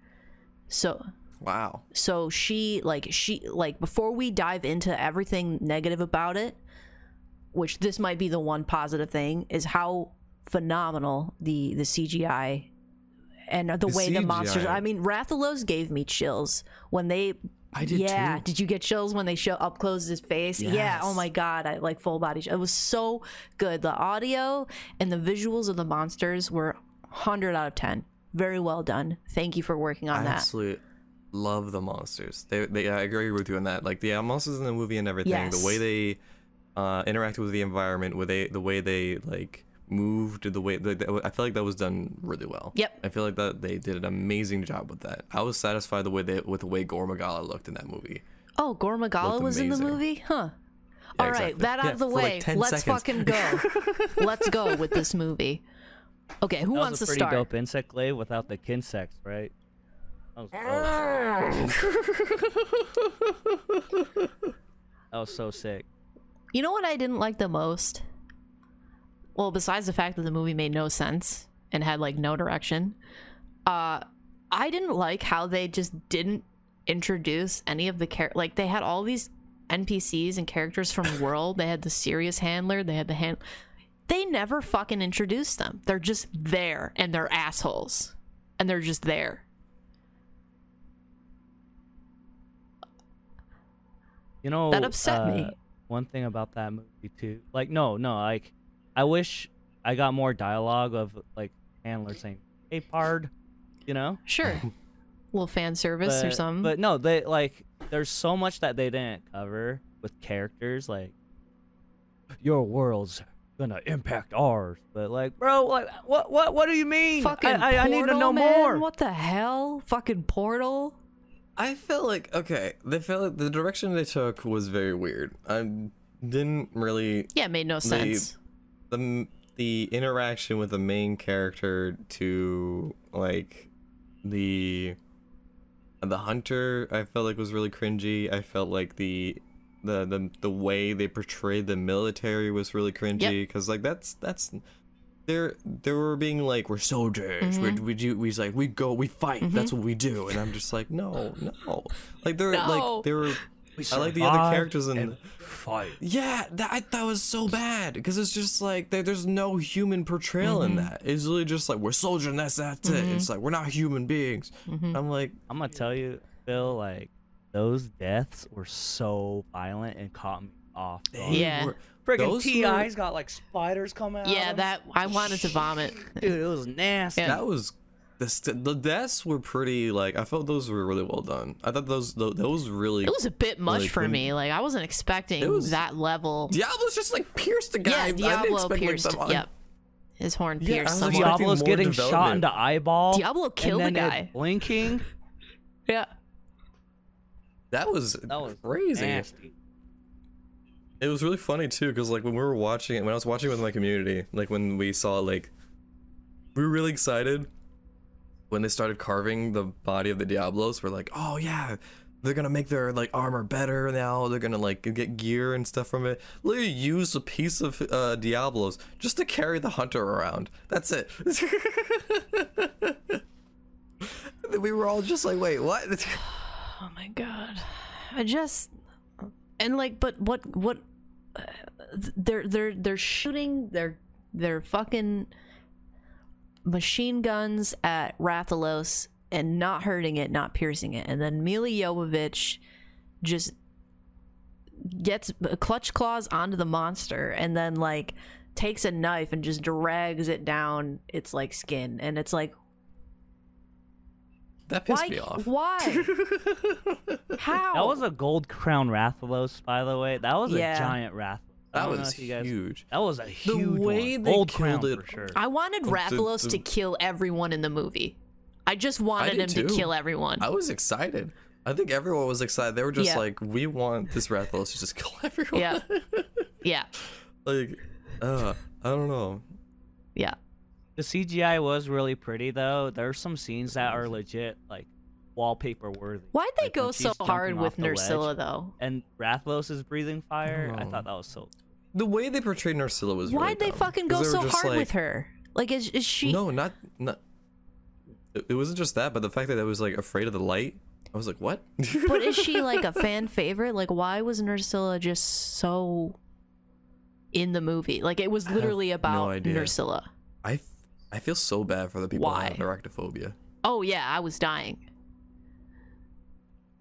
So
Wow.
so she like she like before we dive into everything negative about it which this might be the one positive thing is how phenomenal the the cgi and the,
The
way the monsters
CGI.
i mean rathalos gave me chills when they
I did
yeah
too.
did you get chills when they show up close his face yeah oh
Yes.
my god i like full body ch- it was so good the audio and the visuals of the monsters were 100 out of 10 very well done thank you for working on
I
that
absolutely love the monsters. They, they, I agree with you on that. Like the uh, monsters in the movie and everything,
Yes.
the way they uh, interacted with the environment, with they, the way they like moved the way like that, I feel like that was done really well.
Yep.
I feel like that they did an amazing job with that. I was satisfied the way they with the way Gormagala looked in that movie.
Oh, Gormagala
Looked
was in the
amazing.
movie? Huh.
Yeah,
All right,
exactly.
that out
Yeah,
of the
for like
way.
10
Let's
seconds.
fucking go.
[LAUGHS]
Let's go with this movie. Okay, who
That
wants
was a
to
pretty
start?
dope insect glaive without the kinsects, right? That was, dope. [LAUGHS]
Ah.
that was so sick.
You know what I didn't like the most? Well, besides the fact that the movie made no sense and had like no direction, uh, I didn't like how they just didn't introduce any of the char- like they had all these NPCs and characters from World. They had the serious handler. They had the hand. They never fucking introduced them. They're just there and they're assholes and they're just there.
You know
That upset me.
uh, One thing about that movie too, like no, no, like I wish I got more dialogue of like Handler saying, "Hey, pard," you know. [LAUGHS]
Sure, little fan service or
But-
something.
But no, they like there's so much that they didn't cover with characters like your world's gonna impact ours. But like, bro, like what what what do you mean?
fucking
I, I, I need to
Portal,
know
man.
more.
What the hell? Fucking portal.
I felt like okay, they felt like the direction they took was very weird. I didn't really
Yeah, it made no
They-
sense.
the the interaction with the main character to like the the hunter I felt like was really cringy. I felt like the the the, the way they portrayed the military was really cringy because like that's that's they're they were being like we're soldiers we we do we like we go we fight that's what we do and I'm just like no no like they're
No.
like they were
We
I like the other
survive
characters in
and fight.
yeah, that I, that was so bad because it's just like there, there's no human portrayal in
Mm-hmm.
that. It's really just like we're soldiers and that's that's it. It's like we're not human beings.
Mm-hmm.
I'm like,
I'm gonna tell you, Phil, like those deaths were so violent and caught me off. guard.
they
Yeah.
were-
Friggin'
those were-
TI's got like spiders coming out.
Yeah,
of 'em.
that I wanted to vomit.
dude, it was nasty.
Yeah.
that was the st- the deaths were pretty like I felt those were really well done. I thought those tho- those really
It was a bit much
Like,
for
when-
me. Like I wasn't expecting
It was-
that level.
Diablo's just like pierced the guy.
yeah,
I didn't
Diablo
expect, like,
pierced.
someone-
yep, his horn
Yeah, I
pierced
was like,
someone.
expecting
Diablo's
more
getting shot in
development.
the eyeball.
Diablo
and
killed a
then it
guy.
blinking.
yeah,
[LAUGHS] That was
That was
crazy.
nasty.
It was really funny too, because like when we were watching it, when I was watching it with my community, like when we saw like, we were really excited when they started carving the body of the Diablos. We're like, oh yeah, they're gonna make their like armor better now. They're gonna like get gear and stuff from it. Literally used a piece of uh, Diablos just to carry the hunter around. That's it. [LAUGHS] we were all just like, wait, what? [LAUGHS]
Oh my god. I just and like but what what they're they're they're shooting their their fucking machine guns at Rathalos and not hurting it, not piercing it. And then Mila Jovovich just gets clutch claws onto the monster and then like takes a knife and just drags it down its like skin and it's like
that pissed
why
me off. [LAUGHS]
why how
That was a gold crown Rathalos, by the way. That was
Yeah.
a giant Rathalos. I
That
don't know
was
if you guys-
huge.
That was a huge
way
one.
they
gold
killed
crown
it-
for sure.
I wanted
the-
Rathalos
the-
to kill everyone in the movie. I just wanted
did
him to
too.
kill everyone.
I was excited. I think everyone was excited. They were just
Yeah.
like, "We want this Rathalos to just [LAUGHS] kill everyone."
yeah. yeah.
like, uh, I don't know.
Yeah.
The CGI was really pretty though. There's some scenes that are legit like wallpaper worthy.
Why'd they
Like, when
go so
she's
hard
jumping
with
off the ledge
Nursilla though?
And Rathlos is breathing fire. I
Oh.
thought that was so.
The way they portrayed Narcilla was. really
Why'd they
dumb,
fucking
'cause
go
they were
so
just
hard
like-
with her? Like is, is she
No, not not. It it wasn't just that, but the fact that I was like afraid of the light. I was like, "What?"
[LAUGHS]
[LAUGHS]
but is she like a fan favorite? Like why was Nursilla just so in the movie? Like it was
have
literally
no
about
idea.
Nursilla.
I f- I feel so bad for the people who have
Why?
arachnophobia.
Oh yeah, I was dying.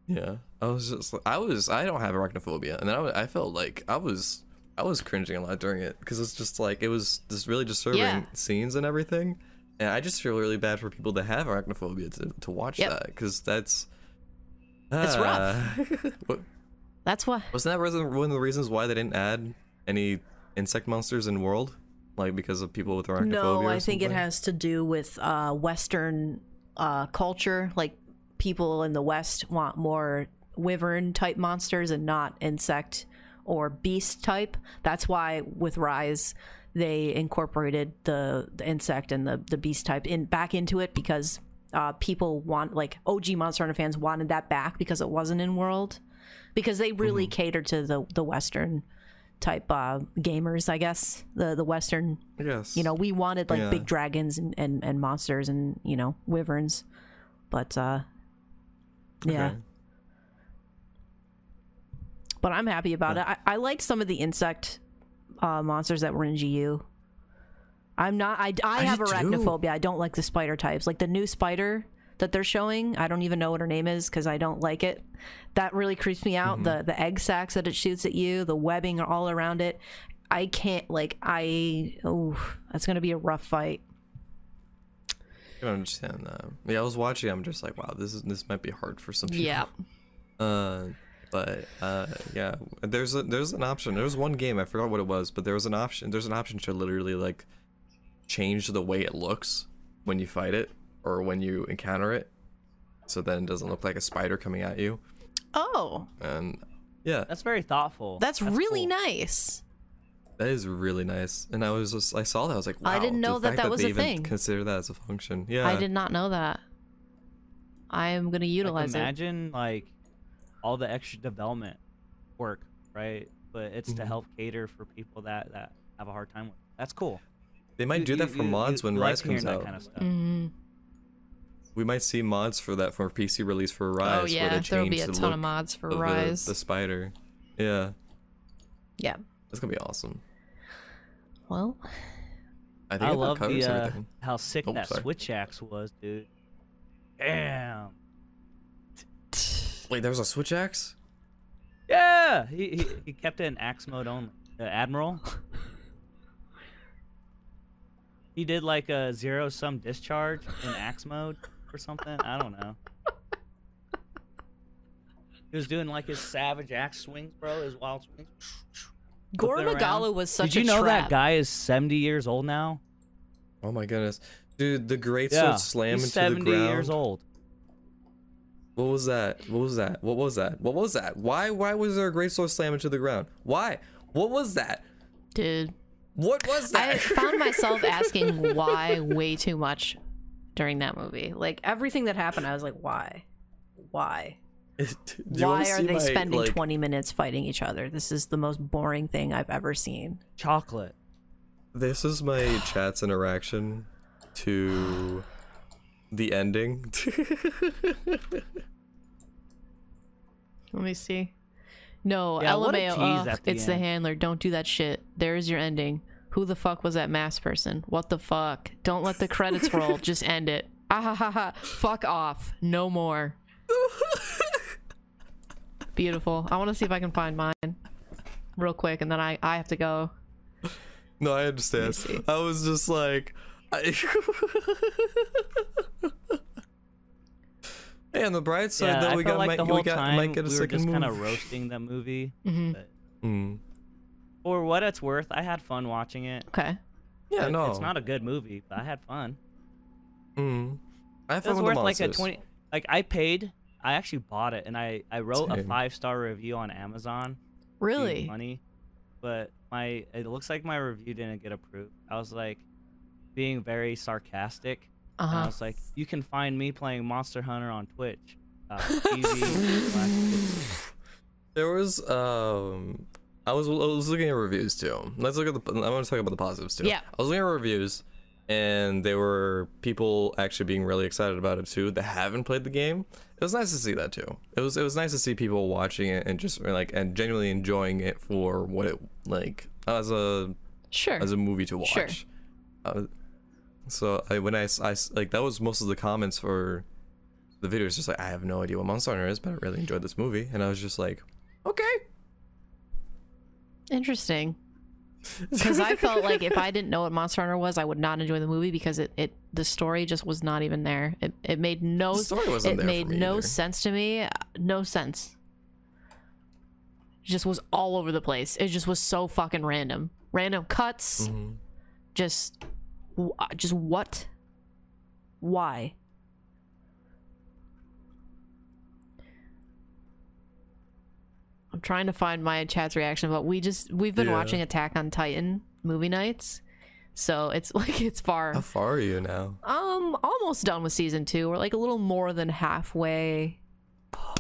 Yeah, I was just I was I don't have arachnophobia, and then I, wa- I felt like I was I was cringing a lot during it because it's just like it was just really disturbing
Yeah.
scenes and everything, and I just feel really bad for people that have arachnophobia to to watch
Yep.
that because that's uh,
It's
[LAUGHS] rough.
That's why
wasn't that reason, one of the reasons why they didn't add any insect monsters in World? like because of people with arachnophobia?
No,
or
I think it
something?
has to do with uh, Western uh, culture. Like people in the West want more wyvern type monsters and not insect or beast type. That's why with Rise they incorporated the, the insect and the, the beast type in back into it because uh, people want like OG Monster Hunter fans wanted that back because it wasn't in World because they really
Mm-hmm.
cater to the the Western type uh, gamers, I guess the the Western
Yes.
you know we wanted like
Yeah.
big dragons and, and and monsters and you know wyverns but uh yeah
Okay.
but i'm happy about it I, I liked some of the insect uh monsters that were in gu i'm not i, I,
I
have
do too.
arachnophobia i don't like the spider types like the new spider that they're showing i don't even know what her name is because i don't like it that really creeps me out the the egg sacs that it shoots at you the webbing all around it i can't like i oh that's gonna be a rough fight
I can understand that. Yeah, I was watching. I'm just like, wow, this is this might be hard for some people.
Yeah.
[LAUGHS] Uh, but uh, yeah, there's a, there's an option. There was one game I forgot what it was, but there was an option. There's an option to literally like change the way it looks when you fight it or when you encounter it, so then it doesn't look like a spider coming at you.
Oh,
And yeah,
That's very thoughtful.
that's, really
cool.
nice.
that is really nice. And I was just I saw that I was like, wow,
I didn't
the
know that
fact
that was
they
a
even
thing.
Consider that as a function. Yeah,
I did not know that. I am gonna
Like,
utilize it.
imagine like all the extra development work, right? But it's to help cater for people that that have a hard time with. it. That's cool. Mm.
They might
You-
do that
you-
for
you- you
mods when
like
Rise comes
hearing that
out.
kind of stuff.
Mhm.
We might see mods for that for PC release for
Oh
Rise. where
yeah,
they
there'll be
change
a
the
ton of
look
mods for
of the-
Rise.
The, spider. Yeah,
Yeah.
that's gonna be awesome.
Well,
I think
I
that
love
covers
the uh,
everything.
how sick
Oh,
that
sorry.
switch axe was, dude. Damn.
Wait, there was a switch axe.
Yeah, he, he he kept it in axe mode only. The admiral. he did like a zero sum discharge in axe mode or something. I don't know. He was doing like his savage axe swings, bro. His wild swings.
Goro
Flip it around.
Nagala was such
did you
a
know that
trap.
guy is seventy years old now?
Oh my goodness, dude! The great sword slam
he's
into
seventy
the ground.
years old.
What was that? What was that? What was that? What was that? Why? Why was there a great sword slam into the ground? Why? What was that?
Dude,
What was that?
[LAUGHS] I found myself asking why way too much during that movie. Like everything that happened, I was like,
why why
[LAUGHS] Do you wanna
why are
see
they
my,
spending
like-
20 minutes fighting each other this is the most boring thing i've ever seen
Chocolate.
This is my chat's interaction to the ending. [LAUGHS]
let me see. No,
Yeah, what a
LMAO.
tease
ugh,
at the
it's the
end.
handler. Don't do that shit. There's your ending. Who the fuck was that masked person? What the fuck? Don't let the credits
[LAUGHS]
roll. Just end it. Ah ha ha ha. Fuck off. No
[LAUGHS]
more. Beautiful. I want to see if I can find mine real quick, and then I I have to go.
no, I understand.
see.
I was just like, I... [LAUGHS] hey, on the bright side,
yeah,
though,
I
we
felt
got
like
might,
the
we
whole
got
time
might get a
we were
second
just kind of
move.
roasting that movie.
Mm-hmm.
but-
Mm.
for what it's worth, I had fun watching it.
Okay.
Yeah,
It-
no,
It's not a good movie, but I had fun.
Mm. I have
It was
fun with
worth
the
like a
monsters.
twenty. Like I paid. I actually bought it, and I I wrote a
Same.
five star review on Amazon. to
Really?
Money, but my it looks like my review didn't get approved. I was like being very sarcastic.
Uh
Uh-huh.
And I
huh.
was like, you can find me playing Monster Hunter on Twitch.
[LAUGHS]
Uh, TV slash-
There was um I was I was looking at reviews too. Let's look at the I want to talk about the positives too.
Yeah.
I was looking at reviews and there were people actually being really excited about it too that haven't played the game. It was nice to see that too. It was it was nice to see people watching it and just like and genuinely enjoying it for what it like as a
Sure.
as a movie to watch.
Sure.
Uh, so I, when I, s- I s- like that was most of the comments for the video. It's just like I have no idea what Monster Hunter is, but I really enjoyed this movie, and I was just like, okay. [LAUGHS]
Interesting. Because I felt like
[LAUGHS]
if I didn't know what Monster Hunter was, I would not enjoy the movie because it, it the story just was not even there. It, it made no
The story wasn't
it
there for
made
me
no
either.
sense to me. Uh, No sense.
Mm-hmm.
Just was all over the place. It just was so fucking random. Random cuts,
Just, wh- uh, just what? Why? I'm trying to find my chat's reaction, but we just we've been
Yeah.
watching Attack on Titan movie nights, so it's [LAUGHS] like it's far.
How far are you now?
Um, almost done with season two. We're like a little more than halfway.
Oh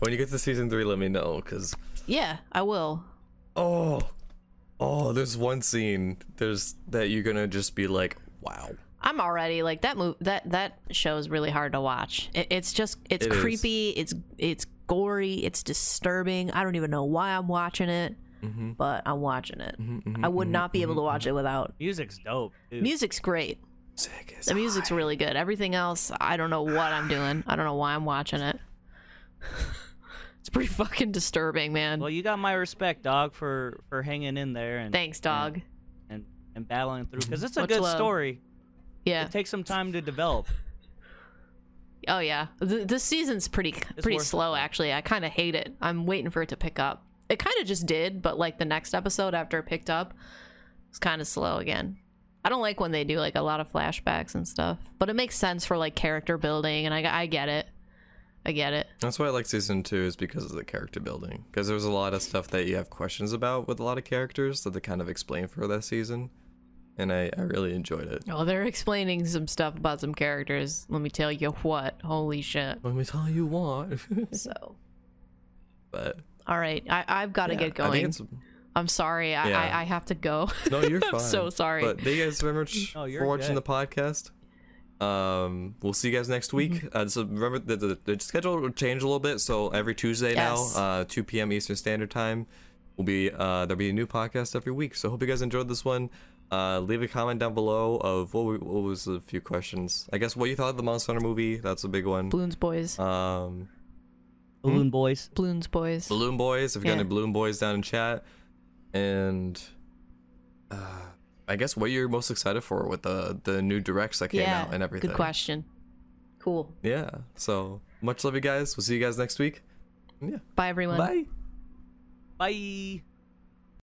When you get to season three, let me know, cause
Yeah, I will.
oh, oh, there's one scene there's that you're gonna just be like, wow.
I'm already like that move that that show is really hard to watch. It, it's just it's
It is.
creepy. It's it's gory. It's disturbing. I don't even know why I'm watching it, but I'm watching it. I would not be able to watch it without
Music's dope. Dude.
music's great. The music's really good. Everything else, I don't know what I'm doing. I don't know why I'm watching it. [LAUGHS] it's pretty fucking disturbing, man.
Well, you got my respect, dog, for for hanging in there and
Thanks, dog.
and, and battling through because it's a
Much
good
love.
story.
Yeah.
It takes some time to develop.
Oh yeah, the, this season's pretty pretty
worth it,
slow
though.
actually. I kind of hate it. I'm waiting for it to pick up. It kind of just did, but like the next episode after it picked up, it's kind of slow again. I don't like when they do like a lot of flashbacks and stuff, but it makes sense for like character building, and I I get it. I get it.
That's why I like season two is because of the character building. Because there's a lot of stuff that you have questions about with a lot of characters that they kind of explain for that season, and I, I really enjoyed it.
Oh, they're explaining some stuff about some characters. Let me tell you what. Holy shit.
Let me tell you what. [LAUGHS]
So,
but
all right, I I've got to
yeah,
get
I think
going.
it's-
I'm sorry. I,
Yeah.
I I have to go. [LAUGHS]
No, you're
I'm
fine.
so sorry.
But thank you guys very much
No, you're
for watching
good.
the podcast. Um, we'll see you guys next week.
Mm-hmm.
Uh, so remember the, the, the schedule will change a little bit. So every Tuesday
Yes.
now, uh, 2 p.m. Eastern Standard Time, will be uh, there'll be a new podcast every week. So hope you guys enjoyed this one. Uh, leave a comment down below of what, we, what was a few questions. I guess what you thought of the Monster Hunter movie. That's a big one.
Bloons boys.
Um,
Balloon boys.
Bloons boys.
Balloon Boys. If you got
Yeah.
any Balloon Boys down in chat, and uh, I guess what you're most excited for with the the new directs that came out and everything.
Good question. Cool.
Yeah. So much love, you guys. We'll see you guys next week.
Bye, everyone.
Bye.
Bye.